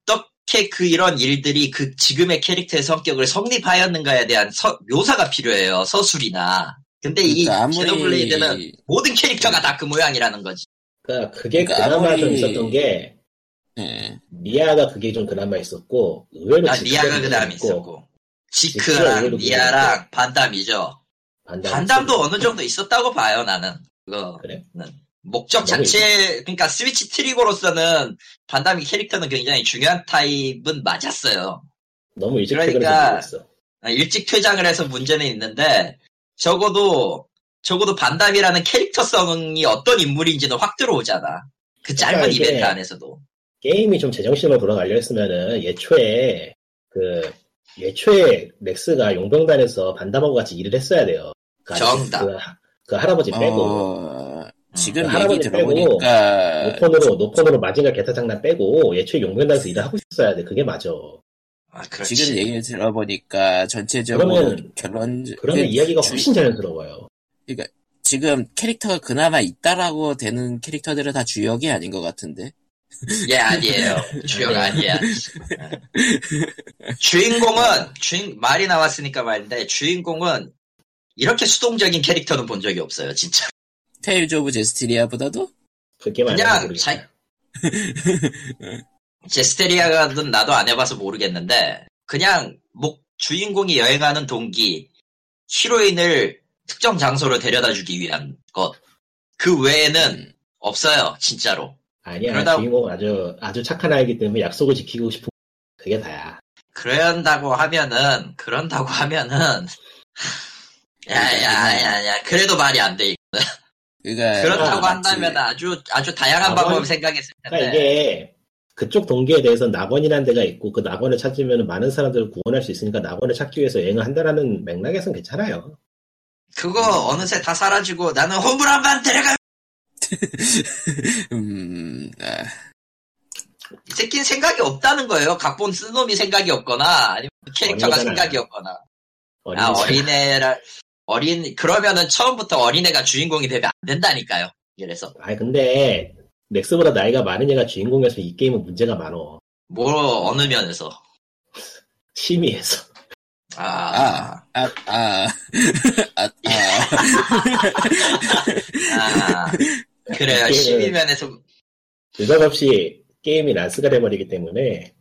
A: 어떻게 그 이런 일들이 그 지금의 캐릭터의 성격을 성립하였는가에 대한 서- 묘사가 필요해요. 서술이나. 근데 이
B: 그러니까
A: 제노 블레이드는 모든 캐릭터가 다 그 모양이라는 거지.
D: 그러니까 그게 그
B: 그러니까
D: 나마
B: 아무리-
D: 좀 있었던 게
B: 예.
D: 미아가 그게 좀 그나마 있었고 의외로
A: 아,
D: 지크가
A: 미아가
D: 좀
A: 그 다음에
D: 있었고,
A: 있었고.
D: 지크가
A: 지크랑
D: 의외로
A: 미아랑 반담이죠.
D: 반담
A: 반담도
D: 있었고.
A: 어느 정도 있었다고 봐요, 나는. 그거.
D: 그래?
A: 목적
D: 너무
A: 자체, 그러니까 스위치 트리거로서는 반담이 캐릭터는 굉장히 중요한 타입은 맞았어요.
D: 너무 일찍
A: 그러니까-
D: 퇴근해서 모르겠어.
A: 아, 일찍 퇴장을 해서 문제는 있는데 적어도 적어도 반담이라는 캐릭터성이 어떤 인물인지는 확 들어오잖아. 그 짧은
D: 그러니까 이게-
A: 이벤트 안에서도.
D: 게임이 좀 제정신으로 돌아가려 했으면은 예초에 그 예초에 렉스가 용병단에서 반담하고 같이 일을 했어야 돼요. 그 아저씨,
A: 정답.
D: 그, 하- 그 할아버지 빼고
B: 어, 지금
A: 음,
D: 그
B: 얘기
D: 할아버지 빼고
B: 들어보니까
D: 노폰으로 노폰으로 마징가 개타장난 빼고 예초에 용병단에서 일을 하고 있었어야 돼. 그게 맞아.
A: 아, 그렇지.
B: 지금 얘기를 들어보니까 전체적으로
D: 그러면-
B: 결론
D: 그러면
B: 그
D: 이야기가
B: 주-
D: 훨씬 자연스러워요.
B: 지금 캐릭터가 그나마 있다라고 되는 캐릭터들은 다 주역이 아닌 것 같은데
A: 예, [laughs] 아니에요. 주역 아니야. 주인공은, 주인, 말이 나왔으니까 말인데, 주인공은 이렇게 수동적인 캐릭터는 본 적이 없어요, 진짜.
B: 테일즈 오브 제스티리아보다도
D: 그게
A: 그냥
D: 맞아. 그러니까. 모르겠어요.
A: 자- 제스테리아가든 나도 안 해봐서 모르겠는데, 그냥, 목, 주인공이 여행하는 동기, 히로인을 특정 장소로 데려다 주기 위한 것. 그 외에는
B: 음,
A: 없어요, 진짜로.
D: 아니야
A: 그러다-
D: 주인공은 아주 아주 착한 아이기 때문에 약속을 지키고 싶은 그게 다야.
A: 그런다고 하면은, 그런다고 하면은, 야, 야, 야, 야, 그래도 말이 안 돼.
B: 그러니까
A: 그렇다고
D: 네. 어, 맞지.
A: 한다면 아주 아주 다양한
D: 나머지-
A: 방법을 생각했을 텐데
D: 그러니까 이게 그쪽 동기에 대해서 낙원이라는 데가 있고 그 낙원을 찾으면 많은 사람들을 구원할 수 있으니까 낙원을 찾기 위해서 여행을 한다라는 맥락에선 괜찮아요.
A: 그거 어느새 다 사라지고 나는 홈을 한 번 데려가
B: 음, 아,
A: 이 새끼는 생각이 없다는 거예요 각본 쓴 놈이 생각이 없거나 아니면 그 캐릭터가
D: 어린애잖아요.
A: 생각이 없거나
D: 어린이집.
A: 아 어린애라 어린 그러면은 처음부터 어린애가 주인공이 되면 안 된다니까요 그래서
D: 아니, 근데 넥스보다 나이가 많은 애가 주인공이어서 이 게임은 문제가 많어.
A: 뭐 어느 면에서
D: 심의에서. [laughs]
A: 아,
B: 아,
A: 아.
B: 아, 아, 아, 아.
A: 그래요
D: 그-
A: 아. 12면에서
D: 느닷없이 게임이 난스가 돼버리기 때문에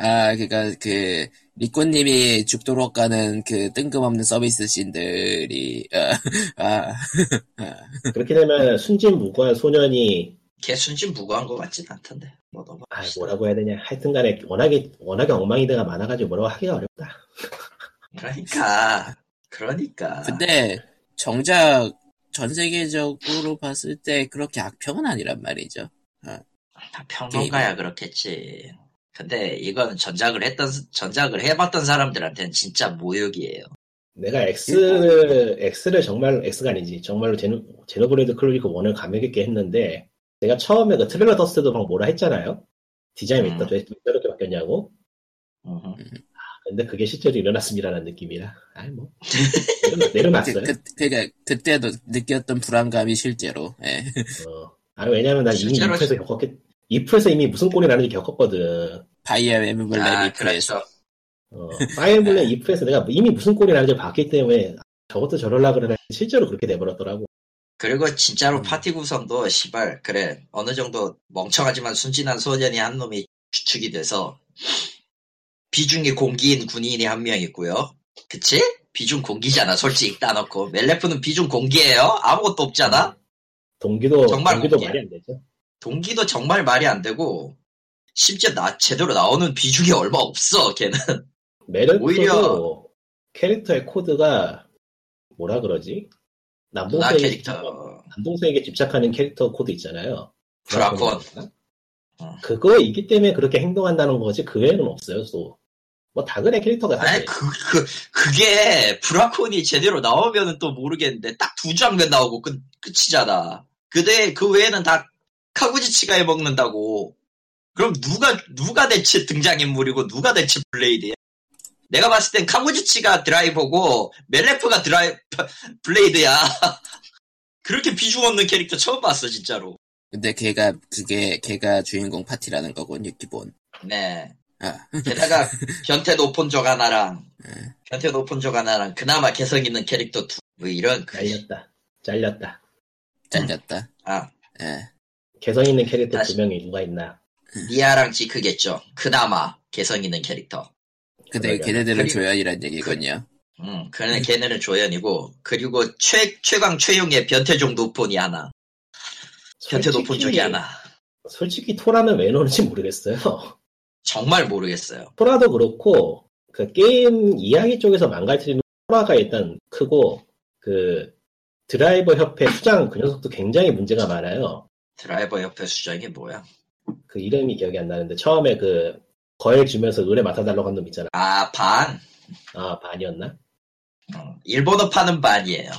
B: 아, 그니까, 그, 리코님이 죽도록 가는 그 뜬금없는 서비스 씬들이, 어, 아,
D: 그렇게 되면 순진무구한 소년이
A: 개순진 무거한 것 같진 않던데 뭐 너무
D: 아 뭐라고 해야 되냐 하여튼간에 워낙에 워낙에 엉망이들가 많아가지고 뭐라고 하기가 어렵다.
A: 그러니까 그러니까
B: 근데, 정작, 전 세계적으로 봤을 때 그렇게 악평은 아니란 말이죠.
A: 다 아,
B: 예,
A: 평론가야 그렇겠지. 근데 이건 전작을 했던 전작을 해봤던 사람들한테는 진짜 모욕이에요.
D: 내가
A: 네,
D: X를, X를 정말, X가 아니지. 정말로 제노, 제노브레이드 클로니크 1을 감명깊게 했는데, 내가 처음에 그 트레일러 떴을 때도 막 뭐라 했잖아요? 디자인 왜
A: 음.
D: 또- 왜 이렇게 바뀌었냐고? 아, 근데 그게 실제로 일어났습니다라는 느낌이라. 아이,
A: [laughs]
D: 뭐. 내려-
B: 그,
D: 내려놨어요.
B: 그, 그니까, 그때도 느꼈던 불안감이 실제로, 예.
D: 어. 아, 왜냐면 난 이미
A: 실제로
D: 2프에서 겪었겠, 2프에서 이미 무슨 꼴이 나는지 겪었거든.
B: 바이아 웨미블
A: 아
B: 레비프에서.
A: 그렇죠.
D: 어, 파이어블렘 2프에서 내가 이미 무슨 꼴이 나는지 봤기 때문에, 저것도 저럴라 그러나 실제로 그렇게 돼버렸더라고.
A: 그리고 진짜로
B: 음.
A: 파티 구성도 시발 그래 어느 정도 멍청하지만 순진한 소년이 한 놈이 주축이 돼서 비중이 공기인 군인이 한 명 있고요. 그치? 비중 공기잖아 솔직히 따놓고 멜레프는 비중 공기예요. 아무것도 없잖아.
B: 음.
D: 동기도,
A: 정말
D: 동기도
A: 웃기네.
D: 말이 안 되죠.
A: 동기도 정말 말이 안 되고 심지어 나 제대로 나오는 비중이 얼마 없어 걔는.
D: 매력도
A: 오히려-
D: 캐릭터의 코드가 뭐라 그러지?
A: 누나
D: 남동생에게 집착-
A: 캐릭터
D: 남동생에게 집착하는 캐릭터 코드 있잖아요. 어.
A: 브라콘
D: 그거이기 때문에 그렇게 행동한다는 거지 그 외에는 없어요. 또. 뭐 다그네 캐릭터가
A: 아니
D: 사실
A: 그, 그, 그게 브라콘이 제대로 나오면은 또 모르겠는데 딱 두 장면 나오고 끝, 끝이잖아 근데 그 외에는 다 카구지치가 해먹는다고 그럼 누가 누가 대체 등장인물이고 누가 대체 블레이드야 내가 봤을 땐 카구지치가 드라이버고 멜레프가 드라이 [laughs] 블레이드야 [laughs] 그렇게 비중 없는 캐릭터 처음 봤어 진짜로
B: 근데 걔가, 그게, 걔가 주인공 파티라는 거군요, 기본. 아,
A: 네 게다가 변태 높은 적 하나랑 변태 높은 적 하나랑 그나마 개성 있는 캐릭터 두뭐 이런 그-
D: 잘렸다. 잘렸다.
B: 잘렸다.
A: 아
B: 예.
D: 개성 있는 캐릭터
A: 다시.
D: 두 명이 누가 있나?
A: 니아랑 지크겠죠 그나마 개성 있는 캐릭터
B: 근데
D: 그러게.
B: 걔네들은
A: 그리-
B: 조연이란 얘기군요.
A: 음 그는 걔네는 조연이고 그리고 최 최강 최용의 변태종 높은이 하나 변태 높은 적이 하나
D: 솔직히 토라는 왜 넣는지 모르겠어요.
A: 정말 모르겠어요
D: 토라도 그렇고 그 게임 이야기 쪽에서 망가뜨리는 토라가 일단 크고 그 드라이버 협회 수장 그 녀석도 굉장히 문제가 많아요.
A: 드라이버 옆에 수정이 뭐야
D: 그 이름이 기억이 안 나는데 처음에 그 거액 주면서 의뢰 맡아달라고 한 놈 있잖아.
A: 아반 음,
D: 아 반이었나?
A: 일본어 파는 반이에요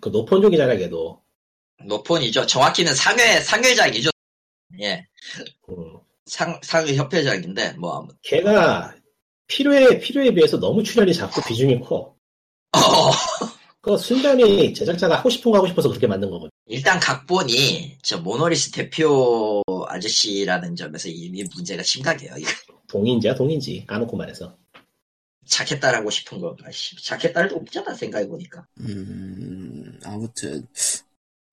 D: 그 높은 쪽이잖아 걔도.
A: 노폰이죠 정확히는 상회 상회장이죠 예
D: 음.
A: 상, 상위 협회장인데, 뭐, 아무
D: 걔가 필요에 필요에 비해서 너무 출연이 작고 비중이 커.
A: [laughs] 어,
D: 그 순전히 제작자가 하고 싶은 거 하고 싶어서 그렇게 만든 거거든.
A: 일단 각본이, 저, 모노리스 대표 아저씨라는 점에서 이미 문제가 심각해요. 이거
D: 동인지야 동인지 까놓고 말해서.
A: 자켓딸하고 싶은 건가, 씨. 자켓딸도 없잖아, 생각해보니까.
B: 음, 아무튼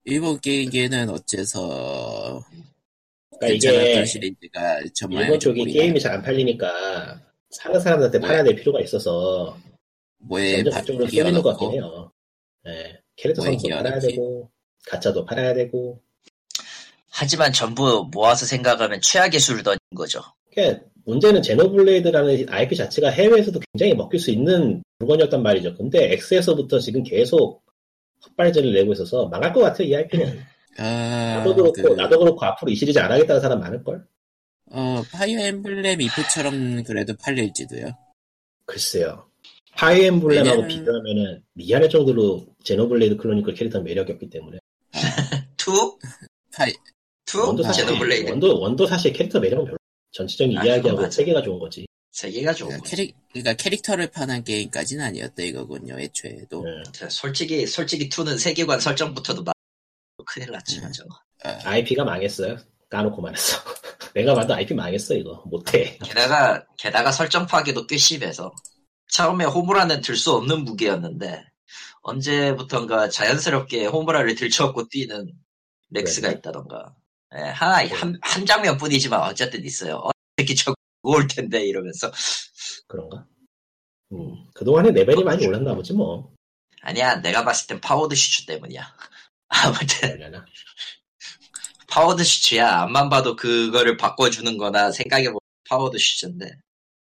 B: 일본 게임계는 어째서
D: 그러니까
B: 괜찮았던
D: 이게
B: 시리즈가 정말
D: 일본 쪽이
B: 우리가
D: 게임이 잘 안 팔리니까 사는 사람들한테
B: 네.
D: 팔아낼 필요가 있어서
B: 뭐에
D: 점점
B: 바-
D: 그쪽으로 쏠리는 것 같긴
B: 끼어넣고
D: 해요. 예, 캐릭터
B: 뭐에
D: 선수 팔아야
B: 기여하는지.
D: 되고 가짜도 팔아야 되고
A: 하지만 전부 모아서 생각하면 최악의 술던 거죠.
D: 그러니까 문제는 제노블레이드라는 IP 자체가 해외에서도 굉장히 먹힐 수 있는 물건이었단 말이죠. 근데 X에서부터 지금 계속 헛발질을 내고 있어서 망할 것 같아요, 이 IP는.
B: 아,
D: 나도 그렇고,
B: 그,
D: 나도 그렇고, 앞으로 이 시리즈 안 하겠다는 사람 많을걸?
B: 어, 파이어 엠블렘 이프처럼 그래도 팔릴지도요.
D: 글쎄요. 파이 엠블렘하고
B: 왜냐면-
D: 비교하면은 미안할 정도로 제노블레이드 클로니클 캐릭터 매력이 없기 때문에.
A: 투?
B: 파이,
A: 투?
B: 아,
D: 사실,
A: 제노블레이드.
D: 음, 원도, 원도 사실 캐릭터 매력은 별로. 전체적인
A: 아, 그건
D: 이야기하고
A: 맞아.
D: 세계가 좋은 거지.
A: 세계가
D: 네,
A: 좋은
B: 그러니까
A: 거지.
B: 캐릭, 그러니까 캐릭터를 파는 게임까지는 아니었다 이거군요,
A: 어,
B: 애초에도.
D: 예.
A: 솔직히, 솔직히 투는 세계관 설정부터도 막, 큰일
D: 네.
A: 났지만, 저거.
B: 아.
D: 아, IP가 망했어요. 까놓고 말했어. [laughs] 내가 봐도 IP 망했어, 이거. 못해. [laughs]
A: 게다가 게다가 설정 파기도 꽤 심해서 처음에 호무라는 들 수 없는 무기였는데 언제부턴가 자연스럽게 호무라를 들쳐업고 뛰는 렉스가
D: 그래.
A: 있다던가 예, 하나 한, 한 장면뿐이지만 어쨌든 있어요 어 새끼 저거 올 텐데 이러면서
D: 그런가? 음, 그동안에 레벨이 많이 올랐나 보지, 뭐.
A: 아니야 내가 봤을 땐 파워드 슈츠 때문이야 [laughs] 아무튼
D: 그러려나.
A: 파워드 슈츠야 앞만 봐도 그거를 바꿔주는 거나 생각해보면 파워드 슈츠인데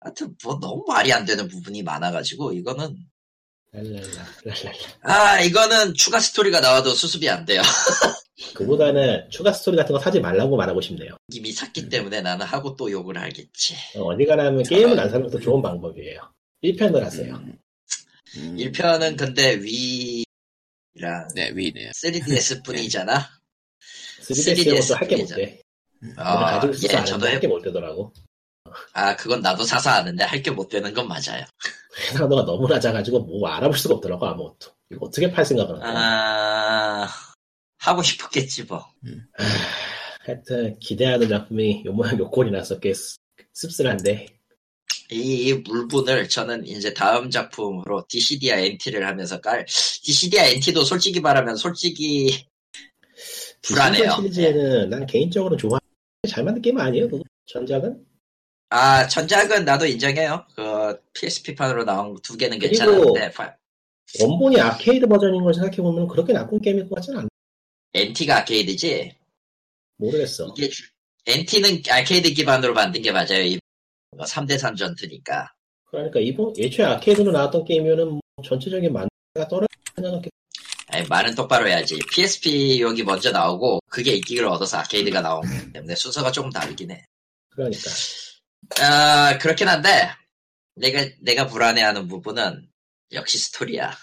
A: 하여튼 뭐 너무 말이 안 되는 부분이 많아가지고 이거는
D: 랄랄라, 랄랄라.
A: 아, 이거는 추가 스토리가 나와도 수습이 안 돼요. [laughs]
D: 그보다는 추가 스토리 같은 거 사지 말라고 말하고 싶네요.
A: 이미
D: 음.
A: 샀기 때문에 나는 하고 또 욕을 하겠지.
D: 어디
A: 아,
D: 가나면 게임을
A: 네.
D: 안 사는 것도 좋은 방법이에요. 1편을 하세요.
B: 음. 음.
A: 1편은 근데 위랑
B: 네, 위네요.
D: [laughs]
A: 3DS 뿐이잖아.
D: 3DS에서 할게 못
A: 3DS
D: 돼. 오늘
A: 아,
D: 가지고 있어서
A: 예,
D: 안
A: 저도
D: 저도
A: 해,
D: 할게 못 되더라고. [laughs]
A: 아, 그건 나도 사서 아는데 할 게 못 되는 건 맞아요.
D: 해상도가 너무 낮아가지고 뭐 알아볼 수가 없더라고, 아무것도. 이거 어떻게 팔 생각을 하나.
A: 아, 하고 싶었겠지 뭐.
D: 하여튼, 기대하는 작품이 요 모양 [laughs] 요 꼴이 나서 꽤 씁- 씁쓸한데.
A: 이, 이 물분을 저는 이제 다음 작품으로 DCD와 NT를 하면서 깔, DCD와 NT도 솔직히 말하면 솔직히 불안해요. 네.
D: 디스플레이 시리즈에는 난 개인적으로 좋아하는 잘 만든 게임 아니에요, 그거? 전작은?
A: 아, 전작은 나도 인정해요. 그 PSP판으로 나온 두 개는
D: 그리고-
A: 괜찮았는데 파-
D: 원본이 아케이드 버전인 걸 생각해보면 그렇게 나쁜 게임일 것 같진 않,
A: NT가 아케이드지.
D: 모르겠어.
A: 이게 주- NT는 아케이드 기반으로 만든 게 맞아요. 이 3대 3 전투니까.
D: 그러니까 이번 예초에 아케이드로 나왔던 게임이면은 뭐 전체적인 만화가 떨어지는
A: 아니, 말은 똑바로 해야지. PSP 여기 먼저 나오고 그게 인기를 얻어서 아케이드가 나온 거기 때문에 순서가 조금 다르긴 해.
D: 그러니까
A: 아, 그렇긴 한데 내가 내가 불안해하는 부분은 역시 스토리야.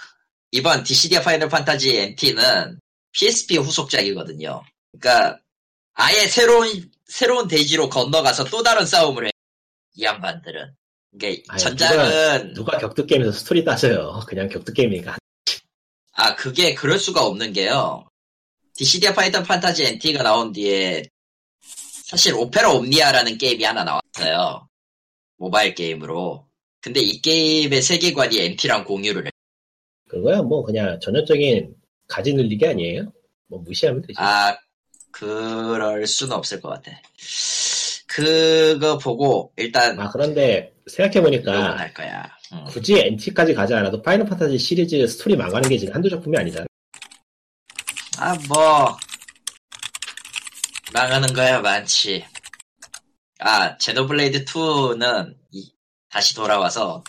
A: 이번 디시디아 파이널 판타지 NT는 PSP 후속작이거든요. 그러니까 아예 새로운 새로운 대지로 건너가서 또 다른 싸움을 해. 이 양반들은. 그러니까
D: 아니,
A: 전작은
D: 누가 격투 게임에서 스토리 따져요. 그냥 격투 게임이니까
A: 아 그게 그럴 수가 없는 게요. 디시디아 파이널 판타지 NT가 나온 뒤에 사실 오페라 옴니아라는 게임이 하나 나왔어요. 모바일 게임으로. 근데 이 게임의 세계관이 엔티랑 공유를 해.
D: 그거야 뭐 그냥 전형적인 가지 늘리기 아니에요? 뭐 무시하면 되지.
A: 아, 그럴 수는 없을 것 같아. 그거 보고 일단
D: 아 그런데 생각해보니까
A: 녹음할 거야. 응.
D: 굳이 NT까지 가지 않아도 파이널 판타지 시리즈 스토리 망하는 게 지금 한두 작품이 아니잖아.
A: 아, 뭐. 망하는 거야, 많지. 아, 제노블레이드2는 다시 돌아와서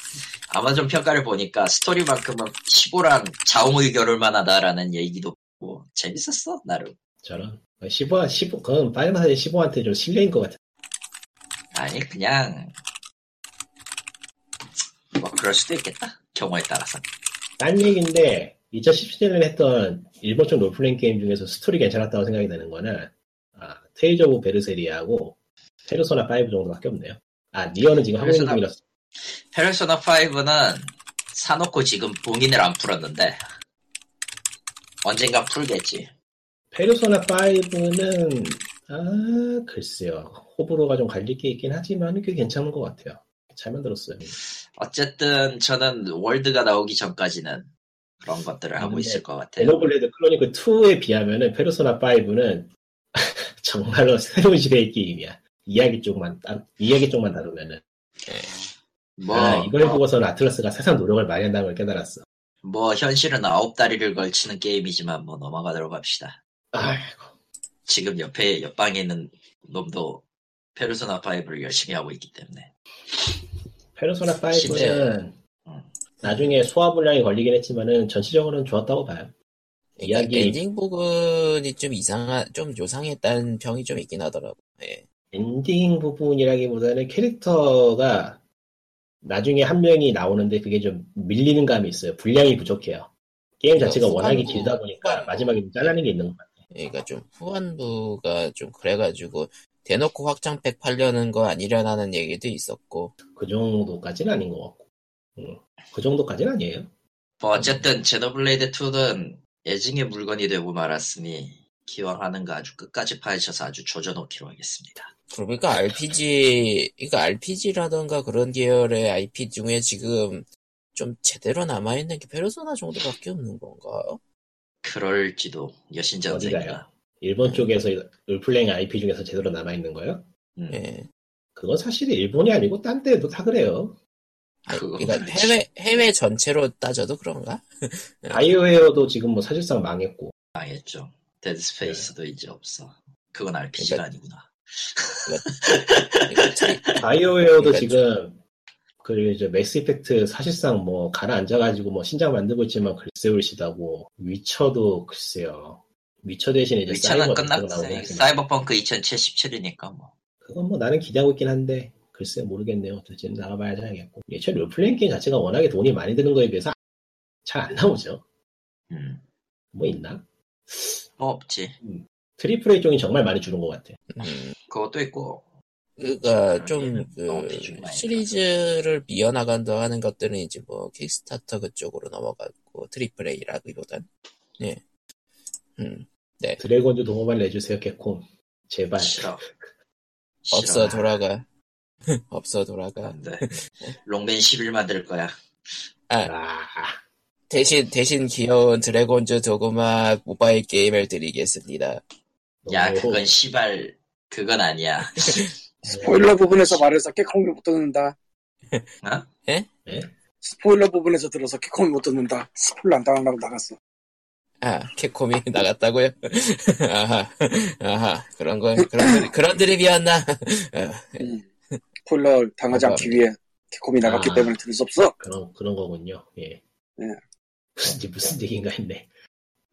A: 아마존 평가를 보니까 스토리만큼은 15랑 자웅의결을 만하다라는 얘기도 보고 재밌었어, 나름.
D: 저런. 15, 15, 그건 파이널 판타지 15한테 좀 실례인 것 같아.
A: 아니, 그냥. 뭐, 그럴 수도 있겠다. 경우에 따라서.
D: 딴 얘기인데 2017년에 했던 일본 쪽 롤플레잉 게임 중에서 스토리 괜찮았다고 생각이 드는 거는 아, 테이저 오브 베르세리아하고 페르소나 5 정도밖에 없네요. 아 니어는 지금 하고 있는
A: 페르소나-
D: 중이라서
A: 페르소나5는 사놓고 지금 봉인을 안 풀었는데, 언젠가 풀겠지.
D: 페르소나 5는 아 글쎄요 호불호가 좀 갈릴 게 있긴 하지만 꽤 괜찮은 것 같아요. 잘 만들었어요.
A: 어쨌든 저는 월드가 나오기 전까지는 그런 것들을 하고
D: 근데
A: 있을 것 같아요.
D: 데노블레드 크로니클 2에 비하면은 페르소나 5는 [laughs] 정말로 새로운 시대의 게임이야. 이야기 쪽만 따- 이야기 쪽만 다루면은
A: 뭐,
D: 아, 이걸 보고서는 아틀러스가 세상 노력을 많이 한다는 걸 깨달았어.
A: 뭐 현실은 아홉 다리를 걸치는 게임이지만 뭐 넘어가도록 합시다.
D: 아이고.
A: 지금 옆에 옆방에 있는 놈도 페르소나 5를 열심히 하고 있기 때문에
D: 페르소나 5는
A: 심지어. 음.
D: 나중에 소화 분량이 걸리긴 했지만은 전체적으로는 좋았다고 봐요. 이야기-
B: 그러니까 엔딩 부분이 좀 이상한, 좀 요상했다는 평이 좀 있긴 하더라고. 예.
D: 엔딩 부분이라기보다는 캐릭터가 나중에 한 명이 나오는데 그게 좀 밀리는 감이 있어요. 분량이 부족해요. 게임 자체가
B: 후반부,
D: 워낙에 길다 보니까
B: 후반부.
D: 마지막에 좀 잘라는 게 있는 것 같아요.
B: 그러니까 좀 후반부가 좀 그래가지고 대놓고 확장팩 팔려는 거 아니려나는 얘기도 있었고.
D: 그 정도까지는 아닌 것 같고. 음, 그 정도까지는 아니에요.
A: 뭐 어쨌든 제노블레이드 2는 예증의 물건이 되고 말았으니 기왕 하는 거 아주 끝까지 파헤쳐서 아주 조져놓기로 하겠습니다.
B: 그러니까 RPG, 그러니까 RPG라던가 그런 계열의 IP 중에 지금 좀 제대로 남아있는 게 페르소나 정도밖에 없는 건가요?
A: 그럴지도 여신전생이다.
D: 어디가요?
A: 네.
D: 일본 쪽에서 롤플레잉 IP 중에서 제대로 남아있는 거예요?
A: 음,
B: 예.
D: 그건 사실 일본이 아니고 딴 데도 다 그래요.
B: 아니,
A: 그거
B: 그러니까
A: 그렇지.
B: 해외, 해외 전체로 따져도 그런가?
A: 네.
D: 바이오웨어도 지금 뭐 사실상 망했고
A: 망했죠. 데드스페이스도 이제 없어. 그건 RPG가
B: 그러니까-
A: 아니구나.
B: 그러니까 차이-
D: 바이오웨어도
B: 그러니까
D: 지금 그리고 이제 맥스 이펙트 사실상 뭐 가라앉아가지고 뭐 신작 만들고 있지만 글쎄 울시다고 위쳐도 글쎄요 위쳐 대신에 이제
A: 위차는
D: 그 사이버
A: 끝났고 네,
D: 나오긴 했는데
A: 사이버펑크 2077이니까 뭐
D: 그건 뭐 나는 기대하고 있긴 한데 글쎄 모르겠네요 어떨지 나가봐야 알겠고 예전 롤플레잉 게임 자체가 워낙에 돈이 많이 드는 거에 비해서 잘 안 나오죠
A: 음,
D: 뭐 있나
A: 뭐 없지
D: 트리플 A 쪽이 정말 많이 주는 것 같아
B: 음,
A: 그것도 있고
B: 그러니까 좀
A: 얘는 아, 네. 너무 비중이
B: 그
A: 많이
B: 시리즈를 이어나간다 하는 것들은 이제 뭐 킥스타터 그쪽으로 넘어가고 트리플 A라기보단 예. 음,
D: 드래곤즈 동호만 내주세요 개콘 제발
A: 싫어 싫어
B: 없어 돌아가. [laughs] 없어 돌아가.
A: 안돼 롱맨 10일 만들 거야
D: 아
B: 대신 대신 귀여운 드래곤즈 도그마 모바일 게임을 드리겠습니다.
A: 야
D: 너무
A: 그건 시발 그건 아니야
C: 스포일러 부분에서 말해서 깨콩이 못 듣는다.
A: 어?
D: 예?
C: 스포일러 부분에서 들어서 깨콩이 못 듣는다. 스포일러 안 당하려고 나갔어.
B: 아, 캡콤이 [laughs] 나갔다고요? 아하, 아하, 그런 거, 그런, 드립- 그런 드립이었나? 어,
C: 음. 스포일러 당하지 않기 위해 깨콩이 나갔기
D: 아.
C: 때문에 들을 수 없어.
D: 그런 그런 거군요. 예.
C: 네.
D: 무슨 무슨 얘기인가 했네.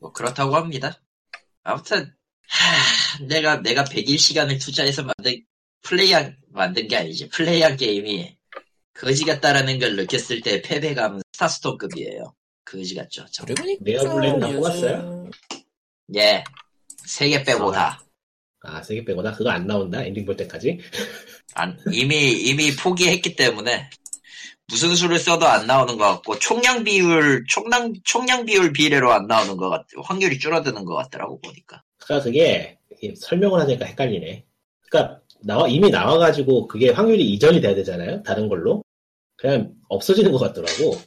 A: 뭐 그렇다고 합니다 아무튼 하, 내가 내가 100일 시간을 투자해서 만든 플레이한 만든 게 아니지 플레이한 게임이 거지 같다라는 걸 느꼈을 때 패배감은 스타스톤급이에요 거지 같죠 정말.
B: 그리고 보니까
D: 내가 볼래는 안
B: 요즘-
D: 뽑았어요?
A: 예. 세 개 빼고
D: 아.
A: 다.
D: 아 세계 빼고 나 그거 안 나온다 엔딩 볼 때까지.
A: 안, 이미, 이미 포기했기 때문에. 무슨 수를 써도 안 나오는 것 같고, 총량 비율, 총량, 총량 비율 비례로 안 나오는 것 같, 확률이 줄어드는 것 같더라고, 보니까.
D: 그러니까 그게 이게 설명을 하니까 헷갈리네. 그러니까 나와 이미 나와가지고 그게 확률이 이전이 돼야 되잖아요. 다른 걸로 그냥 없어지는 것 같더라고.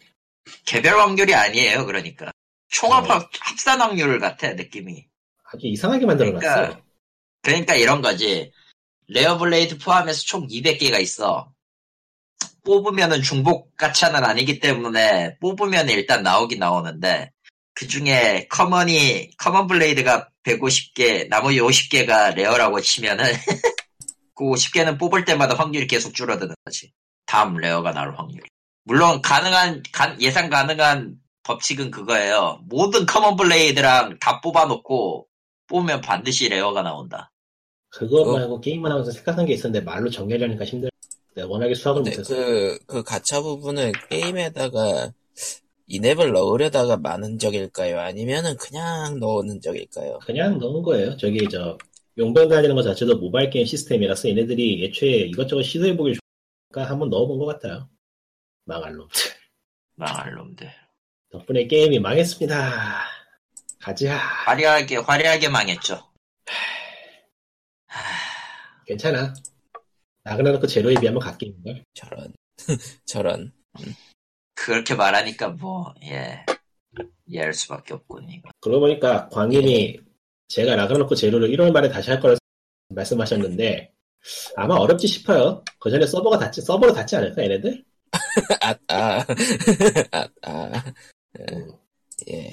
A: 개별 확률이 아니에요. 그러니까 총합 확- 합산 확률 같아 느낌이.
D: 아주 이상하게 만들어놨어.
A: 그러니까 그러니까 이런 거지. 레어 블레이드 포함해서 총 200개가 있어. 뽑으면은 중복 가차는 아니기 때문에 뽑으면 일단 나오긴 나오는데 그 중에 커먼이 커먼 블레이드가 150개, 나머지 50개가 레어라고 치면은 [laughs] 그 50개는 뽑을 때마다 확률이 계속 줄어드는 거지. 다음 레어가 나올 확률. 물론 가능한 가- 예상 가능한 법칙은 그거예요. 모든 커먼 블레이드랑 다 뽑아놓고 뽑으면 반드시 레어가 나온다.
D: 그거
A: 어.
B: 그거-
D: 말고 게임만 하면서 생각한 게 있었는데 말로 정리하려니까 힘들. 내가 워낙에 수학을
B: 근데
D: 못해서
B: 그, 그 가차 부분은 게임에다가 이랩을 넣으려다가 많은 적일까요? 아니면은 그냥 넣는 적일까요?
D: 그냥 넣은 거예요. 저기 저 용병 달리는 것 자체도 모바일 게임 시스템이라서 얘네들이 애초에 이것저것 시도해보길 좋으니까 한번 넣어본 것 같아요. 망할 놈.
A: 망할 놈들.
D: 덕분에 게임이 망했습니다. 가자.
A: 화려하게, 화려하게 망했죠.
D: 괜찮아. 나그나놓고 제로에 비하면 갓게임인걸.
B: 저런, [laughs] 저런.
A: 그렇게 말하니까 뭐, 예. 이해할 수밖에 없군, 이거.
D: 그러고 보니까 광님이 제가 나그나놓고 제로를 1월 말에 다시 할 거라 말씀하셨는데 아마 어렵지 싶어요. 그 전에 서버가 닫지, 서버로 닫지 않을까, 얘네들?
B: 아, [laughs] 아, 아, 아. 예.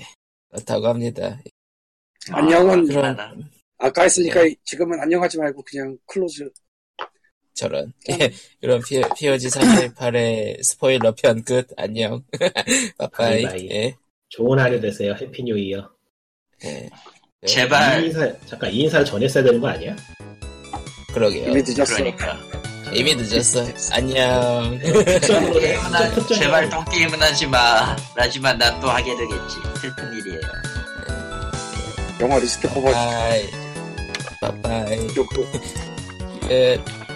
B: 그렇다고 합니다.
C: 안녕은
A: 아, 그러나.
C: 아까 했으니까 지금은 안녕하지 말고 그냥 클로즈.
B: 저런. 예. 그럼 피, POG 318의 스포일러 편 끝. 안녕. [laughs] 바이바이.
D: 바이바이.
B: 예.
D: 좋은 하루 되세요. 해피 뉴 이어.
B: 예. 예.
A: 제발.
D: 이 인사, 잠깐 이 인사를 전에 써야 되는 거 아니야?
B: 예, 그러게요.
C: 이미 늦었어.
A: 그러니까.
B: 이미 늦었어. 안녕.
C: 네.
A: 게임은 하- 그러니까. 제발 똥 게임은 하지 마. 하지만 난 또 하게 되겠지. 슬픈 일이에요.
C: 영화 리스트 커버
B: 바이바이. 바이바이.
C: 쪽
B: 끝.